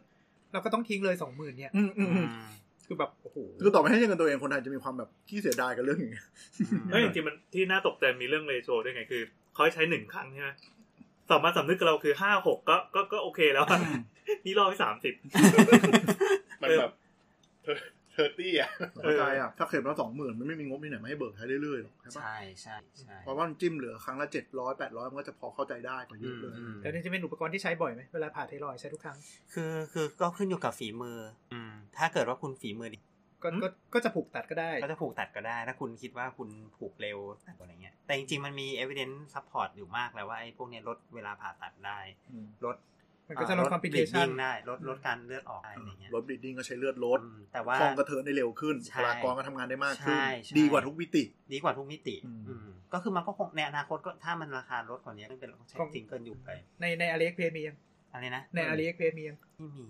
Speaker 4: เราก็ต้องทิ้งเลยสองหมื่นเนี่ย
Speaker 7: อืมอื
Speaker 3: อื
Speaker 7: ม
Speaker 3: ม
Speaker 7: อืม
Speaker 4: คือแบบโอ้โห
Speaker 7: คือต่อไปให้เงินตัวเองคนไทยจะมีความแบบขี้เสียดายกับเรื่องอย่างเงี้ย
Speaker 5: เอ้ยจริงๆมันที่น่าตกใจมีเรื่องเรโชด้วยไงคือเขาให้ใช้หนึ่งครั้งใช่ไหมสามารถสำนึกกับเราคือห้าหกก็ก็ก็โอเคแล้วอะนี่รอบที่สามสิบ
Speaker 6: มันแบบเทอร์ตี้อ่ะ
Speaker 5: เออ
Speaker 7: ใจอ่ะถ้าเข็มละสองหมื่นมันไม่มีงบที่ไหนมาให้เบิกใช้เรื่อยๆหรอกใช่ปะ
Speaker 3: ใช่ใช่ใช่
Speaker 7: เพราะว่ามันจิ้มเหลือครั้งละเจ็ดร้อยแปดร้อยมันก็จะพอเข้าใจได้กว่าเย
Speaker 3: อื
Speaker 7: อะ
Speaker 3: ม
Speaker 7: เลย
Speaker 3: อืม
Speaker 4: แล้วนี่จะเป็นอุปกรณ์ที่ใช้บ่อยไหมเวลาผ่าไทรอยด์ใช้ทุกครั้ง
Speaker 3: คือคือก็ขึ้นอยู่กับฝีมือ อืม ถ้าเกิดว่าคุณฝีมือดี
Speaker 4: ก็ก็ก็จะผูกตัดก็ได้
Speaker 3: ก็จะผูกตัดก็ได้ ถ้าคุณคิดว่าคุณผูกเร็วตัดอะไรเงี้ย แต่จริงๆมันมี evidence support อยู่มากแล้วว่าไอ้พวกเนี้ยลดเวลาผ่าตัดได้
Speaker 7: อืม
Speaker 3: ลด
Speaker 4: มันก็จะลด
Speaker 3: อ่า
Speaker 4: complication
Speaker 3: bleeding ได้ลดลดการเลือดออกได้อะไรเงี้ย
Speaker 7: รถบิดดิ้งก็ใช้เลือดลด
Speaker 3: อืมแต่ว่า
Speaker 7: คลองกระเทินได้เร็วขึ้น
Speaker 3: ใช่
Speaker 7: พลากรก็ทำงานได้มากขึ้น
Speaker 3: ใช่ใช่
Speaker 7: ดีกว่าทุกวิติ
Speaker 3: ดีกว่าทุกมิติ
Speaker 7: อืม
Speaker 3: อืม ก็คือมันก็คงในอนาคตก็ถ้ามันราคาลดกว่านี้ก็เป็นใช้ซิงเกิลอยู่ไป
Speaker 4: ในในอาลีเอ็กเพมียัง
Speaker 3: อะไรนะ
Speaker 4: ในอาลีเอ็กเพมียัง
Speaker 3: ไม่มี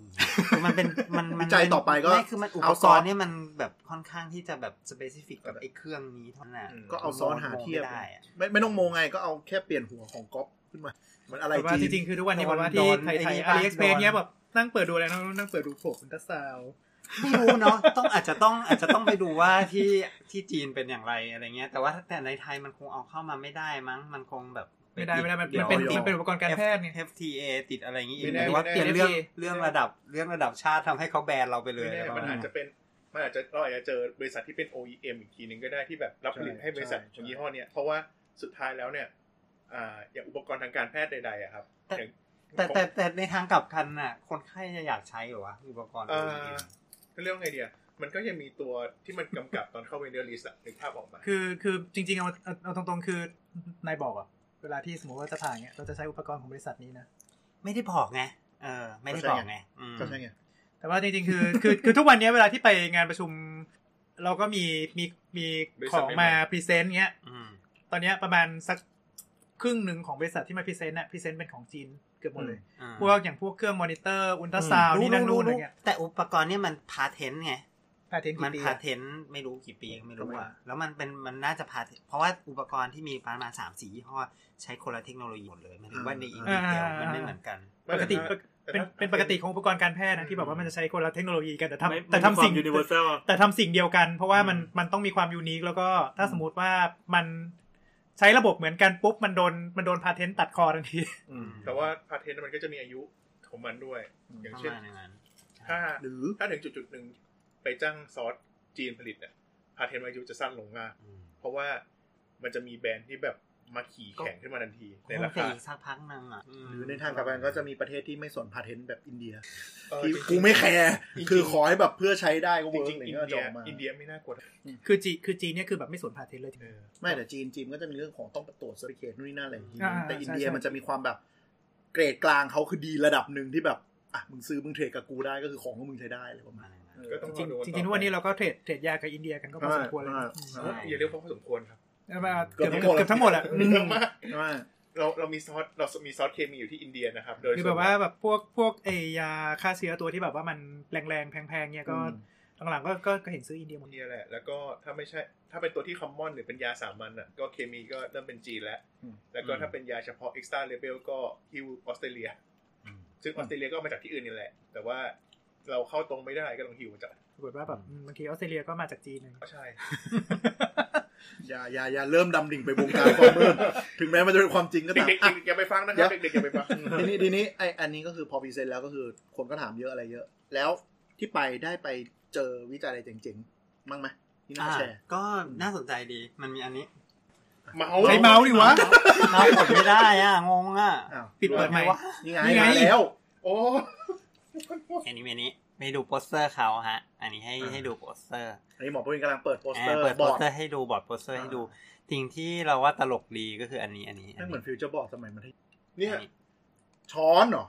Speaker 3: คือมันเป็นมันมัน
Speaker 7: วิจัยต่อไปก็
Speaker 3: ไม่คือมันอุป
Speaker 7: เอา
Speaker 3: ก
Speaker 7: ซอ
Speaker 3: ร
Speaker 7: ส
Speaker 3: ณ์เนี่ยมันแบบค่อนข้างที่จะแบบ specific กับไอ้เครื่องนี้เท่านั้นนะ
Speaker 7: ก็เอาซ้อนหาเทียบ
Speaker 3: ไม่ได้อะ
Speaker 7: ไม่ไม่ต้องโมงไงก็เอาแค่เปลี่ยนหัวของก๊อฟขึ้นมา มันอะไร
Speaker 4: แต่ว่าจ
Speaker 7: จี
Speaker 4: ริงๆ
Speaker 7: น
Speaker 4: คือทุกวันนี้
Speaker 3: โด
Speaker 4: แบ
Speaker 3: น
Speaker 4: บว่าที่
Speaker 3: โดน
Speaker 4: ไทยไทย
Speaker 3: ไอ้นี่
Speaker 4: อาลีเอ็กเพ
Speaker 3: ปะ
Speaker 4: เนี่ยแบบนั่งเปิดดูอะไรนั่งนั่งเปิดดูโผล่คุณทัศาว
Speaker 3: ไม่รู้เนาะ ต้องอาจจะต้องอาจจะต้องไปดูว่าที่ที่จีนเป็นอย่างไรอะไรเงี้ย แต่ว่าแต่ในไทยมันคงเอาเข้ามาไม่ได้มั้ง มันคงแบบ
Speaker 4: ไม่ได้ไม่ได้มัน
Speaker 3: ดี๋ยว
Speaker 4: มันเป็น
Speaker 3: ดี๋ยว
Speaker 4: มันเป็นอุปกรณ์การแพทย์ไง
Speaker 3: FTA ติดอะไรอย่างงี้อีก
Speaker 6: ไม่
Speaker 3: ห
Speaker 6: แน่
Speaker 3: รือว่าเปลี่ยน
Speaker 4: ไม่แน่
Speaker 3: เรื่อง
Speaker 4: FTA
Speaker 3: เรื่องระดับเรื่องระดับชาติทำให้เขาแบนเราไปเลย
Speaker 6: ไม่แน่
Speaker 3: อะไรประ
Speaker 6: มัน
Speaker 3: มาณ
Speaker 6: อาจ
Speaker 3: นั้
Speaker 6: จะ
Speaker 3: น
Speaker 6: เป็นมันอาจจะเราอาจจะเจอบริษัทที่เป็น OEM อีกทีหนึ่งก็ได้ที่แบบรับผลิตให้บริษัทของยี่ห้อเนี่ยเพราะว่าสุดท้ายแล้วเนี่ยอ่าอย่างอุปกรณ์ทางการแพทย์ใดๆอะครับอย่าง
Speaker 3: แต่แต่แต่ในทางกลับกันน่ะ คนไข้จะอยากใช้เหรอวะอุปกรณ์
Speaker 6: เอ่อ
Speaker 3: OEM
Speaker 6: เขาเรียกว่าไงเดียมันก็ยังมีตัวที่มันกำกับตอนเข้าเวนเดอร์ลิสต์นึกภาพออกมา
Speaker 4: คือคือจริงๆเอาเอาเอาตรงๆคือนายบอกอ่ะเวลาที่สมมติว่าจะผ่าเนี่ยเราจะใช้อุปกรณ์ของบริษัทนี้นะ
Speaker 3: ไม่ได้บอกไงเออ ไม่ได้บอกไงอืม
Speaker 7: ก็ใช่ไง
Speaker 4: แต่ว่าจริงๆ คือ คือ คือทุกวันเนี้ยเวลาที่ไปงานประชุม เราก็มี มี มีของมาพรีเซนต์เงี้ย
Speaker 3: อืม
Speaker 4: ตอนเนี้ยประมาณสักครึ่งหนึ่งของบริษัทที่มาพรีเซนต์น่ะพรีเซนต์เป็นของจีนเกือบหมดเลย
Speaker 3: อืม
Speaker 4: พวกอย่างพวกเครื่องมอนิเตอร์อุลตราซาวด์นี่นั่นนู่นอะไรเงี้ย
Speaker 3: แต่อุปกรณ์เนี่ยมันพาเทนไง
Speaker 4: พาเทนต์
Speaker 3: มัน
Speaker 4: กี่ปี
Speaker 3: พา
Speaker 4: อะ
Speaker 3: เทนต์ไม่รู้กี่ปีไม่รู้
Speaker 7: ก็ไม่
Speaker 3: อ่ะแล้วมันเป็นมันน่าจะพาเทนต์เพราะว่าอุปกรณ์ที่มีประมาณสามสี่ยี่ห้อใช้คนละเทคโนโลยีหมดเลยหมันถือว่าในอินดีเทลมันไม่เหมือนกัน
Speaker 4: ปกติปก
Speaker 6: แต่
Speaker 4: เป็น
Speaker 6: ถ้า
Speaker 4: เป็นปกติของอุปกรณ์การแพทย์นะที่แบบว่ามันจะใช้คนละเทคโนโลยีกันแต่
Speaker 5: ไม่
Speaker 4: ทำแต่ทำสิ่ง
Speaker 5: ยูนิเวอร์แซล
Speaker 4: แต่ทำสิ่งเดียวกัน เพราะว่ามัน
Speaker 5: อืม
Speaker 4: มันต้องมีความยูนิคแล้วก็ถ้าสมมติว่ามันใช้ระบบเหมือนกันปุ๊บมันโดนมันโดนพาเทนต์ตัดคอทันที
Speaker 6: แต่ว่าพาเทนต์มันก็จะมีอายุของมันด้วย อย่าง
Speaker 3: ประ
Speaker 6: เช่น
Speaker 3: มาณอย่างนั้น
Speaker 6: ถ้า
Speaker 7: หรือ
Speaker 6: ถ้าถึงจุดจุดๆหนึ่งไปจ้างซอสจีนผลิตเนี่ยพาเทนต์อายุจะสั้นลงมาก
Speaker 3: อืม
Speaker 6: เพราะว่ามันจะมีแบรนด์ที่แบบมาขี่แข่งขึ้นมาทันที ใน
Speaker 3: คจะ
Speaker 6: รางคา
Speaker 3: อีกสักพักนึงอ่ะม
Speaker 7: หรือในทางกลับกันก็จะมีประเทศที่ไม่สนพาเทนต์แบบอินเดีย
Speaker 6: เออ
Speaker 7: ที่
Speaker 6: จริงๆ
Speaker 7: กูไม่แคร์
Speaker 6: จริงๆ
Speaker 7: คือขอให้แบบเพื่อใช้ได้ก็
Speaker 6: จ
Speaker 7: เวิร์ก
Speaker 6: ริง
Speaker 7: อะ
Speaker 6: ๆ
Speaker 7: ไร
Speaker 6: อิน
Speaker 7: เงี้ยก็
Speaker 6: เดี
Speaker 7: จะ
Speaker 6: ย
Speaker 7: ออกมา
Speaker 6: อินเดียไม่น่ากลัว
Speaker 4: คือจีคือจีนเนี่ยคือแบบไม่สนพาเทนต์เลยที
Speaker 6: เอ
Speaker 4: เดียว
Speaker 6: อ
Speaker 7: ไม่แต่จีนจีนก็จะมีเรื่องของต้องตรวจเซอร์ติเคทนู่นนี่นั่นอะไรอย่างเงี้ย
Speaker 4: อ่า
Speaker 7: แต่อินเดีย
Speaker 4: ใช่ใช่
Speaker 7: มันจะมีความแบบเกรดกลางเขาคือดีระดับหนึ่งที่แบบอ่ะมึงซื้อมึงเทรดกับกูได้ก็คือของของมึงใช้ได้อะไรประมาณนั้น
Speaker 6: ก็ต้อง
Speaker 4: จริง
Speaker 6: อดู
Speaker 4: จริงๆทุกวันนี้เราก็เทรดเทรดยากับอินเดียกันก็พอสมควรเลย
Speaker 7: อ่า
Speaker 6: เอออย่าเรียกว่าพอสมควรครับ
Speaker 4: แล้วมา
Speaker 7: เกื
Speaker 4: เกือ
Speaker 7: อ
Speaker 4: บบ เกือบเกือบทั้งหมดอะ
Speaker 7: อืม
Speaker 6: เยอะ มาก
Speaker 7: ว่า
Speaker 6: เราเรามีซอสเรามีซอสเคมีอยู่ที่อินเดียนะครับ โดย
Speaker 4: คือ
Speaker 6: ส่
Speaker 4: แบ
Speaker 6: น
Speaker 4: บว่าแบบพวกพวกไอยาฆ่าเชื้อตัวที่แบบว่ามันแรงๆแพงๆเนี่ยก็
Speaker 7: อืม
Speaker 4: หลังๆก็ก็ก็เห็นซื้ออินเดียหมด
Speaker 6: เนี่ยแหละ แล้วก็ถ้าไม่ใช่ ถ้าเป็นตัวที่คอมมอนหรือเป็นยาสามัญอ่ะ ก็เคมีก็เริ่มเป็นจีนแล้ว
Speaker 1: อืม
Speaker 6: แล้วก็ถ้าเป็นยาเฉพาะ extra label ก็ฮิวออสเตรเลีย ซึ่งออสเตรเลียก็มาจากที่อื่นนี่แหละ แต่ว่าเราเข้าตรงไม่ได้ก็ต้องฮิวมาจาก
Speaker 4: ปรากฏว่าแบบอืมบางทีออสเตรเลียก็มาจากจีนเลย
Speaker 6: ก็ใช่
Speaker 7: อย่าอย่าอย่าเริ่มดำดิ่งไปวงการความมืดถึงแม้มันจะเป็นความจริงก็ตาม
Speaker 6: เด็กๆ
Speaker 7: อ่ะ
Speaker 6: เด็กๆอย่าไปฟังนะครับ
Speaker 7: เดี๋ยว
Speaker 6: เด็กๆอย่าไปฟัง
Speaker 7: ทีนี้ ทีนี้ไออันนี้ก็คือพอพรีเซนต์แล้วก็คือคนก็ถามเยอะอะไรเยอะ แล้วที่ไปได้ไปเจอวิจัยอะไรเจ๋งๆ มั้งไหมที่น่า
Speaker 3: อ่า
Speaker 7: แชร์
Speaker 3: ก็น่าสนใจดีมันมีอันนี้
Speaker 6: เมา
Speaker 4: ใช้เมาส์ดิวะ
Speaker 3: เรากดไม่ได้อ่ะ งงอ่ะ
Speaker 7: อ้าว
Speaker 4: ปิดเปิดใหม่
Speaker 3: วะ
Speaker 7: นี่ไง
Speaker 4: นี่ไง
Speaker 7: มาแล้ว
Speaker 6: โอ้
Speaker 3: อันนี้อันนี้ไปดูโปสเตอร์เขาฮะ อันนี้ให้
Speaker 7: อ่า
Speaker 3: ให้ดูโปสเตอร์
Speaker 7: อันนี้หมอปุ้ยกำลังเปิดโปส
Speaker 3: เอ
Speaker 7: เตอ
Speaker 3: อ
Speaker 7: ร์
Speaker 3: เปิด
Speaker 7: บ
Speaker 3: โป
Speaker 7: อ
Speaker 3: ส
Speaker 7: ร์ด
Speaker 3: เตอร์ให้ดูบอร์ดโปสเตอร์ให้ดูสิ่งที่เราว่าตลกดีก็คืออันนี้อันนี้อัน
Speaker 7: นั่นเหมื
Speaker 3: นี้
Speaker 7: อนฟิวเจอร์บอร์ดสมัยมัธยม
Speaker 6: เนี่ย
Speaker 3: อันนี้
Speaker 7: ช้อนเหรอ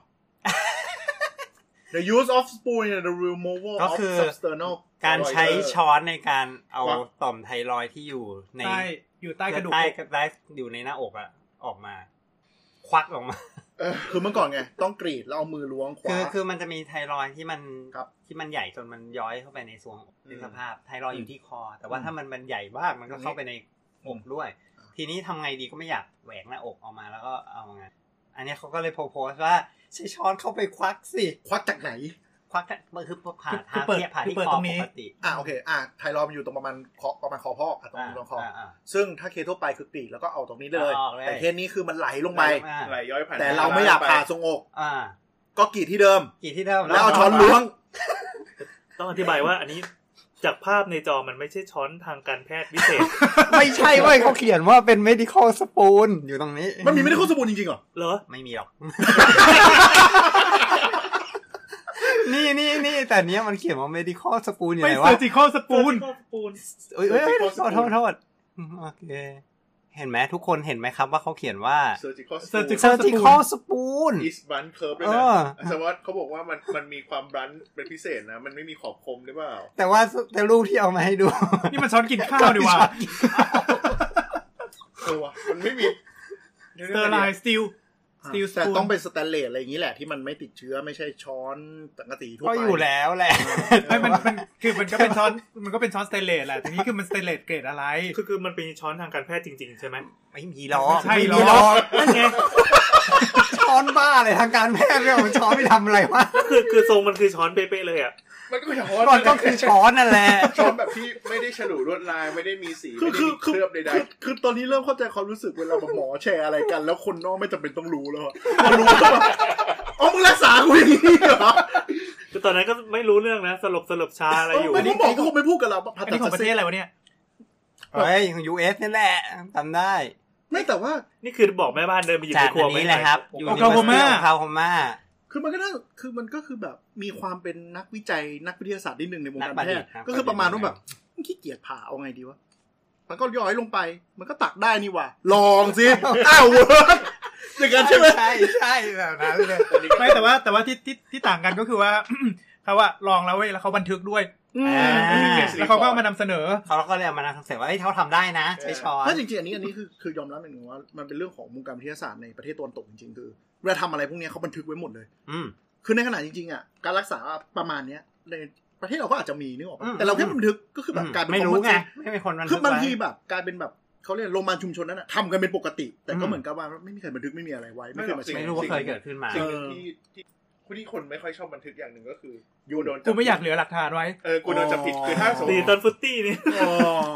Speaker 7: The use of spoon in the removal
Speaker 3: ก็
Speaker 7: of
Speaker 3: คือ
Speaker 7: external
Speaker 3: การใช้
Speaker 7: barrier
Speaker 3: ช้อนในการเอา
Speaker 7: ครับ
Speaker 3: ต่อมไทรอยด์ที่อยู่ใน
Speaker 4: ใต้อยู่ใต้กระดูก
Speaker 3: ใต้ใต้อยู่ในหน้าอกอ่ะออกมา ควักออกมา
Speaker 7: เออคือเมื่อก่อนไง ต้องกรีดแล้วเอามือล้วงขวา
Speaker 3: คือคือมันจะมีไทรอยด์ที่มัน
Speaker 7: ครับ
Speaker 3: ที่มันใหญ่จนมันย้อยเข้าไปในซวงอก
Speaker 7: อืม
Speaker 3: นึกสภาพไทรอยด์อยู่ที่คอ แต่ว่า
Speaker 7: อืม
Speaker 3: ถ้ามันมันใหญ่มากมันก็เข้าไปในอกด้วย
Speaker 7: อืม
Speaker 3: ทีนี้ทำไงดีก็ไม่อยากแหวกหน้าอกออกมาแล้วก็เอาไงอันเนี้ยเขาก็เลยโพสต์ว่าใช้ช้อนเข้าไปควักสิ
Speaker 7: ควักจากไหน
Speaker 3: ควักเนี่ยมันคือผ่าทางเนี่ยผ่าที่
Speaker 4: คือเปิด
Speaker 3: คอ
Speaker 4: ตรงนี้
Speaker 3: ปกติ
Speaker 7: อ่ะโอเค อ่ะไทรอยด์มันอยู่ตรงประมาณคอประมาณคอพ่ออ่ะตรงตรงคอ
Speaker 3: าา
Speaker 7: ซึ่งถ้าเคทั่วไปคือกรีดแล้วก็เอาตรงนี้เลย
Speaker 3: เอาออกเลย
Speaker 7: แต่เคสนี้คือมันไหลลงไป
Speaker 3: อ่า
Speaker 6: ไหลย้อยผ่าน
Speaker 7: แต่เราไม่อยากผ่า
Speaker 6: ไป
Speaker 7: ทรงอก
Speaker 3: อ่า
Speaker 7: ก็กรีดที่เดิม
Speaker 3: กี่ที่เดิม
Speaker 7: แล้วเอาช้อนล้วง
Speaker 5: ต้องอธิบายว่าอันนี้จากภาพในจอมันไม่ใช่ช้อนทางการแพทย์วิเศษ
Speaker 3: ไม่ใช่เว้ยเขาเขียนว่าเป็น medical spoon อยู่ตรงนี้
Speaker 7: มันมีไม่ได้โฆษณาจริงๆเหรอ
Speaker 5: เหรอ
Speaker 3: ไม่มีหรอก นี่นี่นี่แต่เนี้ยมันเขียนว่า medical spoon อยู่
Speaker 4: ไป
Speaker 3: ไหน
Speaker 4: เซอ
Speaker 3: วะ
Speaker 4: ร์จิคอลสปูน
Speaker 5: ปูน
Speaker 3: เอ้ยเอ้ยโทษโทษโทษอืมโอเค เห็นไหมทุกคนเห็นไหมครับว่าเขาเขียนว่า
Speaker 6: เซอร์จิคอล
Speaker 4: surgical
Speaker 3: surgical spoon
Speaker 6: อีสบันเคิร์ฟด้วย
Speaker 3: เอ
Speaker 6: นะ
Speaker 3: อ
Speaker 6: แต่ว่าเขาบอกว่ามันมันมีความบันเป็นพิเศษนะ มันไม่มีขอบคมหรือเปล่า
Speaker 3: แต่ว่าแต่รูปที่เอามาให้ดู
Speaker 4: นี่มันช้อนกินข้าวดีว่า
Speaker 6: เออวะมันไม่มี
Speaker 4: เตอร์ไลน์สตีลสตีลส
Speaker 7: แต่
Speaker 4: ปูน
Speaker 7: ต้องเป็นสแตนเลสอะไรอย่างนี้แหละที่มันไม่ติดเชื้อไม่ใช่ช้อนปกติทั่วไป
Speaker 3: ก็อยู่แล้วแหละ
Speaker 4: ไม่มันมันคือมันก็เป็นช้อนมันก็เป็นช้อนสเตนเลสแหละแต่นี่คือมันสเตนเลสเกรดอะไร
Speaker 5: คือคือมันเป็นช้อนทางการแพทย์จริง ๆ ใช่ไหม
Speaker 3: ไม่มีหรอก
Speaker 4: ไม่ใช่หรอก
Speaker 3: ไม่มีนั่นไงช้อนบ้าเลยทางการแพทย์เรื่องของช้อนไปทำอะไรวะ
Speaker 5: คือคือทรงมันคือช้อนเป๊ะๆเลยอ่ะ
Speaker 6: มันก็ช้อ
Speaker 3: ก่อน นก็คือช้อนนั่นแหละ
Speaker 6: ช้อนแบบที่ไม่ได้ฉลุลวดลายไม่ได้มีสี
Speaker 7: คือ
Speaker 6: ไม่ได้
Speaker 7: คื
Speaker 6: มีเค
Speaker 7: อคือ
Speaker 6: ลือบใด
Speaker 7: คือคือตอนนี้เริ่มเข้าใจความรู้สึกเวลาแบบหมอแชร์อะไรกัน แล้วคนนอกไม่จำเป็นต้องรู้แล้วอะพอรู้ก็แบบอ๋อมึงรักษากูอย่างนี้เหรอ
Speaker 5: คือตอนนั้นก็ไม่รู้เรื่องนะ สลบสลบชาอะไร
Speaker 7: เออ
Speaker 5: อยู่
Speaker 7: ไม่รู้หมอก็คงไม่พูดกับเราว่าผ่า
Speaker 4: อัน
Speaker 7: ตั
Speaker 4: นี้
Speaker 7: ด
Speaker 4: ของประเทศอะไรวะเนี่ย
Speaker 3: เฮ้ยของ US นี่แหละจำได้
Speaker 7: ไม่แต่ว่า
Speaker 5: นี่คือบอกแม่บ้านเดินไปหยิบ
Speaker 3: จา
Speaker 5: ใน
Speaker 3: ก
Speaker 5: ครั
Speaker 3: อั
Speaker 5: วน
Speaker 3: นี้แหละครับอ
Speaker 5: ไม่ได้
Speaker 3: ยู่
Speaker 4: โอ
Speaker 3: ใน
Speaker 4: คลาโฮมา
Speaker 3: โอคลาโฮมา
Speaker 7: คือมันก็น่าคือมันก็คือแบบมีความเป็นนักวิจัยนักวิทยาศาสตร์นิดหนึ่งในวง
Speaker 3: นั
Speaker 7: การ
Speaker 3: ก
Speaker 7: แพท
Speaker 3: ประ
Speaker 7: ย์
Speaker 3: ดิษฐ์ครับ
Speaker 7: ก็คือประมาณว่าแบบขี้เกียจผ่าเอาไงดีวะมันก็ย้อยลงไป มันก็ตักได้นี่หว่าลองสิ อ้าวเวิร์กอย่างนั้นใช่ไหม
Speaker 3: ใช่ใช่แบบนั้นเลย
Speaker 4: ไม่แต่ว่าแต่ว่าที่ที่ที่ต่างกันก็คือว่า เขาว่าลองแล้วเว้ยแล้วเขาบันทึกด้วย
Speaker 7: อื
Speaker 3: อ่
Speaker 7: มา
Speaker 4: แล้วเขาก็เอามานำเสนอ
Speaker 3: เขาก็เลยเอามานั่งเสว่าเอ้ยเขาทำได้นะ ใช้ช้อน
Speaker 7: ถ้าจริงๆอันนี้อันนี้คือคือยอมรับอย่างหนึ่งว่ามันเป็นเรื่องของวงการวิทยาศาสตร์ในประเทศตะวันตกจริงๆคือเวลาทำอะไรพวกเนี้ยเขาบันทึกไว้หมดเลย
Speaker 3: อืม
Speaker 7: คือในขณะจริงๆอ่ะการรักษาประมาณเนี้ยในประเทศเราก็อาจจะมีนึกออก
Speaker 3: อื
Speaker 7: ปะ
Speaker 3: ม
Speaker 7: แต่เราแค่บันทึกก็คือแบบการเป็น
Speaker 3: ไม่
Speaker 7: ของ
Speaker 3: รู้ไง
Speaker 7: มันจริ
Speaker 3: ไม่มีคนมัน
Speaker 7: คือบางทีแบบกลายเป็นแบบเขาเรียกโรงพยาบาลชุมชนนั้นนะทำกันเป็นปกติ แต่ก็เหมือนกับว่าไม่มีใครบันทึกไม่มีอะไรไว้ ไม่เคยมาเช็ค
Speaker 3: ไม่รู้ว่าเคยเกิดขึ้นมา
Speaker 6: ๆสิ่งหนึ่งที่ที่ที่คนไม่ค่อยชอบบันทึกอย่างหนึ่งก็คือยูโดนจั
Speaker 4: กูไม่อยากเหลือหลักฐานไว้
Speaker 6: เออกูโดนจับผิดคือถ้าสมม
Speaker 5: ตี
Speaker 6: ติ
Speaker 5: ตอนฟุตตี้นี่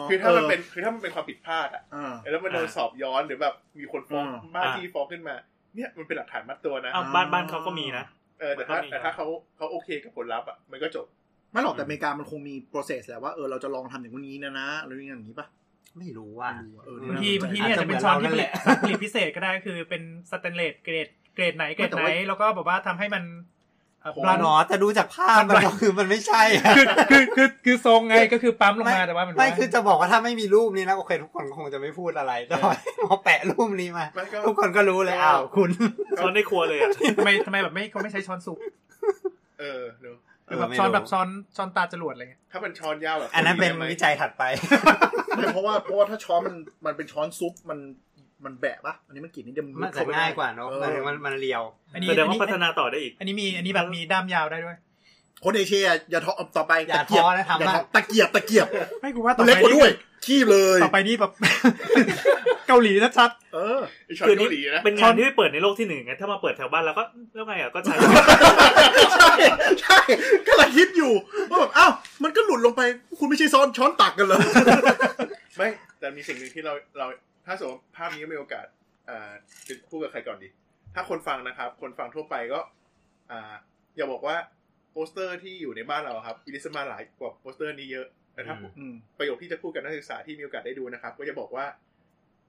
Speaker 6: คือถ้ามันเป็นคือถ้ามันเป็นความผิดพลาดอ่ะ
Speaker 7: อ่า
Speaker 6: แล้วมันโดนสอบย้อนหรือแบบมีคนฟ้อง
Speaker 7: อ่า
Speaker 6: บ้าน
Speaker 5: อ่า
Speaker 6: ที่ฟ้องขึ้นมา เนี่ยมันเป็นหลักฐานมัดตัวนะ
Speaker 5: อ้าวบ้านบ้านเขาก็มีนะ
Speaker 6: เออแต่ถ้า
Speaker 5: มันก็มี
Speaker 6: แต่ถ้าเขาเขาโอเคกับผลลัพธ์อ่ะมันก็จบ
Speaker 7: ไม่หรอกแต่อเมริกามันคงมี process แหละว่าเออเราจะลองทำอย่างนี้นะนะหรืออย่างนี้ป่ะ
Speaker 3: ไม่รู้ว่า
Speaker 7: ไม่รู้อะเออบ
Speaker 4: างที
Speaker 7: น่
Speaker 4: บาง
Speaker 7: ส
Speaker 4: ที
Speaker 7: ใจ
Speaker 4: เนี่ย
Speaker 3: อาจจะ
Speaker 4: จะเป็นช้อนที่ผ
Speaker 3: เหมื
Speaker 4: ลิ
Speaker 3: อ
Speaker 4: ต
Speaker 3: นเรานั่นแหละ
Speaker 4: ผลิตพิเศษก็ได้คือเป็นสแตนเลสเกรดเกรดไหนเกรด
Speaker 7: แต่
Speaker 4: ไหน
Speaker 7: ว่า
Speaker 4: แล้วก็แบบว่าทำให้มันเอ่อ
Speaker 3: ปลา
Speaker 4: บ
Speaker 3: หน
Speaker 4: ลั
Speaker 3: อแต่ดูจากภาพมันก็คือมันไม่ใช่อะ
Speaker 4: คือคือคือคือทรงไงก็คือปั๊มลงมาแต่ว่ามัน
Speaker 3: ไม่คือจะบอกว่าถ้าไม่มีรูปนี้นะโอเคทุกคนก็คงจะไม่พูดอะไรแต่ว่าพอแปะรูปนี้มา
Speaker 6: มันก็
Speaker 3: ทุกคนก็รู้เลยอ้าวคุณ
Speaker 5: ช้อนในครัวเลยอ่ะ
Speaker 4: ทำไมทำไมแบบไม่เขาไม่ใช้ช้อนสุก
Speaker 6: เออเนอะ
Speaker 4: หรือแบบช้อนแบบช้อนช้อนตาจรวดอะไรเงี้ย
Speaker 6: ถ้าเป็นช้อนยาวแบบ
Speaker 3: อันนั้นเป็น
Speaker 6: ได้ไหม
Speaker 3: วิจัยถัดไป
Speaker 7: ไม่เพราะว่าเพราะว่าถ้าช้อนมันมันเป็นช้อนซุปมันมันแบะป่ะอันนี้มันกลินนิดเดียว
Speaker 3: มันจะง่ายกว่าเนอะ
Speaker 7: อ
Speaker 3: หมายถึง
Speaker 7: อ
Speaker 3: มันมันเรียว
Speaker 4: อันนี้
Speaker 5: แสด
Speaker 4: อั
Speaker 5: ง
Speaker 4: น
Speaker 5: ว่า
Speaker 4: นี้
Speaker 5: พัฒนาต่อได้อีก
Speaker 4: อันนี้มีอันนี้แบบมีด้ามยาวได้ด้วย
Speaker 7: คนเอเชียอย่าท้อต่อไป
Speaker 3: อย่า
Speaker 7: ตะเกียบ
Speaker 3: ท้อนะทำ
Speaker 7: อย่า
Speaker 3: บ้าง
Speaker 7: ท้อตะเกียบตะเกียบ
Speaker 4: ไม่กูว่าต่อ
Speaker 7: เล็ก
Speaker 4: ไป
Speaker 7: กว่า
Speaker 4: นี้
Speaker 7: ด้วยขี้เลย
Speaker 4: ต่อไปนี้แบบ เกาหลีชัด
Speaker 7: เออ
Speaker 6: ไอ้ช็อต
Speaker 5: คือนี่
Speaker 6: เกาหลีนะ
Speaker 5: เป็นงานที่ไม่เปิดในโลกที่หนึ่งไงถ้ามาเปิดแถวบ้านเราก็แล้วไงอ่ะก็ใช้
Speaker 7: ใช่ใช่กำลังคิดอยู่ว่าแบบอ้าวมันก็หลุดลงไปคุณไม่ใช่ซ้อนช้อนตักกันเหรอ
Speaker 6: ไม่แต่มีสิ่งหนึ่งที่เราเราถ้าสมมติภาพนี้มีโอกาสอ่าจะพูดกับใครก่อนดี ถ้าคนฟังนะครับ คนฟังทั่วไปก็ อ่า อย่าบอกว่าโปสเตอร์ที่อยู่ในบ้านเราครับอิลิสมาหลายกว่าโปสเตอร์นี้เยอะแต่ถ้า
Speaker 5: อืม
Speaker 7: อืม
Speaker 6: ประโยคที่จะพูดกับนักศึกษาที่มีโอกาสได้ดูนะครับ ก็จะบอกว่า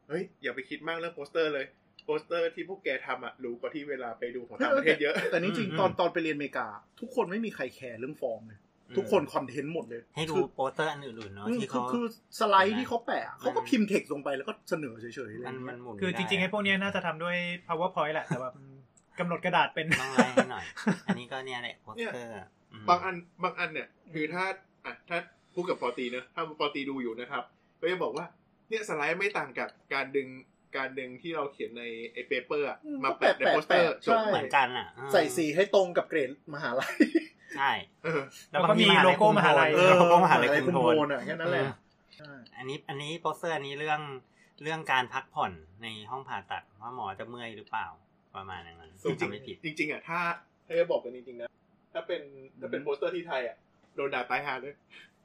Speaker 6: เฮ้ย อย่าไปคิดมากเรื่องโปสเตอร์เลย โปสเตอร์ที่พวกแกทำอะรู้กว่าที่เวลาไปดูของต่างประเทศเยอะ
Speaker 7: แต่นี่จริง
Speaker 5: อืม
Speaker 7: ตอนตอนไปเรียนอเมริกา ทุกคนไม่มีใครแคร์เรื่องฟอร์มเลยทุกคนคอนเทนต์หมดเลย
Speaker 3: ให้ดู
Speaker 7: คือ
Speaker 3: โปสเตอร์อันอื่นๆเนาะ
Speaker 7: อืม
Speaker 3: ที่
Speaker 7: คือ
Speaker 3: เขา
Speaker 7: คือสไลด์ที่เขาแปะเขาก็
Speaker 3: มัน
Speaker 7: พิมพ์เท็กซ์ลงไปแล้วก็เสนอเฉยๆเลย
Speaker 3: มันมันหมุน
Speaker 4: ๆ คือจริงๆไอ้พวกเนี้ยน่าจะทำด้วย powerpoint แหละแต่แบบกำหนดกระดาษเป็น
Speaker 3: ต้องไล่ให้หน่ อย อันนี้ก็เนี่ยแหละโปสเตอร์ม
Speaker 6: บางอันบางอันเนี่ย คือถ้าอ่ะถ้าพูดกับปอตีเนอะถ้าปอตีดูอยู่นะครับ ก็จะบอกว่า เนี่ยสไลด์ไม่ต่างกับการดึงการดึงที่เราเขียนในไอ้เปเปอร์มาแปะในโปสเตอร์จบ
Speaker 7: ใช่
Speaker 3: เหมือนกันอ่ะเออ
Speaker 7: ใส่สีให้ตรงกับเกรดมหาลัย
Speaker 3: ใช่
Speaker 6: เออ
Speaker 4: แล้วก็มีโลโก้มหาลัย
Speaker 3: เออโลโก้มหาลัย
Speaker 7: อะไร
Speaker 3: คุ
Speaker 7: คุณ ณ
Speaker 3: โท
Speaker 7: โท
Speaker 3: น
Speaker 7: นอ่ะแค่นั้นแหละ
Speaker 3: เออ
Speaker 7: ใช่
Speaker 3: อันนี้อันนี้โปสเตอร์อันนี้เรื่องเรื่องการพักผ่อนในห้องผ่าตัดว่าหมอจะเมื่อยหรือเปล่าประมาณอย่างนั้น
Speaker 6: จริง
Speaker 3: จำไม่ผิด
Speaker 6: จริงๆอ่ะถ้าถ้าจะบอกกันจริงๆนะถ้าเป็นถ้าเป็นโปสเตอร์ที่ไทยอ่ะโดนด่าตายหาเลย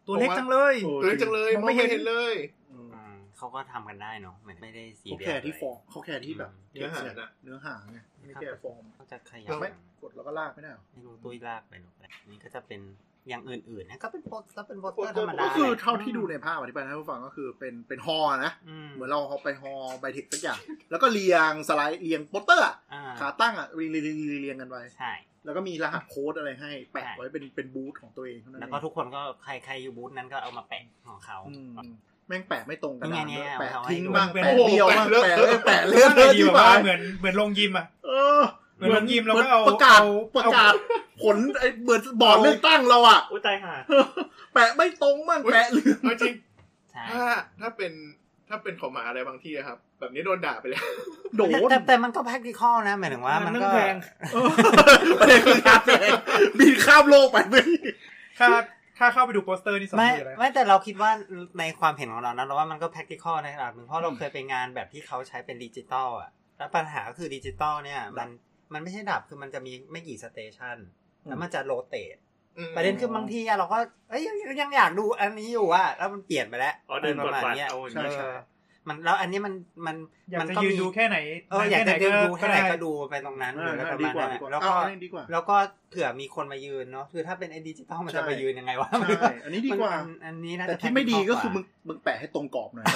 Speaker 4: ตัวเล็กจังเลย
Speaker 7: ออ
Speaker 6: ตัวเล็กจังเลยมองไม่เห็นเลย
Speaker 7: อืม
Speaker 3: อืมเขาก็ทำกันได้เนาะไม่ไม่ได้สี
Speaker 7: เขา
Speaker 3: เรีย
Speaker 7: แค
Speaker 3: สะ
Speaker 7: ร์
Speaker 3: ไร
Speaker 7: ที่ฟอร์มเขาแคร์ที่แบบ
Speaker 6: เนื้อหาน่ะ
Speaker 7: เนื้อหาไงไม่แคร์ฟอร์ม
Speaker 3: เขาจะขยับ
Speaker 7: เราไม่กดแล้วก็ลากไม่ได้หรอ
Speaker 3: ไม่รู้ตุ้ยลากไปหรอกแต่นี่ก็จะเป็นอย่างอื่นๆนะก็เป็นโปสก็เป็นโปสเต
Speaker 6: โป
Speaker 3: อ
Speaker 6: ส
Speaker 3: ร์
Speaker 6: เต
Speaker 3: ธรร
Speaker 6: อร์
Speaker 3: มดา
Speaker 7: ก็คือเท่าที่
Speaker 3: แหละ
Speaker 7: ดูในภาพอธิบายให้ผู้ฟังก็คือเป็นเป็นฮอนะ
Speaker 3: อืม
Speaker 7: เหมือนเราเอาไปฮอใบเทคสักอย่าง แล้วก็เรียงสไลด์เรียงโปสเตอร์อะ
Speaker 3: อ่า
Speaker 7: ขาตั้งอ่ะเรียงเรียงเรียงเรียงเรียงกันไว้
Speaker 3: ใช่
Speaker 7: แล้วก็มีรหัสโค้ดอะไรให้ แปะ
Speaker 3: ใช่
Speaker 7: ไว้เป็นเป็นบูธของตัวเองเท่านั้น
Speaker 3: แล้วก็
Speaker 7: เอง
Speaker 3: ทุกคนก็ใครใครอยู่บูธนั้นก็เอามาแปะของเขา
Speaker 7: อืมแม่งแปะไม่ตรงกัน
Speaker 3: นี่ไง
Speaker 7: ด้วย
Speaker 3: เนี่ย
Speaker 7: แปะ
Speaker 3: เอาให้
Speaker 7: ทิ้ง
Speaker 3: ดู
Speaker 7: บ้าง
Speaker 4: โอ้
Speaker 7: แปะ
Speaker 4: โห
Speaker 7: เดียวบ้าง
Speaker 6: แปะ
Speaker 7: แปะ
Speaker 6: เลอะ
Speaker 7: เอ้ยแปะเลื่อน
Speaker 4: เล
Speaker 7: เลื่อย น
Speaker 4: ดี
Speaker 7: ที่
Speaker 4: แบบ
Speaker 7: บ้า
Speaker 4: ว่าน เหมือนเหมือนลงยิมอ่ะ
Speaker 7: เออ
Speaker 4: เหมือนโรงยิมเราก็เอา
Speaker 7: ประกาศ
Speaker 4: เอา
Speaker 7: ประกาศผลไอ้เหมือนบอร์ดเลือกตั้งเราอ่ะ
Speaker 5: อุ้ยตายห่า
Speaker 7: แปะไม่ตรงบ้างแปะลืม
Speaker 6: เอาจริง
Speaker 3: ใช่
Speaker 6: ถ้าถ้าเป็นถ้าเป็นของหมาอะไรบางที่อะครับ แบบนี้โดนด่าไปแล้ว
Speaker 7: โดน
Speaker 3: แต่แต่มันก็ practical นะหมายถึงว่ามัน
Speaker 5: นั่
Speaker 3: ก็
Speaker 5: งแพง
Speaker 7: ประเด็นคือการแสดงบินข้ามโลกไปไม่
Speaker 4: ค่าค่าเข้าไปดูโปสเตอร์นี่สองห
Speaker 3: ไม่
Speaker 4: มื่นเลย
Speaker 3: ไม่แต่เราคิดว่าในความเห็นของเรานะเราว่ามันก็ practical ในระดับหนึ่งเพราะเราเคยไปงานแบบที่เขาใช้เป็นดิจิตอลอ่ะแล้วปัญหาก็คือดิจิตอลเนี่ยมันมันไม่ใช่ดับคือมันจะมีไม่กี่สเตชันแล้วมันจะโรเตท ประเด็นคือบางทีอะเราก็เอ้ยยังยังอยากดูอันนี้อยู่อะแล้วมันเปลี่ยนไปแล้ว
Speaker 5: อ๋อเดิน
Speaker 3: ป
Speaker 5: ก
Speaker 3: ระ
Speaker 5: ด
Speaker 3: มาณ
Speaker 5: บัตร
Speaker 3: เนี้ย
Speaker 5: เอาอย่าง
Speaker 3: เอ
Speaker 5: นี้
Speaker 3: อมันแล้วอันนี้มันมัน
Speaker 4: อยาก
Speaker 3: มั
Speaker 4: จะ
Speaker 3: ก็
Speaker 4: ยืน
Speaker 3: มี
Speaker 4: ดูแค่ไหน
Speaker 3: เอออยากจะยืนดูแค่ไหน
Speaker 4: ด้
Speaker 3: ก็ดูไปตรงนั้นหรืออะไรประ
Speaker 7: ดี
Speaker 3: มาณ
Speaker 7: กว่า
Speaker 3: นั้นอะ
Speaker 7: ดีกว่า
Speaker 3: แล้ว
Speaker 7: เอา
Speaker 3: ก็
Speaker 7: อันนี้ดีกว่า
Speaker 3: แล้วก็เผื่อมีคนมายืนเนาะคือถ้าเป็นไอ้ดิจิตอลมัน
Speaker 7: ใช่
Speaker 3: จะมายืนยังไงวะมัน
Speaker 7: ใช่อันนี้ดีกว่า
Speaker 3: อันอันนี้น่าจะ
Speaker 7: แต่ที่ไม่ดีก็คือมึง
Speaker 3: แ
Speaker 7: มึงแปะให้ตรงกรอบห น่อย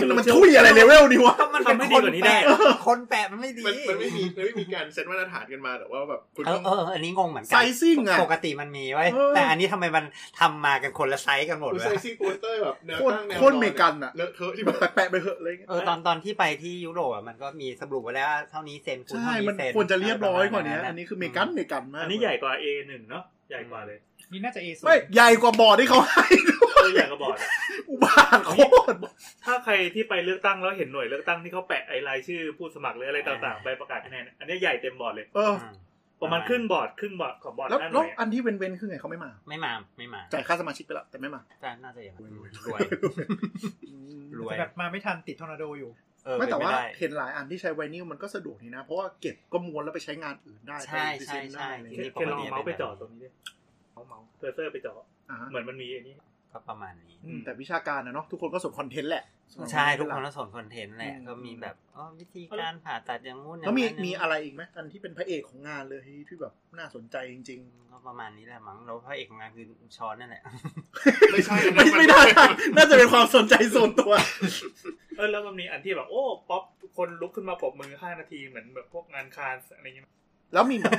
Speaker 7: คือมันทุยอะไรเลเวลนี่วะ
Speaker 3: พงกว่ามัน
Speaker 5: ทำให้
Speaker 3: เป็นคน
Speaker 5: ดีกว่านี้ได้
Speaker 3: แปะคนแปะมันไม่ดี
Speaker 6: มันมันไม่มีมันไม่มีการเซตมาตรฐานกันมาหรอกว่าแบบคุณ
Speaker 3: เอ
Speaker 6: ต้
Speaker 3: อ
Speaker 6: อง
Speaker 3: เอออันนี้งงเหมือนกั
Speaker 7: ไซซิ่งอะ
Speaker 3: ปกติมันมีไว้ย
Speaker 7: เออ
Speaker 3: แต่อันนี้ทำไมมันทำมากันคนละไซส์กันหมด
Speaker 6: คุณ
Speaker 3: เล
Speaker 6: ใส่
Speaker 3: ย
Speaker 6: ซีโปสเตอร์แบบแนว
Speaker 7: โคตร
Speaker 6: ตั้งแนว
Speaker 7: โคตรเมกันอ่ะ
Speaker 6: เลอะเทอะที่
Speaker 7: ที่
Speaker 6: แบบ
Speaker 7: แปะๆไปเหอะเลย
Speaker 3: เออตอนตอนที่ไปที่ยุโรปอ่ะมันก็มีสรุปไว้แล้วเท่านี้เซ็นคุณ
Speaker 7: ใช่
Speaker 3: เท่านี้
Speaker 7: มัน
Speaker 3: เซ็น
Speaker 7: ควรจะเรียบร้อยกว่านี้
Speaker 3: ะ
Speaker 7: อันนี้คือเมกันเมกันมาก
Speaker 5: อันนี้ใหญ่กว่า A หนึ่งเนาะใหญ่กว่าเลย
Speaker 4: นี่น่าจะเอสู
Speaker 7: ไม่ใหญ่กว่าบอร์ดที่เขาให้ ด้วย
Speaker 5: ตัวใหญ่กระบอกอะ
Speaker 7: อุบาทโคตร
Speaker 5: ถ้าใครที่ไปเลือกตั้งแล้วเห็นหน่วยเลือกตั้งที่เขาแปะไอรายชื่อผู้สมัครหรืออะไรต่างๆใบประกาศคะแนนอันนี้ใหญ่เต็มบอร์ดเลย
Speaker 7: เออ
Speaker 3: อืม
Speaker 5: ประมาณครึ่งบอร์ดครึ่งบอร์ดของบอร์ด
Speaker 7: แล้ว
Speaker 5: ด้านห
Speaker 7: แล้
Speaker 5: น่
Speaker 7: ว
Speaker 5: วย
Speaker 7: อันที่เว้นๆคือไงเขาไม่มา
Speaker 3: ไม่มาไม่มา
Speaker 7: จ่ายค่าสมาชิกไปแล้วแต่ไม่มา
Speaker 3: แต่น่าจะอย่างนั้นรวย รวย
Speaker 4: แต่แบบมาไม่ทันติดทอร์นาโดอยู่
Speaker 3: เออ
Speaker 7: ไม่แต่
Speaker 3: เป็นป
Speaker 7: ว่า
Speaker 3: ด้
Speaker 7: เห็นหลายอันที่ใช้ไวนิลมันก็สะดวกนี่นะ เพราะว่าเก็บก็ม้วนแล้วไปใช้งานอื่นได้
Speaker 3: ใช่
Speaker 7: ไป
Speaker 3: ใช่
Speaker 7: รีเซ็นต์
Speaker 3: ใช่
Speaker 7: ได้อะไร
Speaker 3: ที
Speaker 7: เงี้ย
Speaker 3: นี้ป
Speaker 5: แค่
Speaker 3: ก
Speaker 5: ลอง
Speaker 3: ติ
Speaker 5: เมาส์ไปเจาะตรงนี้ดิเอาเมาส์เพอร์เซอร์ไปเจาะ
Speaker 7: อ่าฮะ
Speaker 5: เหมือนมันมีอันนี้
Speaker 3: ก็ประมาณนี้
Speaker 7: อืมแต่วิชาการนะเนาะทุกคนก็สนคอนเทนต์แหละ
Speaker 3: ใช่ทุกคนก็สนคอนเทนต์แหละ
Speaker 5: อืม
Speaker 3: ก็มีแบบอ๋อวิธีการผ่าตัดอย่างงู้นอย่าง
Speaker 7: แล้วมี
Speaker 3: นั้น
Speaker 7: มีอะไรอีกไหมอันที่เป็นพระเอกของงานเลยที่แบบน่าสนใจจริง
Speaker 3: ก็ประมาณนี้แหละมั้งเราพระเอกของงานคือชอนนั่นแหละ
Speaker 6: ไม่ใช่
Speaker 7: ๆ ไม่ไม่ได้น่าจะเป็นความสนใจส่วนตัว
Speaker 5: เออแล้วมันมีอันที่แบบโอ้ป๊อปคนลุกขึ้นมาปรบมือห้านาทีเหมือนแบบพวกงานคานอะไรเงี้ย
Speaker 7: แล้วมีแบบ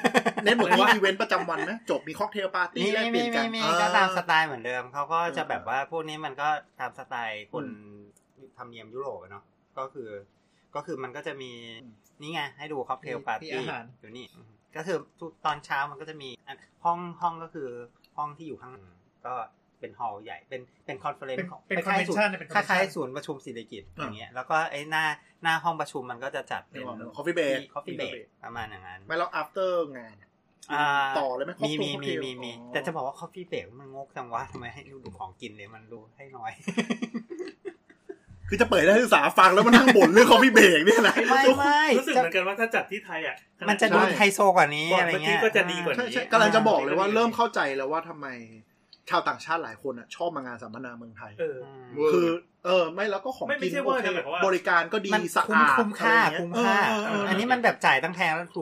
Speaker 7: เน้นหมดที่อีเวนต์ประจำวันไหมจบมีค็อกเทลปาร์ตี้
Speaker 3: มี
Speaker 7: แลกเป
Speaker 3: มี
Speaker 7: ลี่ยนกั
Speaker 3: มี
Speaker 7: น
Speaker 3: มี
Speaker 7: อ่
Speaker 3: ก็ตามสไตล์เหมือนเดิมเขาก็จะ
Speaker 7: เออ
Speaker 3: แบบว่าพวกนี้มันก็ตามสไตล์คน
Speaker 7: อื
Speaker 3: ทำเนียมยุโรปอะเนาะก็คือ ก็คือมันก็จะมี
Speaker 7: อืม
Speaker 3: นี่ไงให้ดูค็อกเทลปาร์ตี้
Speaker 4: มีอาหาร
Speaker 3: อยู่นี่อืมก็คือทุกตอนเช้ามันก็จะมีอันห้องห้องก็คือห้องที่อยู่ข้างหลังก็เป็นฮอลล์ใหญ่เป็นเป็นคอนเฟอเรน
Speaker 4: เป็น
Speaker 3: ซ์ของ
Speaker 4: เป็นคอน
Speaker 3: ล้าย
Speaker 4: เวน
Speaker 3: ๆศูน
Speaker 4: ชั่น
Speaker 3: ย์
Speaker 4: นะเป็น
Speaker 3: คล้ายๆศูนย์ประชุมเศรษฐกิจอย่างเงี้ยแล้วก็ไอ้หน้าหน้าห้องประชุมมันก็จะจัด
Speaker 7: เป็
Speaker 3: เป็น น
Speaker 7: คอฟฟี่เบรก
Speaker 3: คอฟฟี่เบรกประมาณอย่างนั้น
Speaker 7: ไม่แล้ว after งาน
Speaker 3: อ่า
Speaker 7: ต่อเลยไหม
Speaker 3: มีมี
Speaker 7: ครอบครัว
Speaker 3: มีมีมี
Speaker 7: ครอบครัวอ๋อ
Speaker 3: แต่จะบอกว่าคอฟฟี่เบรกมันงกจังวะทำไมให้ดูของกินเลยมันดูให้น้อย
Speaker 7: คือจะเปิดให้นักศึกษาฟังแล้วมันนั่งบ่นเรื่องคอ ฟฟี่เบรกเนี่ยนะ
Speaker 3: ไม่ไม่
Speaker 5: รู้สึกเหมือนกันว่าถ้าจัดที่ไทยอ่ะ
Speaker 3: มันจะดู
Speaker 7: ใช่
Speaker 3: ไฮโซกว่านี้
Speaker 5: ก่อน
Speaker 3: อะไร
Speaker 5: เมื่อกี้
Speaker 3: เงี้ย
Speaker 5: ก็จะดีกว่า
Speaker 7: ใช่
Speaker 5: นี้
Speaker 7: ใช่กำลังจะบอกเลยว่าเริ่มเข้าใจแล้วว่าทำไมชาวต่างชาติหลายคนอ่ะชอบมางานสัมมนาเมืองไทย
Speaker 5: เออ
Speaker 3: อืม
Speaker 6: เวอร์
Speaker 7: คือเออไม่แล้วก็ของ
Speaker 5: ไม่ไม่
Speaker 7: กิน
Speaker 5: ใช่
Speaker 7: โอ
Speaker 5: ว่า
Speaker 7: เค
Speaker 5: จะแบบว่า
Speaker 7: บริการก็ดี
Speaker 3: มัน
Speaker 7: สะ
Speaker 3: คุ้ม
Speaker 7: อาด
Speaker 3: คุ้มค่า
Speaker 7: อะไรเงี้ย
Speaker 3: คุ้มค่า
Speaker 7: เออเออเอออั
Speaker 3: อันนี้มันแบบจ่ายตั้งแพงแล้วครู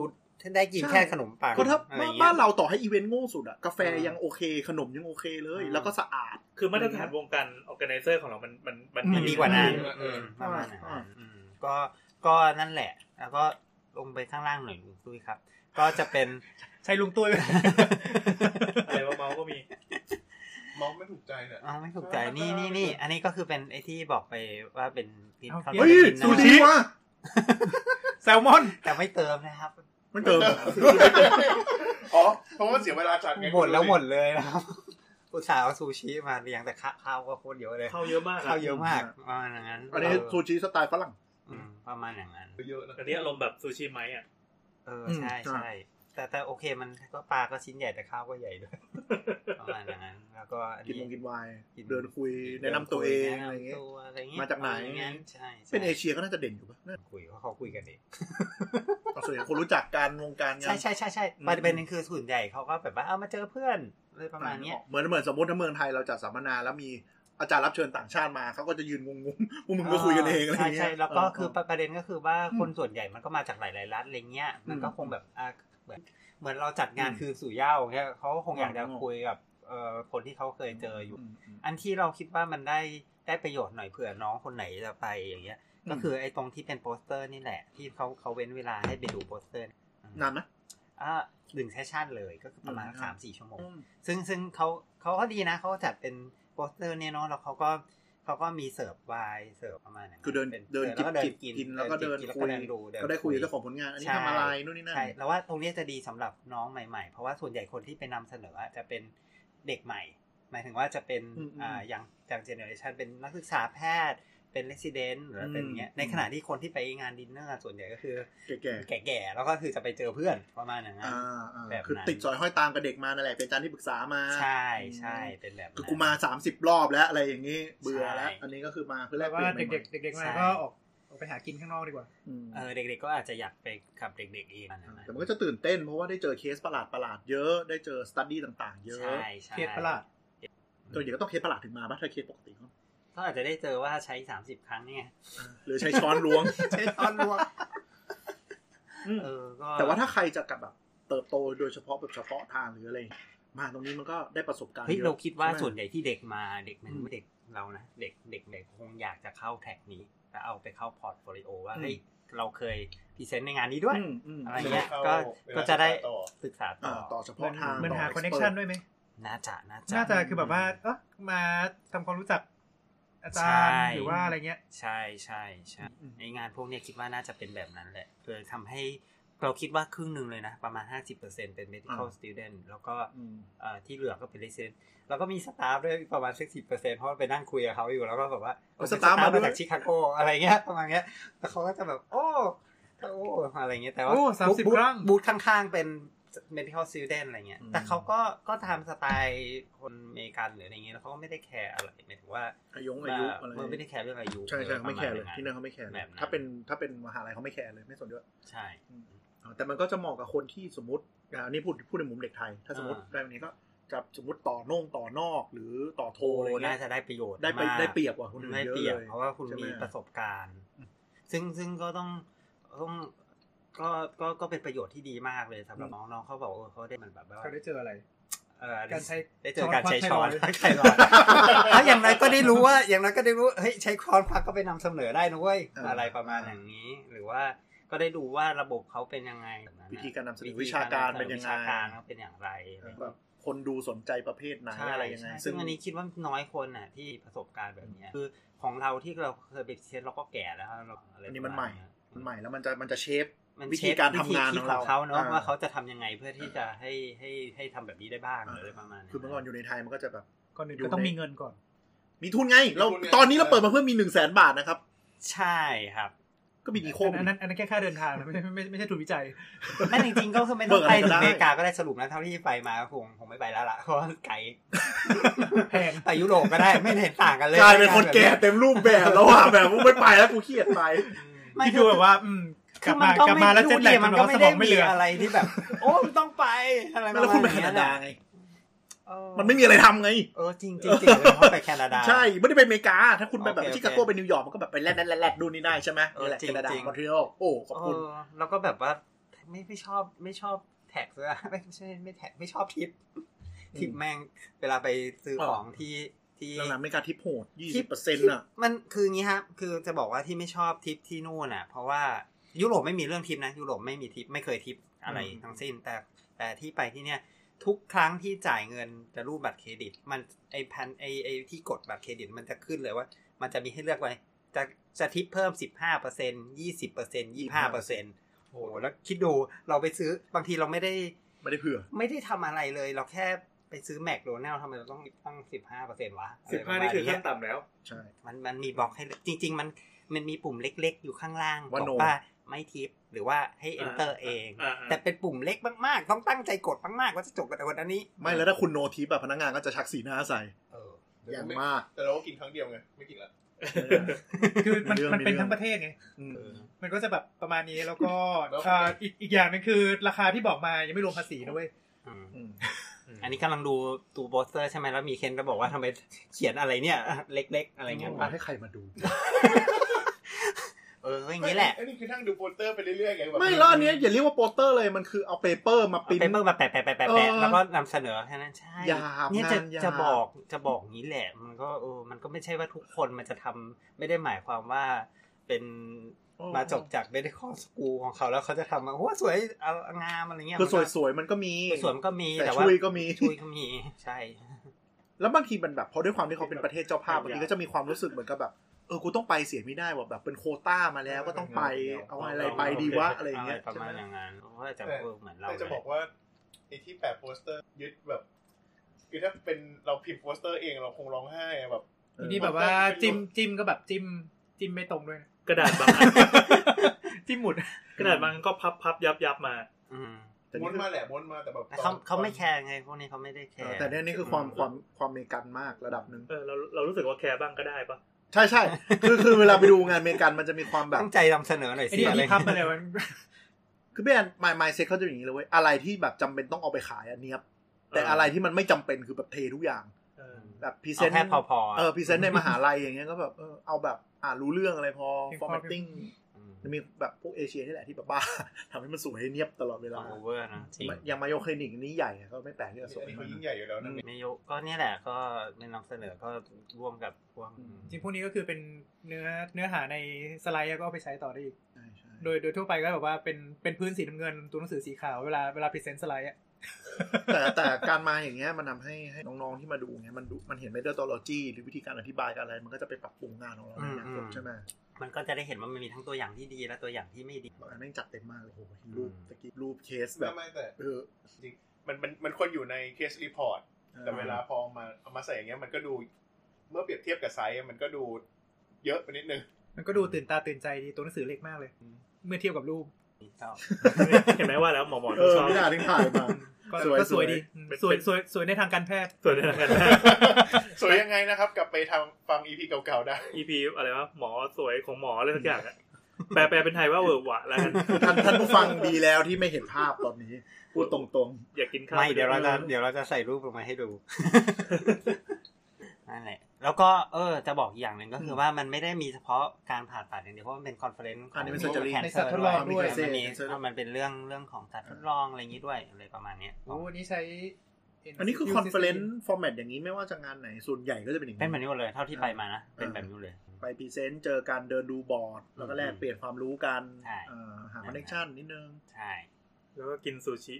Speaker 3: ได้กิน
Speaker 7: ใช่
Speaker 3: แค่ขนมปัง
Speaker 7: ก็ถ้า
Speaker 3: อะไรเงี้ย
Speaker 7: บ้านเราต่อให้อีเวนต์โง่สุดอะกาแฟ
Speaker 3: อืม
Speaker 7: ยังโอเค ขนมยังโอเคเลย
Speaker 3: อืม
Speaker 7: แล้วก็สะอาด
Speaker 5: คือมาตรฐานวงการออแกไนเซอร์ของเรา มันมันมัน
Speaker 3: มันดีกว่านั้น
Speaker 5: เออ
Speaker 3: ประมาณนั้นอืมก็ก็นั่นแหละ แล้วก็ลงไปข้างล่างหน่อยลุงตุ้ยครับ ก็จะเป็น
Speaker 4: ใช้ลุงตุ้ยไหม
Speaker 5: อะไรว่าเมาก็มี
Speaker 6: มองไม่ถูกใจเนี่ย
Speaker 3: อ๋อไม่ถูกใจนี่นี่นี่อันนี้ก็คือเป็นไอที่บอกไปว่าเป็นพิษ
Speaker 4: เอา
Speaker 3: เขา
Speaker 4: ดี๋ยว
Speaker 7: เฮ้ย
Speaker 3: จะกินนะ
Speaker 7: ซูชิวะ
Speaker 4: แซลมอน
Speaker 3: แต่ไม่เติมนะครับ
Speaker 7: มันเกิน
Speaker 6: อ๋อ เพราะว่าเสียเวลาจัดไง
Speaker 3: หมดแล้วหมดเลยนะครับอุตส่าห์เอาซูชิมาเรียงแต่ข้าข้าวก็โคตรเยอะเลย
Speaker 5: เข้าเยอะมาก
Speaker 3: ข้าวเยอะมากป
Speaker 7: อืม
Speaker 3: ระมาณอย่างนั้น
Speaker 7: อันนี้
Speaker 3: เออ
Speaker 7: ซูชิสไตล์ฝรั่ง
Speaker 3: อืมประมาณอย่างนั้น
Speaker 6: เยอะนะ
Speaker 5: อันนี้อารมณ์แบบซูชิไหมอ่ะ
Speaker 3: เออ
Speaker 7: อืม
Speaker 3: ใช่
Speaker 7: ใช่
Speaker 3: ใช่แต่แต่โอเคมันก็ปลาก็ชิ้นใหญ่แต่ข้าวก็ใหญ่ ด้วย ประมาณอย่างนั้น แล้วก็อัน
Speaker 7: กิน
Speaker 3: นี้
Speaker 7: วงกินวาย
Speaker 3: กิ
Speaker 7: เดินคุยแนะนำตัวเองอะไรเงี้ย
Speaker 3: แนนำตัวอะไรเงี้ย
Speaker 7: มาจากไหน
Speaker 3: ประณอย่งใช่ใช่
Speaker 7: เป็นเอเชียก็น่าจะเด่นอยู่ปะน่า
Speaker 3: คุยเพราะเขาคุยกันเอง
Speaker 7: เอาส่วนใหญ่คนรู้จักการวงการงา
Speaker 3: ใช่
Speaker 7: น
Speaker 3: ใช่ใช่ใช่
Speaker 5: อืม
Speaker 3: ประเด็นหนึงคือส่วนใหญ่เขาก็แบบว่าเอามาเจอเพื่อนอะไรประมาณเนี้ย
Speaker 7: เหมือนเหมือนสมมติถ้าเมืองไทยเราจัดสัมมนาแล้วมีอาจารย์รับเชิญต่างชาติมาเขาก็จะยืนงงๆพ วกมึงก็คุยกันเองอะไร
Speaker 3: ใช่
Speaker 7: เงี้ย
Speaker 3: ใช่แล้วก็คือประเด็นก็คือว่าคนส่วนใหญ่มันก็มาจากหลายๆรัฐอะไรเงี้ยมันก็คงแบบอ่ะเหมือนเหมือนเราจัดงาน
Speaker 7: อืม
Speaker 3: คือสู่เหย่าเงี้ยเขาก็คงอยากจะ
Speaker 7: อืม
Speaker 3: คุยกับเอ่อคนที่เขาเคยเจออยู่
Speaker 7: อืม
Speaker 3: อันที่เราคิดว่ามันได้ได้ประโยชน์หน่อยเผื่อน้องคนไหนจะไปอย่างเงี้ย
Speaker 7: อืม
Speaker 3: ก็คือไอ้ตรงที่เป็นโปสเตอร์นี่แหละ ที่เขาเขาเว้นเวลาให้ไปดูโปสเตอร์อืม
Speaker 7: นานไหม
Speaker 3: อ่าหนึ่งเซสชั่นเลยก็คือประมาณ
Speaker 7: อืม
Speaker 3: สามสี่ชั่วโมง ซึ่งซึ่งเขาเขาก็ดีนะเขาจัดเป็นโปสเตอร์เนี่ยเนาะแล้วเขาก็เขาก็มีเสิร์ฟไวน์เสิร์ฟประมาณย่าง
Speaker 7: คือเดิน
Speaker 3: ป็
Speaker 7: เดิน
Speaker 3: สิร์ฟ
Speaker 7: จิบ
Speaker 3: แล้วก็เดิ
Speaker 7: จิ
Speaker 3: น
Speaker 7: บ
Speaker 3: กินจิบ
Speaker 7: กินแล้วก็เดินคุย
Speaker 3: แล้วก็เดินดูเน
Speaker 7: ก็ได้คุยกับ
Speaker 3: คุ
Speaker 7: เจ้าของผลงานอันนี้
Speaker 3: ใช่
Speaker 7: ทำอะไรนู่นนี่นั่น
Speaker 3: ใช่แล้วว่าตรงเนี้ยจะดีสำหรับน้องใหม่ๆ เพราะว่าส่วนใหญ่คนที่ไปนำเสนออะจะเป็นเด็กใหม่ หมายถึงว่าจะเป็น
Speaker 7: อืมอืม
Speaker 3: อ่าอย่างจากเจเนอเรชันเป็นนักศึกษาแพทย์เป็นเลสซิเดนต์หรืออะไรเป็นอย่างเงี้ย
Speaker 7: อืม
Speaker 3: ในขณะที่คนที่ไปงานดินเนอร์ส่วนใหญ่ก็คือ
Speaker 7: แก่
Speaker 3: แก่ๆ แล้วก็คือจะไปเจอเพื่อนประมาณอย่าง
Speaker 7: ๆ
Speaker 3: นั้น
Speaker 7: อ่าอ่า
Speaker 3: แบบนั้น
Speaker 7: คือติดจอยห้อยตามกับเด็กมานั่นแหละเป็นอาจารย์ที่ปรึกษามา
Speaker 3: ใช่ใช่เป็นแบบนั้น
Speaker 7: คือกูมาสามสิบรอบแล้วอะไรอย่างนี้เบื่อแล้ว
Speaker 3: ใช่
Speaker 7: อันนี้ก็คือมาเพื่อแล
Speaker 4: แต่
Speaker 7: กเป
Speaker 4: ว่า
Speaker 7: ลี่ยน
Speaker 4: เด็กๆ
Speaker 7: ใหม่
Speaker 4: เด็กๆมา
Speaker 3: ใช่
Speaker 4: ก็ออกออกไปหากินข้างนอกดีกว่า
Speaker 7: ๆอืม
Speaker 3: เออเด็กๆก็อาจจะอยากไปขับเด็กๆเองประาณนั้น
Speaker 7: แต่มันก็จะตื่นเต้นเพราะว่าได้เจอเคสประหลาดประหลาดๆเยอะได้เจอสตัดดี้ต่าง ๆ เยอะ
Speaker 3: ใช่ใช่
Speaker 4: เคสประหลาด
Speaker 7: ตัวนใหญ่ก็ต้องเคสประหลาดถึงมาป่ะถ้าเคสปกติก็
Speaker 3: ก็อาจจะได้เจอว่าใช้สามสิบครั้งเนี่ย
Speaker 7: หรือใช้ช้อน ล้วง
Speaker 3: ใช้ตอนรวมเออก็
Speaker 7: แต่ว่าถ้าใครจะกับแบบเติบโตโดยเฉพาะแบบเฉพาะทางหรืออะไร มาตรงนี้มันก็ได้ประสบการณ์
Speaker 3: เฮ้ย
Speaker 7: ยอะ
Speaker 3: เราคิดว่า
Speaker 7: ใช่ไหม
Speaker 3: ส่วนใหญ่ที่เด็กมาเด็กมัน
Speaker 7: อืม
Speaker 3: เด็กเรานะเด็กเด็กเด็กคงอยากจะเข้าแท็กนี้แล้วเอาไปเข้าพอร์ตโฟลิโอว่า
Speaker 7: อืม
Speaker 3: เฮ้ยเราเคยพรีเซนต์ในงานนี้ด้วย
Speaker 7: อืมอืม
Speaker 3: อะไรเงี้ยก็ก็จะได้ศึกษาต่อ
Speaker 7: อ่าต่อเฉ
Speaker 4: เหมื
Speaker 7: พาะ
Speaker 4: อน
Speaker 7: ทาง
Speaker 4: เหมือน
Speaker 7: ต่
Speaker 4: หา
Speaker 7: expert
Speaker 4: คอนเนคชันด้วยไหม
Speaker 3: น่าจะน่าจะ
Speaker 4: น่าจะคือแบบว่าเออมาทำความรู้จักอาจารย์
Speaker 3: ใช่
Speaker 4: หรือว่าอะไรเงี้ย
Speaker 3: ใช่ใช่ใช่
Speaker 7: อืม
Speaker 3: ในงานพวกเนี้ยคิดว่าน่าจะเป็นแบบนั้นแหละคือทำให้เราคิดว่าครึ่งหนึ่งเลยนะ ประมาณ 50%เป็น medical
Speaker 7: อ่า
Speaker 3: student แล้วก็
Speaker 7: อืม
Speaker 3: เอ่อที่เหลือก็เป็น resident แล้วก็มีสตาฟด้วยประมาณสักสิเปอร์เซ็นต์เพราะว่าไปนั่งคุยกับเขาอยู่แล้วก็แบบว่า
Speaker 7: เอาสตาฟมาด้วย
Speaker 3: มาจากชิคาโกอะไรเงี้ยประมาณเนี้ยแล้วเขาก็จะแบบ โอ้โอ้อะไรเงี้ยแต่ว่า
Speaker 4: โอ้30
Speaker 3: บูธ
Speaker 4: ครั้ง
Speaker 3: บูธข้างๆเป็น medical student อะไรเงี้ย แต่เขาก็ก็ทำสไตล์คนอเมริกันหรืออะไรเงี้ยแล้วเขาก็ไม่ได้แคร์อะไรหมายถึงว่า
Speaker 7: อายุอายุอะไร
Speaker 3: มันไม่ได้แคร์เรื่องอายุ
Speaker 7: ใช่ใช่
Speaker 3: ปะาณ
Speaker 7: ไม่แคร์เลย
Speaker 3: าง
Speaker 7: ที่นั่นเขาไม่แคร์
Speaker 3: แบบนั้น
Speaker 7: ถ้าเป็นถ้าเป็นมหาลัยเขาไม่แคร์เลยไม่สนด้วย
Speaker 3: ใช่
Speaker 7: อ๋อแต่มันก็จะเหมาะกับคนที่สมมติอ่าอันนี้พูดพูดในมุมเด็กไทย ถ้าสมมติได้แบบนี้ก็จะสมมติต่อน่งต่อนอกหรือต่อโท
Speaker 3: โอ้
Speaker 7: อะไรเงี้
Speaker 3: น่าย จะได้ประโยชน์
Speaker 7: ได้ไป
Speaker 3: มาก
Speaker 7: ได้เปรียบกว่าคนอื่น
Speaker 3: ได้
Speaker 7: เยอะ
Speaker 3: เปรียบ
Speaker 7: เลย
Speaker 3: เพราะว่าคุณ
Speaker 7: ใช่ไหม
Speaker 3: มีประสบการณ์ ซึ่งซึ่งก็ต้องต้องก็ก็ก็เป็นประโยชน์ที่ดีมากเลยสำหรับน้องๆเขาบอกเออเขาได้มันแบบว่า
Speaker 4: เขาได้เจออะไร
Speaker 3: เออ
Speaker 4: การใช้
Speaker 3: ได้เจอการใช้ช้อน
Speaker 4: ช้อน
Speaker 3: ใช้ ช้อนถ้าอย่างน้อยก็ได้รู้ว่า อย่างน้อยก็ได้รู้เฮ้ยใช้ค้อนพักก็ไปนำเสนอได้นะเว้ย
Speaker 7: เอออ
Speaker 3: อะไรประมาณอย่างนี้ หรือว่าก็ได้ดูว่าระบบเขาเป็นยังไงแบบนั้น
Speaker 7: วิ
Speaker 3: น่ะ
Speaker 7: ธีการนำเสนอวิชาการเป็นยัง
Speaker 3: วิ
Speaker 7: ไง
Speaker 3: ชาการเขาเป็นอย่างไรอะไรอย่าง
Speaker 7: แบ
Speaker 3: เงี้ย
Speaker 7: บคนดูสนใจประเภทไหน
Speaker 3: ใช่
Speaker 7: อะไรยังไง
Speaker 3: ใช่ซึ่งอันนี้คิดว่าน้อยคนน่ะที่ประสบการณ์แบบเนี้ยคือของเราที่เราเคยไปเช็ดเราก็แก่แล้วเราอะไร
Speaker 7: อันนี้มันใหม่ มันใหม่แล้วมันจะมันจะเชฟ
Speaker 3: มัน
Speaker 7: วิ
Speaker 3: วิ
Speaker 7: ธี
Speaker 3: ธีกา
Speaker 7: การ ร
Speaker 3: ทำงาง
Speaker 7: ทำาน
Speaker 3: ข
Speaker 7: น
Speaker 3: อ
Speaker 7: ของ ง
Speaker 3: เรา
Speaker 7: เรา
Speaker 3: เขาเนาะ
Speaker 7: อ่า
Speaker 3: ว่าเขาจะทำยังไงเพื่อที่จะให้ให้ให้ทำแบบนี้ได้บ้างหรืออะไรประมาณนั้น
Speaker 7: คือเมื่อก่อนอยู่ในไทยมันก็จะแบบ
Speaker 4: ก่อนอื่น
Speaker 7: อยู่
Speaker 4: ก็ต้อง
Speaker 7: ใน
Speaker 4: มีเงินก่อน
Speaker 7: มีทุนไง เรา
Speaker 6: มีทุนไง
Speaker 7: ตอนนี้เราเปิดมาเพื่อมีหนึ่งแสนบาทนะครับ
Speaker 3: ใช่ครับ
Speaker 7: ก็ ก็บินอีโค
Speaker 4: อัน
Speaker 7: บิ
Speaker 4: อัน
Speaker 7: น
Speaker 4: นั้นอันนั้นแค่ค่าเดินทางนะไม่ไม่ไม่ไม่ใช่ทุนวิจัย
Speaker 3: ไม่จริงๆก็คือไม่ต้อง
Speaker 7: เบิกอะ
Speaker 3: ไป
Speaker 7: ไรก็
Speaker 3: ถึงอ
Speaker 7: ได้
Speaker 3: เมริกาก็ได้สรุปนะเท่าที่ไปมาผมผมไม่ไปแล้วล่ะเพราะว่าไกล
Speaker 4: แพง
Speaker 3: ไปยุโรปก็ได้ไม่เห็นต่างกันเลย
Speaker 7: กลายเป็นคนแก่เต็มรูปแบบแล้วอ่ะ แบบกูไม่ไปแล้วกูเครียดไป
Speaker 3: ไม่
Speaker 4: ที่
Speaker 3: คื
Speaker 4: ดู
Speaker 3: อ
Speaker 4: แบบว่า อืมก
Speaker 3: คื
Speaker 4: ลั
Speaker 3: อบ มั
Speaker 4: มาน
Speaker 3: ก็
Speaker 4: กลับ
Speaker 3: ไม่
Speaker 4: มาแล้ว
Speaker 3: รู้
Speaker 4: เจ็ตแล
Speaker 3: เนี่
Speaker 4: ก
Speaker 3: ย
Speaker 4: มั
Speaker 3: มัน นก็ไม่ได้มี
Speaker 4: แบบว่าสมองไม่เหลือ
Speaker 3: อะไรที่แบบ โอ้มันต้องไปอะไรประมาณ
Speaker 7: แล้วคุณไปแค
Speaker 3: เนี้ย
Speaker 7: นาดาไง
Speaker 3: เออ
Speaker 7: มันไม่มีอะไรทำไง
Speaker 3: เออจริงๆจริงจริงเลยเพราะไปแคนาดา
Speaker 7: ใช่ ไม่ได้ไปอเมริกา ถ้าคุณไป
Speaker 3: โอเค
Speaker 7: แบบชิคาโก
Speaker 3: โอเค
Speaker 7: ไปนิวยอร์กมันก็แบบไปแลดแลดแลดแลดดูนี่ได้ใช่ไหม
Speaker 3: เออ
Speaker 7: นี่
Speaker 3: จริง
Speaker 7: แหละแคนาดา
Speaker 3: จริง
Speaker 7: มอนทรีออลโอ้ขอบคุณ
Speaker 3: เออแล้วก็แบบว่าไม่ไม่ชอบไม่ชอบแท็กเลย ไม่ใช่ไม่แท็กไม่ชอบทิปทิปแม่งเวลาไปซื้อ
Speaker 7: เออ
Speaker 3: ของที่ที่
Speaker 7: หลังๆอเมริกาทิปโหดยี่สิบเปอร์เซ็นต์
Speaker 3: ที่
Speaker 7: อ่ะ
Speaker 3: มันคืออย่างงี้ฮะคือจะบอกว่าที่ไม่ชอบทิปที่นู่นน่ะ เพราะว่ายุโรปไม่มีเรื่องทิปนะยุโรปไม่มีทิปไม่เคยทิปอะไร
Speaker 7: อืม
Speaker 3: ทั้งสิ้น แต่แต่ที่ไปที่เนี่ยทุกครั้งที่จ่ายเงินจะรูปบัตรเครดิต มันไอพันไอไอที่กดบัตรเครดิตมันจะขึ้นเลยว่า มันจะมีให้เลือกไว้จะจะทิปเพิ่มสิบห้าเปอร์เซ็นยี่สิบเปอร์เซ็นยี่ห้าเปอร์เซ็น โอ้โหแล้วคิดดูเราไปซื้อบางทีเราไม่ได้
Speaker 7: ไม่ได้เผื่อ
Speaker 3: ไม่ได้ทำอะไรเลย เราแค่ไปซื้อแมคโดนัลทำไมเราต้องตั้งสิบห้าเปอร์เซ็นต์วะ
Speaker 5: สิบห้านี่คือขั้น
Speaker 3: ต่
Speaker 5: ต่ำแล้ว
Speaker 7: ใช่
Speaker 3: ำมันมันมีบล็อกให้จริง ๆ มันมันมีปุ่มเล็กๆ อยู่ข้างล่างบ
Speaker 7: ว่า
Speaker 3: อก
Speaker 7: no
Speaker 3: ว่าไม่ทิปหรือว่าให้ enter
Speaker 5: อ่า
Speaker 3: เอง
Speaker 5: อ่า
Speaker 3: แต่เป็นปุ่มเล็กมากๆ ต้องตั้งใจกดมากๆว่าจะจบกับคนอันนี้
Speaker 7: ไม่แล้วถ้าคุณโนทิปแบบพนักงานก็จะชักสีหน้าใส่
Speaker 3: เออ
Speaker 7: อย่าง มาก
Speaker 6: แต่เราก็กินครั้งเดียวไง ไม่กินละ
Speaker 4: คือมัน
Speaker 7: มีเรื่อง
Speaker 4: มันเป็น
Speaker 7: มีเรื่อง
Speaker 4: ทั้งประเทศไง
Speaker 7: อืม
Speaker 4: มันก็จะแบบประมาณนี้แล้วก็อ่าอีกอีกอย่างหนึงคือราคาที่บอกมายังไม่รวมภาษีนะเว้ย
Speaker 3: อืม
Speaker 7: อืม
Speaker 3: อันนี้กำลังดูตูโปสเตอร์ใช่ไหมแล้วมีเคนก็บอกว่าทำไมเขียนอะไรเนี่ย เล็กๆ อะไรเงี้ย
Speaker 7: เอาให้ใครมาดู
Speaker 3: เอออย่างนี้แหละ
Speaker 6: ไอ้นี่คือนั่งดูโปสเตอร์ไปเรื่อยๆไงแบบ
Speaker 7: ไม่แล้วอันเนี้ยอย่าเรียกว่าโปสเตอร์เลยมันคือเอาเปเปอร์มาปริ้น
Speaker 3: เปเปอร์มาแปะแปะแปะ
Speaker 7: เอ
Speaker 3: แปะ
Speaker 7: อ
Speaker 3: แล้วก็นำเสนอแค่นั้นใช่
Speaker 7: หยาบ
Speaker 3: เนี่ยจะ
Speaker 7: งานหยา
Speaker 3: จะบอกจะบอกงี้แหละ มันก็เออมันก็ไม่ใช่ว่าทุกคนมันจะทำไม่ได้หมายความว่าเป็น
Speaker 7: โอ้
Speaker 3: มาจบจาก medical school ของเขาแล้วเขาจะทำมาโอ้สวยเอางามอะไรเงี้ย
Speaker 7: คือ
Speaker 3: มันก็
Speaker 7: สวยๆมันก็มี
Speaker 3: สวยมันก็มี
Speaker 7: แต่
Speaker 3: แต่ว่า
Speaker 7: ช่วยก็มี
Speaker 3: ช่วยก็มีใช่
Speaker 7: แล้วบางทีมันแบบเพราะด้วยความที่เขาเป็นประเทศเจ้าภาพบางทีก็จะมีความรู้สึกเหมือนกับแบบเออกูต้องไปเสียไม่ได้ว่ะแบบเป็นโควต้ามาแล้วก็ต้องไปเอาอะไรไปดีวะอะไรอย่างเงี้ย
Speaker 3: ประมาณอย่างนั้นเพราะว่าจะเออเหมือนเรา
Speaker 6: แต่จะบอกว่าไอ้ที่แปะโปสเตอร์ยึดแบบคือถ้าเป็นเราพิมพ์โปสเตอร์เองเราคงร้องไห้อะแบบ
Speaker 4: ทีนี้แบบว่าจิ้มจิ้มก็แบบจิ้มจิ้มไม่ตรงด้วยนะ
Speaker 5: กระดา ษบางอัน
Speaker 4: จิ้มหมุด
Speaker 5: กระดาษบางอันก็พับพับยับยับมา
Speaker 3: อืม
Speaker 7: แต่นี่
Speaker 6: ม้วนมาแหละม้วนมาแต่แบบตอน
Speaker 3: เขาเขาไม่
Speaker 6: ตอน
Speaker 3: แคร์ไงพวกนี้เขาไม่ได้แค
Speaker 7: เออ
Speaker 3: ร์
Speaker 7: แต่เนี่ยนี่คือความความความอเมริกันมากระดับหนึ่ง
Speaker 5: เออเราเรารู้สึกว่าแคร์บ้างก็ได้ปะ
Speaker 7: ใช่ใช่คือคือเวลาไปดูงานอเมริกันมันจะมีความแบบ
Speaker 3: ตั้งใจนำเสนอหน่อย
Speaker 4: ไอ้
Speaker 3: สิ
Speaker 4: นี่
Speaker 3: อะ
Speaker 4: อัน
Speaker 3: ไร
Speaker 4: นี้พับมาเลยมัน
Speaker 7: คือพี่แอนมายมายเซ็ตเขาจะอย่างนี้เลยเว้ยอะไรที่แบบจำเป็นต้องเอาไปขายอันเนี้ยบแต่อะไรที่มันไม่จำเป็นคือแบบเททุกอย่าง
Speaker 5: เออ
Speaker 7: แบบพรีเซ
Speaker 3: เอา
Speaker 7: นต์
Speaker 3: แค่พอพอ
Speaker 7: เออพรีเซนต์ในมหาลัยอย่างเงี้ยก็แบบเออเอาแบบอ่ารู้เรื่องอะไรพอ
Speaker 4: เพียงพอ
Speaker 7: formatting
Speaker 3: ม
Speaker 7: จะมีแบบพวกเอเชียนี่แหละที่แบบบ้า ทำให้มันสวยให้เนียบตลอดเวลา
Speaker 3: โอเวอร์นะจริง
Speaker 7: อย่างมาโยคลินิกนี่ใหญ่อะก็ไม่แปลกที่จะสว
Speaker 6: อัน
Speaker 7: ย
Speaker 6: นี้
Speaker 7: มั
Speaker 6: เขา
Speaker 7: น
Speaker 6: ยิ่งใหญ่อยู่แล้วนะ
Speaker 3: ไม่ยกก็เนี่ยแหละก็ในนำเสนอก็ร่วมกับพวก
Speaker 7: อืม
Speaker 4: จริงพวกนี้ก็คือเป็นเนื้อเนื้อหาในสไลด์ก็เอาไปใช้ต่อได้อีก
Speaker 7: ใช่ใช่
Speaker 4: โดยโดยทั่วไปก็แบบว่าเป็นเป็นพื้นสีน้ำเงินตัวหนังสือสีขาวเวลาเวลาพรีเซนต์สไลด์อะ
Speaker 7: แต่แต่การมาอย่างเงี้ยมันทำให้ให้น้องๆที่มาดูเงี้ยมันดูมันเห็นเมทอดโลจีหรือวิธีการอธิบายการอะไร มันก็จะไปปรับปรุงงานของเราในอนาคตใช่ไหม
Speaker 3: มันก็จะได้เห็นว่ามันมีทั้งตัวอย่างที่ดีและตัวอย่างที่ไม่ดี
Speaker 7: บางอันแม่งจัดเต็มมากเลยโอ้โหเห็นรูปตะกี้รูปเคสแบ
Speaker 6: ไม่
Speaker 7: บ
Speaker 6: ไม่แต่
Speaker 7: เออ
Speaker 6: มันมันมันควรอยู่ในเคสรีพอร์ต แต่เวลาพอเอามาเอามาใส่อย่างเงี้ยมันก็ดู เมื่อเปรียบเทียบกับไซส์อะมันก็ดูเยอะไปนิดนึง
Speaker 4: มันก็ดูตื่นตาตื่นใจดีตัวหนังสือเล็กมากเลย เมื่อเทียบกับรูป
Speaker 5: เห็นไหมว่าแล้วหมอหมอ
Speaker 7: เอ
Speaker 5: ต้อง
Speaker 7: อ
Speaker 5: ชอบ
Speaker 7: ไม่น่าถึงถ่าย มา
Speaker 4: ก็
Speaker 7: สวย
Speaker 4: ก็สวย
Speaker 7: สวย
Speaker 4: ดีอืมสวยสวยสวยในทางการแพทย์
Speaker 5: ส่วนในทางการแพทย์
Speaker 6: สวยยังไงนะครับ กลับไปทำฟังอีพีเก่าๆได้
Speaker 5: EP อะไรวะหมอสวยของหมออะไรสักอย่างอะแปลแปลเป็นไทยว่าเวอร์หวะแล้วกัน
Speaker 7: ท่านท่านผู้ฟังดีแล้วที่ไม่เห็นภาพตอนนี้พูดตรง
Speaker 5: อยากกินข้าว
Speaker 3: ไม่เดี๋ยวเราจะเดี๋ยวเราจะใส่รูปลงมาให้ดู นั่นแหละ แล้วก็เออ จะบอกอีกอย่างหนึ่งก็คือว่ามันไม่ได้มีเฉพาะการผ่าตัดอย่างเดียวเพราะมันเป็นคอนเฟอเรนซ์
Speaker 7: ๆอันนี้เป็น surgery
Speaker 3: ในสัตว์ทดลองด้วย
Speaker 7: มี
Speaker 3: มันมี
Speaker 7: cancer
Speaker 3: เอามันเป็นเรื่องเรื่องของสัตว์ทดลองอะไรอย่างนี้ด้วยอะไรประมาณเนี้ย
Speaker 4: โอ้นี่ใช้
Speaker 7: อันนี้คือคอนเฟอเรนซ์ฟอร์แมตอย่างนี้ไม่ว่าจะงานไหนส่วนใหญ่ก็จะเป็นอย่าง
Speaker 3: เป็นแบบ
Speaker 7: นี้
Speaker 3: นี้หมดเลยเท่าที่ไปมานะเป็นแบบนี้หมดเลย
Speaker 7: ไปพรีเซนต์เจอการเดินดูบอร์ด แล้วก็แลกเปลี่ยนความรู้กัน
Speaker 3: ใช่
Speaker 7: เอ่อหาคอนเนคชั่นนิดนึง
Speaker 3: ใช่
Speaker 5: แล้วก็กินซูชิ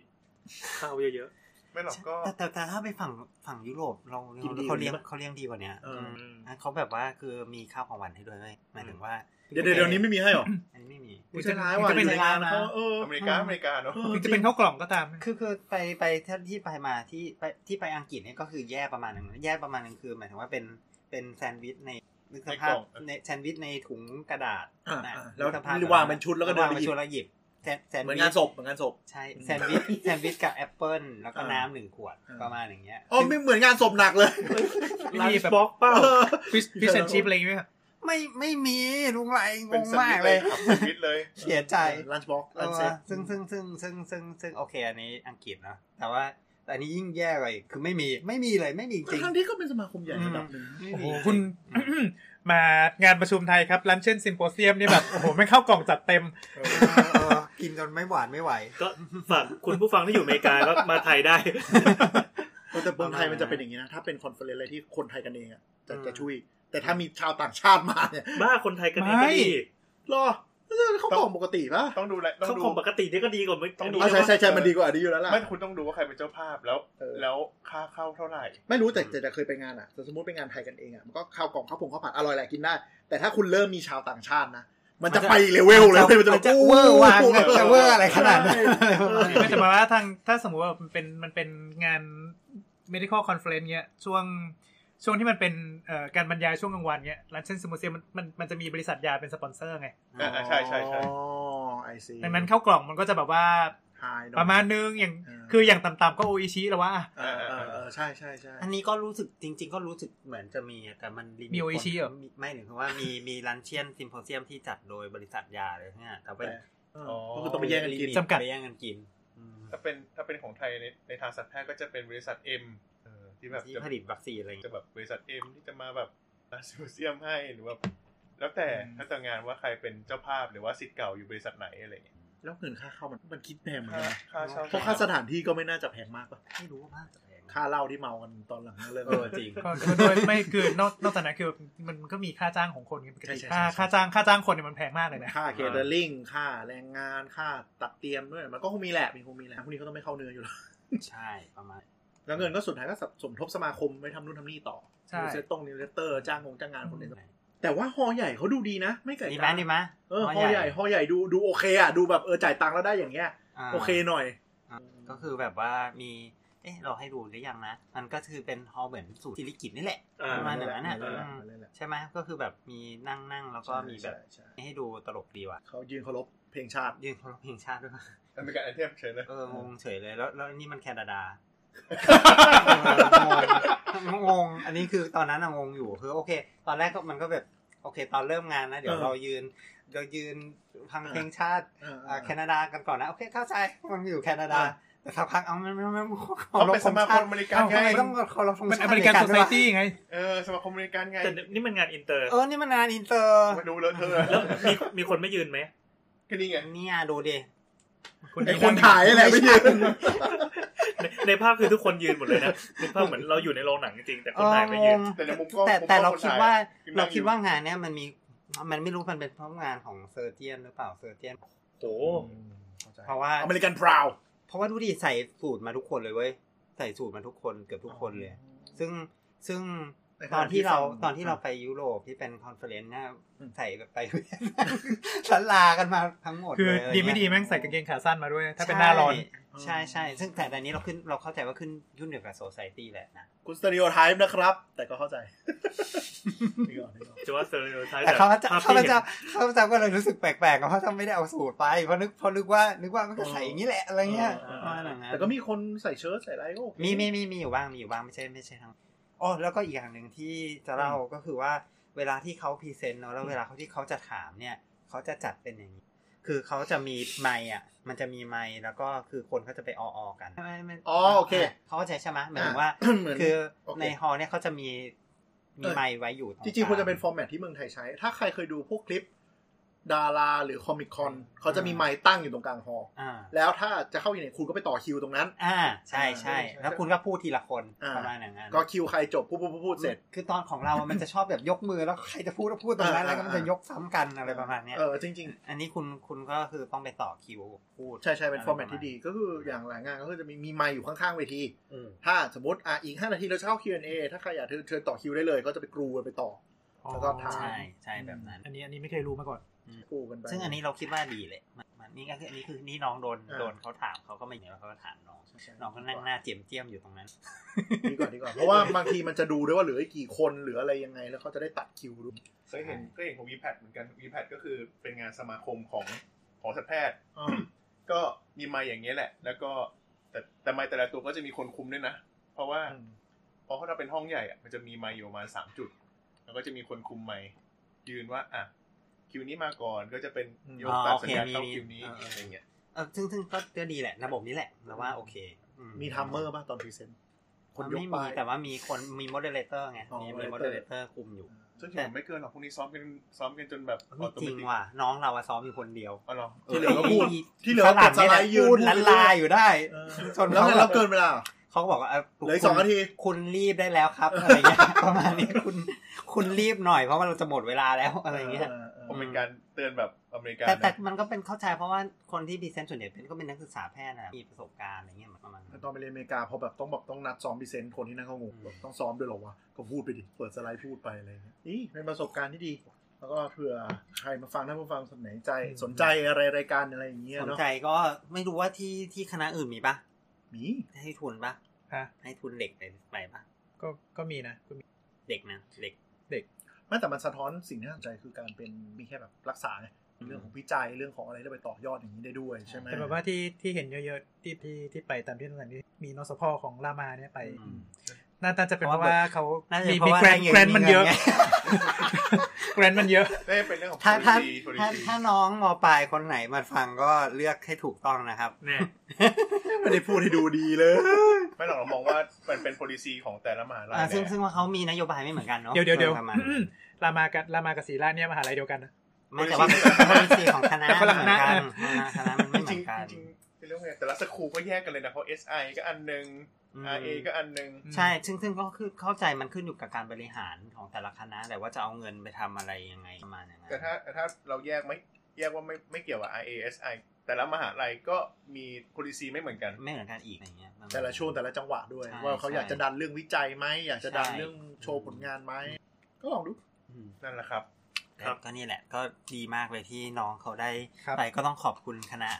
Speaker 5: ข้าวเยอะ
Speaker 6: ไม่หรอกก็
Speaker 3: แต่แต่แต่ถ้าไปฝั่งฝั่งยุโรปเรา
Speaker 7: กินดี
Speaker 3: เขาเลี้ยง
Speaker 7: กว่านี้ปะ
Speaker 3: เขาเลี้ยงดีกว่าเนี้ย
Speaker 7: เอออื
Speaker 3: ม
Speaker 5: ๆ
Speaker 3: อ่ะเขาแบบว่าคือมีข้าวของหวานให้ด้วยเว้ยหมายถึงว่า
Speaker 7: เดี๋ยวเดี๋ยวเดี๋ยวนี้ไม่มีให้หรอ
Speaker 3: อันนี้ไม่มี
Speaker 4: อุ๊ย
Speaker 7: จะร้ายว่ะ
Speaker 4: จะเป็น
Speaker 7: อยู่ใง
Speaker 3: ร้ายนะ
Speaker 7: เออ
Speaker 6: อเมริกาอเมริกาเนาะ
Speaker 4: ถึงจะเป็นข้าวกล่องก็ตาม
Speaker 3: คือคือไปไปที่ที่ไปมาที่ไปที่ไปอังกฤษเนี่ยก็คือแย่ประมาณหนึงนะแย่ประมาณหนึงคือหมายถึงว่าเป็นเป็นแซนด์วิชใน นึกสภาพ
Speaker 6: ในกล่อง
Speaker 3: ในแซนด์วิชในถุงกระดาษ
Speaker 7: อ่า
Speaker 3: น่ะ
Speaker 7: อ่าแล้ว
Speaker 3: นึสภพ
Speaker 7: วางเป็นชุดแล้วก็เดิน
Speaker 3: าง
Speaker 7: ไป
Speaker 3: เป็น
Speaker 7: หยิบ
Speaker 3: ชุดแล้วหยิบแซนแซนด์
Speaker 7: เหมือน
Speaker 3: วิ
Speaker 7: งาน
Speaker 3: ช
Speaker 7: ศพเหมือนงานศพ
Speaker 3: ใช่แซนด์ วิชแซนด์วิชกับแอปเปิลแล้วก็
Speaker 7: อ่า
Speaker 3: น้ำหนึ่งขวด
Speaker 7: อ่า
Speaker 3: ประมาณอย่างเงี้ย
Speaker 7: อ๋อไม่เหมือนงานศพหนักเลย
Speaker 5: ลัน
Speaker 4: มี
Speaker 5: ช์
Speaker 4: แบบ
Speaker 5: บ็อกเปล่า
Speaker 7: เออ
Speaker 4: ฟิชฟิชแอนชิพอะไรอย่างเงี้ย
Speaker 3: ไม่ไม่มีลุงไร
Speaker 6: เป็
Speaker 3: ง
Speaker 6: น
Speaker 3: ง
Speaker 6: สวิ
Speaker 3: มา
Speaker 6: ต
Speaker 3: ก
Speaker 6: ช์
Speaker 3: เล
Speaker 6: เลย
Speaker 3: ย
Speaker 6: ครับสวิตช์เลย
Speaker 3: เสียใจ
Speaker 7: ลันช์บ็อกลันช์เซ็ต
Speaker 3: ซึ่งซึ่งซึ่งซึ่งซึ่งซึ่งโอเคอันนี้อังกฤษเนอะแต่ว่าแต่อันนี้ยิ่งแย่กว่าอีกคือไม่มีไม่มีเลยไม่มีจริง
Speaker 7: ทั้งที่ก็เป็นสมาคมใหญ่ระดับหนึ่ง
Speaker 3: อืม
Speaker 4: โอ้โหคุณ มางานประชุมไทยครับลันเช่นซิมโพเซียมนี่แบบโอ้โหไม่เข้ากล่องจัดเต็ม
Speaker 3: เออกินจนไม่หวานไม่ไหว
Speaker 5: ก็ฝากคุณผู้ฟังที่อยู่อเมริกาก็มาไทยได้
Speaker 7: แต่เมืองไทยมันจะเป็นอย่างนี้นะ ถ้าเป็นคอนเฟอเรนซ์อะไรที่คนไทยกันเองอะจะจะช่วย แต่ถ้ามีชาวต่างชาติมาเนี่ย
Speaker 5: บ้าคนไทยกันเองก็ดี
Speaker 4: ไม่
Speaker 7: รอเขาบอกปกติปะ
Speaker 6: ต้องดูแลต้อ
Speaker 5: เขา
Speaker 6: งดู
Speaker 5: ของปกติเนี่ยก็ดีกว่าไม่
Speaker 6: ต้องดู
Speaker 5: นนี้
Speaker 7: เอา
Speaker 5: เรียก
Speaker 7: ใช่
Speaker 5: ว่า
Speaker 7: ใช่ใช่มันดีกว่าอันนี้อยู่แล้วล่ะ
Speaker 6: ไม่คุณต้องดูว่าใครเป็นเจ้าภาพแล้ว
Speaker 7: เออ
Speaker 6: แล้วค่าเข้าเท่าไหร่
Speaker 7: ไม่รู้แต่แต่แต่เคยไปงานอ่ะแต่สมมติไปงานไทยกันเองอ่ะมันก็ข้าวกล่องข้าวผงข้าวผัดอร่อยแหละกินได้ แต่ถ้าคุณเริ่มมีชาวต่างชาตินะมันจะไปอีกเลเวลเลยมันจะ
Speaker 3: มันจะเวอร์วางอะจะเวอร์อะไรขนาดนั้น
Speaker 4: ไม่แต่หมายว่าทางถ้าสมมติว่ามันเป็นมันเป็นงาน medical conference เงี้ยช่วงช่วงที่มันเป็นเอ่อการบรรยายช่วงกลางวันเงี้ยร้านเช่นสมมติมันมันมันจะมีบริษัทยาเป็นสปอนเซอร์ไง
Speaker 6: อ่าใช่ใช่ใช่
Speaker 7: อ๋อไอซี
Speaker 4: ดังนั้นเข้ากล่องมันก็จะแบบว่าประมาณนึงอย่างคืออย่างต่ำๆก็โออิชิแล้ววะ
Speaker 7: เออเออเออใช่ใช่ใช่
Speaker 3: อันนี้ก็รู้สึกจริง ๆ ก็รู้สึกเหมือนจะมีอะแต่มันลิต
Speaker 4: มี OEC เหรอ
Speaker 3: มีไม่หนึ่งคือว่ามีมีรันเชียนซิมโพเซียมที่จัดโดยบริษัทยาเลยเนี่ยแต่เป็น
Speaker 7: แต่ ก็คือต้องไปแย่งกันกิน
Speaker 4: จำกัด
Speaker 3: ไปแย่งกันกินอืม
Speaker 6: ถ้าเป็นถ้าเป็นของไทยในในทางสัตวแพทย์ก็จะเป็นบริษัทเอ็มที่แบบ
Speaker 3: ที่
Speaker 6: จะ
Speaker 3: ผลิตวัคซีนอะไรอย่าง
Speaker 6: จะ
Speaker 3: เงี้ย
Speaker 6: แบบบริษัทเอ็มที่จะมาแบบรัสเซียมให้หรือว่าแล้วแต่แล้วแต่งานว่าใครเป็นเจ้าภาพหรือว่าสิทธิ์เก่าอยู่บริษัทไหนอะไรอย่างเงี้ย
Speaker 7: แล้วเงินค่าเข้ามันมันคิดแพงเหมือน
Speaker 6: ค่า
Speaker 7: กั
Speaker 6: ค่า
Speaker 7: นนะ
Speaker 6: เช่า
Speaker 7: เพราะค่าสถานที่ก็ไม่น่าจะแพงมากปะ
Speaker 3: ไม่รู้ว่าจะแพง
Speaker 7: ค่าเหล้าที่เมากันตอนหลังนั่นเลย
Speaker 3: เออจริง
Speaker 4: ก็ก็ด้วยไม่คือนอกนอกจากนั้นคือมันก็มีค่าจ้างของคนไงปกติ
Speaker 7: ใช่ใช่
Speaker 4: ค่า
Speaker 7: ใช่
Speaker 4: ค่าจ้างค่าจ้างคนเนี่ยมันแพงมากเลยนะ
Speaker 7: ค่าเคเตอร์ลิงค่าแรงงานค่าตัดเตรียมด้วยมันก็คงมีแหละมีคงมีแหละพวกนี้เขาต้องไม่เข้าเนื้ออยู่แล้ว
Speaker 3: ใช่ประมาณ
Speaker 7: แล้วเงินก็สุดท้ายก็สมทบสมาคมไปทำนู่นทำนี่ต่อ
Speaker 4: ใช่
Speaker 7: นิวเซตตรงนิวเลเตอร์จ้างงงจ้างงานคนเดียวแต่ว่าฮอใหญ่เขาดูดีนะ ไม่ไก่
Speaker 3: ดีไหม
Speaker 7: กา
Speaker 3: ดีไหม
Speaker 7: เออฮอใหญ่ฮอใหญ่ดูดูโอเคอ่ะดูแบบเออจ่ายตังค์แล้วได้อย่างเงี้ย
Speaker 3: า
Speaker 7: โอเคหน่อย
Speaker 3: อ่าก็คือแบบว่ามี เอ๊ะ เราให้ดูหรือยังนะ มันก็คือเป็นฮอลเหมือนสูตรธิริกิตนี่แหละ
Speaker 5: อ่า
Speaker 3: ประมาณอย่างนั้นน่ะ
Speaker 7: เออ
Speaker 3: ม
Speaker 7: เออเออ
Speaker 3: ใช่ไหมก็คือแบบมีนั่งนั่งแล้วก็มีแบบ
Speaker 7: ใช่ใช่
Speaker 3: ให้ดูตลกดีว่ะ
Speaker 7: เขายืนเคารพเพลงชาติ
Speaker 3: ยืนเคารพเพลงชาติด้วยว่ะ
Speaker 6: อเมริกันไอเทมเฉยเลย
Speaker 3: เอองงเฉยเลยแล้วแล้วอันนี่มันแคนาดาเอองงงงอันนี้คือตอนนั้นอะงงอยู่คือโอเค ตอนแรกก็มันก็แบบโอเค ตอนเริ่มงานนะเดี๋ยว
Speaker 7: เออ
Speaker 3: เรายืนเรายืนฟังเพลงชาติ
Speaker 7: เออเอ
Speaker 3: อ่า
Speaker 7: อ
Speaker 3: แคนาดากันก่อนนะ โอเคเข้าใจมันอยู่แคนาดา
Speaker 7: อ่า
Speaker 3: แต่สักพักเอามันมันมัน
Speaker 6: เขาเป็นสมาคมอเมริกันไง
Speaker 3: ทำไมต้องเคารพธง
Speaker 4: มัน
Speaker 3: ชา
Speaker 4: อ
Speaker 3: ติ
Speaker 4: เมริกันโซ
Speaker 3: ด้
Speaker 4: ซ
Speaker 3: วยวะ
Speaker 4: ตี้ไง
Speaker 6: เออสมาคมอเมริกันไง
Speaker 5: แต่นี่มันงานอินเตอร์
Speaker 3: เออ นี่มันงานอินเตอร์
Speaker 6: มาดูเลอะเธอะ
Speaker 5: แล้วมีมีคนไม่ยืนไหม
Speaker 6: แค่นี้ไง
Speaker 3: เนี่ยดูดิ
Speaker 7: ไอคนถ่ายอะไรไม่ยืน
Speaker 5: ในในภาพคือทุกคนยืนหมดเลยนะนึกภาพเหมือนเราอยู่ในโรงหนังจริงๆแต่คนถ่ายไม่ยืน
Speaker 3: เออ
Speaker 6: แต่ในมุมกล้อง
Speaker 3: แต่
Speaker 6: มุมกล้
Speaker 3: แต่
Speaker 6: อง
Speaker 3: เรา
Speaker 6: น
Speaker 3: คิด
Speaker 6: ถ่ย
Speaker 3: ว่า
Speaker 6: ยืนนั่งอยู่
Speaker 3: เราคิดว่างานเนี้ยมันมีมันไม่รู้มันเป็นเพราะงานของเซอร์เจียนหรือเปล่าเซอร์เจียน
Speaker 5: โอ้
Speaker 3: เพราะว่า
Speaker 7: อเมริกันพราว
Speaker 3: เพราะว่าดูดิใส่สูตรมาทุกคนเลยเว้ยใส่สูตรมาทุกคนเกือบทุกคนเลย ซึ่งซึ่งตอนที่เราตอนที่เราไปยุโรปที่เป็นคอนเฟอเรนซ์เนี่ยใส่แบบไป สลากันมาทั้งหมด
Speaker 4: คือ
Speaker 3: เลยะร
Speaker 4: ดี
Speaker 3: เย
Speaker 4: ไม่ดีแม่งใส่กางเกงขาสั้นมาด้วย ถ้าเป็นหน้าร้อน
Speaker 3: ใช่ใช่ซึ่งแต่อันนี้เราขึ้นเราเข้าใจว่าขึ้นยุ่นเดียวกับโซซ i ตี้แหละนะ
Speaker 7: คุณสเตอริโอไทป์นะครับ แต่ก็เข้าใจ นี่ก่อนนี่ก่อน
Speaker 5: จะว่าสเตอริโอไทป์
Speaker 3: แต่เขาจะ
Speaker 5: ภพ
Speaker 3: เขา
Speaker 5: ที่ห็น
Speaker 3: จะเขาจะก็เลยรู้สึกแปลกๆเพราะเขาไม่ได้เอาสูตรไปเพราะนึกเพราะนึกว่านึกว่ามันก็ใส่อย่างนี้แหละอะไรเงี้ยประมาณอย่างนั้น
Speaker 7: แต่ก็มีคนใส่เชิ้ตใส่อะไรก็โอเค
Speaker 3: มีมีมีมีอยู่บ้างมีอยู่บ้างไม่ใช่ไม่ใช่ทั้งอ๋อแล้วก็อีกอย่างหนึ่งที่จะเล่าก็คือว่าเวลาที่เขาพรีเซนต์เนอะแล้วเวลาเขาที่เขาจะถามเนี่ยเขาจะจัดเป็นอย่างนี้ คือเขาจะมีไมค์อ่ะมันจะมีไมค์แล้วก็คือคนเขาจะไปออๆกันไม่ไม่
Speaker 7: อ๋อโอเค
Speaker 3: เขาเข้าใจใช่ไหมหมายถึงว่า
Speaker 7: เหมือน
Speaker 3: คือ
Speaker 7: โอเค
Speaker 3: ในฮอลล์เนี่ยเขาจะมีมี
Speaker 7: เออ
Speaker 3: ไมค์ไว้อยู่ต
Speaker 7: จริงๆควรจะเป็นฟ
Speaker 3: กลา
Speaker 7: อร์แมตที่เมืองไทยใช้ ถ้าใครเคยดูพวกคลิป ดาราหรือคอมิคอนเขาจะมีไม้ตั้งอยู่ตรงกลางฮอล
Speaker 3: อ่า
Speaker 7: แล้วถ้าจะเข้าอยู่ไหนคุณก็ไปต่อคิวตรงนั้น
Speaker 3: อ่าใช่ใช่
Speaker 7: ใช่
Speaker 3: แล้วคุณก็พูดทีละคน
Speaker 7: อ่า
Speaker 3: ประมาณอย่างนั้น
Speaker 7: ก็คิวใครจบพูดพูดพูดพูดเสร็จ
Speaker 3: คือตอนของเราอะมันจะชอบแบบยกมือแล้วใครจะพูดก็พูดตรงนั้น
Speaker 7: อ่า
Speaker 3: แล้วก็มันจะ
Speaker 7: อ่าย
Speaker 3: ยกซ้ำกันอะไรประมาณเนี้ย
Speaker 7: เออจริง
Speaker 3: อันนี้คุณคุณก็คือต้องไปต่อคิวพูด
Speaker 7: ๆ ใช่ใช่เป็นฟอร์แมต
Speaker 3: ะไปะาณ
Speaker 7: ที่ดีก็คืออย่างหลายงานก็คือจะมีมีไมค์อยู่ข้างๆเวที
Speaker 3: อืม
Speaker 7: ถ้าสมมติอ่ะอีก 5 นาทีเราจะเข้า Q&A ถ้าใครอยากเชิญต่อคิวได้เลย ก็จะไปกรูกันไปต่อ แล้วก็ถาม
Speaker 3: ใช่ใช่แบบนั้น
Speaker 4: อันนี้อันนี้ไม่เคยรู้มาก่อน
Speaker 7: กรูกันไป
Speaker 3: ซึ่งอันนี้เราคิดว่าดีเลยมันมัน นี่ก็คืออันนี้คือนี่น้องโดน
Speaker 7: อ่า
Speaker 3: โดนเขาถามเขาก็ไม่เห็นว่าเขาถามน้องน้องก็นั่งหน้าเจียมเจียมๆอยู่ตรงนั้น
Speaker 7: ดีกว่าดีกว่า เพราะว่าบางทีมันจะดูด้วยว่าเหลือกี่คนเหลืออะไรยังไง แล้วเขาจะได้ตัดคิวดู
Speaker 6: เคยเห็นเคยเห็นของ VPAD เหมือนกัน VPAD ก็คือเป็นงานสมาคมของของสัตวแพทย์
Speaker 7: อ่า
Speaker 6: ก็มีไม้อย่างเงี้ยแหละ แล้วก็แต่แต่ไม้แต่ละตัวก็จะมีคนคุมด้วยนะ เพราะว่าเพราะถ้าเป็นห้องใหญ่อะมันจะมีไม้อยู่ประมาณสามจุด แล้วก็จะมีคนคุมไม้ยืนว่าอ่ะคิวนี้มาก่อนก็จะเป็นโยกตามสัญญาณเข้าคิวนี้อะไรเงี้ย
Speaker 3: เออซึ่งซึ่งก็ก็ดีแหละระบบนี้แหละเราว่าโอเคอื
Speaker 7: มีทัมเมอร์ป่ะตอนพรีเซนต์
Speaker 3: คนไม่มีแต่ว่ามีคนมีโมเดเลเตอร์ไง
Speaker 7: อ๋อ
Speaker 3: มีมีโมเด
Speaker 7: moderator
Speaker 3: เลเตอร์คุมอยู่
Speaker 6: ซึ่งเห็นไม่เกินหรอกพวกนี้ซ้อมกันซ้อมกันจนแบบ
Speaker 3: ไม่จริงว่ะน้องเราอะซ้อมอยู่คนเดียว
Speaker 6: อ๋อเหรอ
Speaker 7: ที่เหลือก็พูดที่เหลือ
Speaker 3: ฝรั่ง
Speaker 7: ก็สไลด์ยืน
Speaker 3: พูดลันลาอยู่ได้จน
Speaker 7: แล้ว
Speaker 3: เขา
Speaker 7: ไง
Speaker 3: แบ
Speaker 7: เรา
Speaker 3: บ
Speaker 7: เกินเวลา
Speaker 3: เขาก็บอกว่าะ
Speaker 7: เหลืออีกสองนาที
Speaker 3: คุณรีบได้แล้วครับอะไรเงี้ย ประมาณนี้คุณคุณรีบหน่อยเพราะว่าเราจะหมดเวลาแล้วอะไรเงี้ย
Speaker 6: ผมเป็นการเตือนแบบอเมริกัน
Speaker 3: แต่แต่
Speaker 6: นะ
Speaker 3: มันก็เป็นเข้าใจเพราะว่าคนที่พรีเซนต์ส่วนใหญ่เป็นก็เป็นนักศึกษาแพทย์นะมีประสบการณ์อะไรเงี้ยประมาณนั้น
Speaker 7: ตอนไปเรียนอเมริกาพอแบบต้องแบบต้องนัดซ้อมพรีเซนต์คนที่นั่นเขางง
Speaker 3: อืม
Speaker 7: แบบต้องซ้อมด้วยเหรอวะ ก็พูดไปดิ เปิดสไลด์พูดไปอะไรอย่างเงี้ยนี่เป็นประสบการณ์ที่ดี แล้วก็เผื่อใครมาฟังท่านผู้ฟังสนใจ
Speaker 4: อืม
Speaker 7: สนใจอะไรรายการอะไรอย่างเงี้ย
Speaker 3: สน
Speaker 7: เนาะ
Speaker 3: ใจก็ไม่รู้ว่าที่ที่คณะอื่นมีปะ
Speaker 7: มี
Speaker 3: ให้ทุนปะ
Speaker 4: ฮะ
Speaker 3: ให้ทุนเด็กไปไปปะ
Speaker 4: ก็ก็มีนะก็มี
Speaker 3: เด็กนะเด็ก
Speaker 7: ไม่แต่มันสะท้อนสิ่งที่น่าสนใจคือการเป็นมีแค่แบบรักษาไงเรื่องของวิจัยเรื่องของอะไรที่ไปต่อยอดอย่างนี้ได้ด้วยใช่ไหม
Speaker 4: แต่แบบว่าที่ที่เห็นเยอะๆที่ที่ที่ไปตามที่ต่างๆที่มีนสพของรามาเนี่ยไป
Speaker 3: อืม
Speaker 4: น่าน่าจะเป็นเพราะว่าเขา
Speaker 3: น่าจะ
Speaker 4: มี
Speaker 3: เพราะ
Speaker 4: มี
Speaker 3: ว่า
Speaker 4: แกรน
Speaker 3: ให้
Speaker 4: แกรน
Speaker 3: เงิน
Speaker 4: มันเยอะ
Speaker 3: เงินไง
Speaker 4: แกรนมันเยอะ
Speaker 6: ได้เป็นเรื่องของ
Speaker 3: ถ้าถ้า
Speaker 6: ดีพอ
Speaker 3: ถ้า
Speaker 6: ดี
Speaker 3: ถ้าน้องมปลายคนไหนมาฟังก็เลือกให้ถูกต้องนะครับ
Speaker 5: แน่
Speaker 7: ไม่ได้พูดให้ดูดีเลย
Speaker 6: ไม่หรอกเรามองว่ามันเป็น policy ของแต่ละมหาลัย
Speaker 3: อ่า
Speaker 6: แหละ
Speaker 3: ซึ่งซึ่งว่าเขามีนโยบายไม่เหมือนกันเนาะ
Speaker 4: เดี๋ยวเดี๋ยวเดี๋ยว
Speaker 3: ประมาณ
Speaker 4: อืมรามากับรามากับศรีราชเนี่ยมหาลัยเดียวกันนะ
Speaker 3: ไม่แต่ว่าบริษีของคณะ
Speaker 4: แต่คนละ
Speaker 3: เห
Speaker 4: ค
Speaker 3: มือ
Speaker 4: ณะ
Speaker 3: นกันคณะมันไม่เห
Speaker 6: จ
Speaker 3: มื
Speaker 6: ริ
Speaker 3: อง นกัน
Speaker 6: ๆจริงๆเป็นเรื่องไงแต่ละสคูลก็แยกกันเลยนะ เพราะ SI ก็อันหนึ่ง
Speaker 3: อืม
Speaker 6: RA ก็อันหนึ่ง
Speaker 4: อืม
Speaker 3: ใช่ ซึ่งซึ่งก็คือเข้าใจมันขึ้นอยู่กับการบริหารของแต่ละคณะแต่ว่าจะเอาเงินไปทำอะไรยังไงประมาณอย่างนั้น
Speaker 6: แต่ถ้าแต่ถ้าเราแยกไม่แยกว่าไม่ไม่เกี่ยวกับ RA SI แต่ละมหาลัยก็มี policy ไม่เหมือนกัน
Speaker 3: ไม่เหมือนกันอีกอะไรเงี้ย
Speaker 7: แต่ละช่วงแต่ละจังหวะด้วย
Speaker 3: ใช่
Speaker 7: ว่าเขาอยาก
Speaker 3: ใช่
Speaker 7: จะดันเรื่องวิจัยไหมอยากจะดัน
Speaker 3: ใช่
Speaker 7: เรื่องโชว์ผลงานไหมก็ลองดู
Speaker 3: อืม
Speaker 6: นั่นแหละครับ
Speaker 3: ครับก็นี่แหละ ก็ดีมากเลยที่น้องเขาได้
Speaker 4: ครับ
Speaker 3: ไปก็ต้องขอบคุณคณะ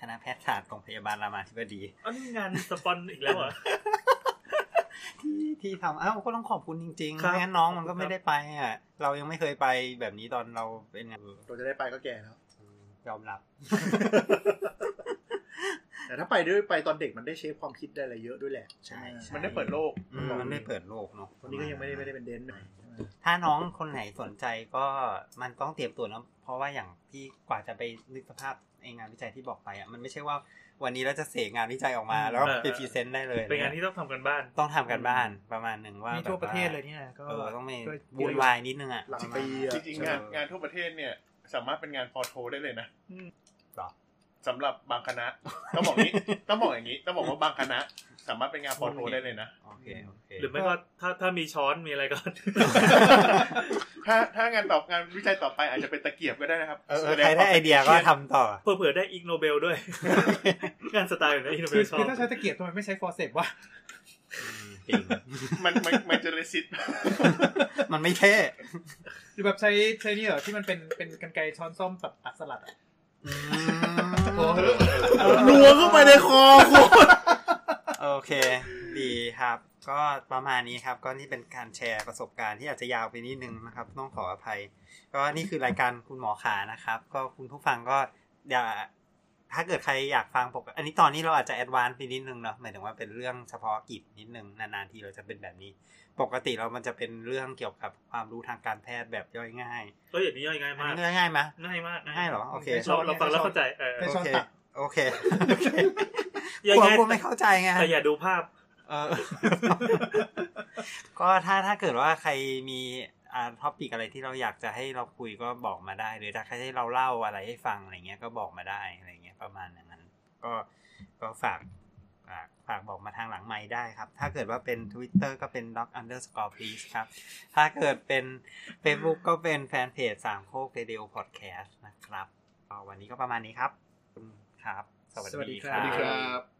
Speaker 3: คณะแพทยศาสตร์โรงพยาบาลรามาธิบดี
Speaker 5: อันนี้งานสปอนอีกแล้วเหรอ
Speaker 3: ที่ที่ทำอ้าวก็ต้องขอบคุณจริงๆ
Speaker 5: ครับ
Speaker 3: ไม่งั้นน้องมันก็ไม่ได้ไปอ่ะเรายังไม่เคยไปแบบนี้ตอนเราเป็นไง
Speaker 7: เราจะได้ไปก็แก่แล้ว
Speaker 3: ยอมรับ
Speaker 7: แต่ถ้าไปด้วยไปตอนเด็กมันได้เชฟความคิดได้อะไรเยอะด้วยแหละ
Speaker 3: ใช่
Speaker 7: ไหม
Speaker 3: ใช่
Speaker 6: มันได้เปิดโลก
Speaker 3: อืมมันได้เปิดโลกเนาะ
Speaker 7: วันนี้ก็ยังไม่ได้ไม่ได้เป็นเดน ใหม่
Speaker 3: ถ้าน้องคนไหนสนใจก็มันต้องเตรียมตัวนะเพราะว่าอย่างที่กว่าจะไปนึกสภาพไองานวิจัยที่บอกไปอ่ะมันไม่ใช่ว่าวันนี้เราจะเสกงานวิจัยออกมาแล้ว
Speaker 5: เออ
Speaker 3: ไปพรีเซนต์ได้เลย
Speaker 5: เป็นงานที่ต้องทำกันบ้าน
Speaker 3: ต้องทำกันบ้านประมาณหนึ่งว่า
Speaker 4: มี
Speaker 3: แบบ
Speaker 4: ทั่วประเทศเลยเนี่ยก็
Speaker 3: เออต้องมี
Speaker 4: ก็
Speaker 3: วุ่นวายนิดนึงอ่ะ
Speaker 7: หลังปีอะ
Speaker 6: จริงๆงานงานทั่วประเทศเนี่ย สามารถเป็นงานพอโทได้เลยนะ
Speaker 3: หรอ
Speaker 6: สำหรับบางค ณะ ต้องบอกนี้ ต้องบอกอย่างนี้ ต้องบอกว่าบางคณะ สามารถเป็นงานพอโทได้เลยนะ
Speaker 3: โอเคโอเค
Speaker 5: หรือไม่ก็ถ้าถ้ามีช้อนมีอะไรก็
Speaker 6: ถ้าถ้างานตอบงานวิจัยต่อไปอาจจะเป็นตะเกียบก็ได้นะครับ
Speaker 3: เออเออใครได้ไอเดียก็ทำต่อ
Speaker 5: เผื่อๆได้อีกโนเบลด้วย งานสไตล์แบบนี้อีกโนเบ
Speaker 4: คือ
Speaker 5: ลชอ
Speaker 4: คื
Speaker 5: บ
Speaker 4: อถ้าใช้ตะเกียบทำไมไม่ใช้ฟอร์เซปวะ
Speaker 3: จริง
Speaker 6: มันมันมันจะเลซิต
Speaker 3: มันไม่เท่
Speaker 4: หรือแบบใช้ใช้นี่เหรอที่มันเป็นเป็นกันไกรช้อนส้อมแบบอักสลัดอะ
Speaker 3: อื
Speaker 4: โอ้
Speaker 3: ม
Speaker 4: โห
Speaker 7: รัวเข้าไปในคอคุณ
Speaker 3: โอเค ดีครับ ก็ประมาณนี้ครับ ก็นี่เป็นการแชร์ประสบการณ์ที่อาจจะยาวไปนิดนึงนะครับ ต้องขออภัย ก็นี่คือรายการคุณหมอขานะครับ ก็คุณผู้ฟังก็อย่าถ้าเกิดใครอยากฟังปกอันนี้ตอนนี้เราอาจจะแอดวานซ์ไปนิดนึงเนาะหมายถึงว่าเป็นเรื่องเฉพาะกิจนิดนึงนานๆทีเราจะเป็นแบบนี้ ปกติเรามันจะเป็นเรื่องเกี่ยวกับความรู้ทางการแพทย์แบบย่อยง่าย
Speaker 5: ก็อย่างนี้ย่อยง่าย
Speaker 3: อัน
Speaker 5: มาก
Speaker 3: นี้ง่ายไหม
Speaker 5: ง่ายมาก
Speaker 3: ง่ายเหรอโอเค
Speaker 4: ไม่ช
Speaker 5: เรา
Speaker 4: อบ
Speaker 5: เราฟังแล้วเข้าใจเออ
Speaker 4: ไม่
Speaker 3: โอ
Speaker 4: ชอบ
Speaker 3: เค
Speaker 4: ตัด
Speaker 3: โอเคโอเค
Speaker 5: ย่อย
Speaker 3: กลัว
Speaker 5: ง่าย
Speaker 3: กลัวไม่เข้าใจไง
Speaker 5: แต่อย่าดูภาพ
Speaker 3: เออ ก็ถ้าถ้าเกิดว่าใครมีอ่าท็อปิกอะไรที่เราอยากจะให้เราคุยก็บอกมาได้หรือถ้าใครให้เราเล่าอะไรให้ฟังอะไรเงี้ยก็บอกมาได้อะไรเงี้ยประมาณอย่างนั้น ก็ก็ฝากฝากฝากบอกมาทางหลังไม้ได้ครับ ถ้าเกิดว่าเป็น Twitter ก็เป็น d o c underscore please ครับ ถ้าเกิดเป็น Facebook ก็เป็นแฟนเพจสามโคกเรดิโอพอดแคสต์นะครับก็วันนี้ก็ประมาณนี้ครับขอบคุณครับ สวัส
Speaker 4: สวัสดี
Speaker 3: ดี
Speaker 4: ค
Speaker 3: ค
Speaker 4: รั
Speaker 3: รับ บ
Speaker 6: ครับ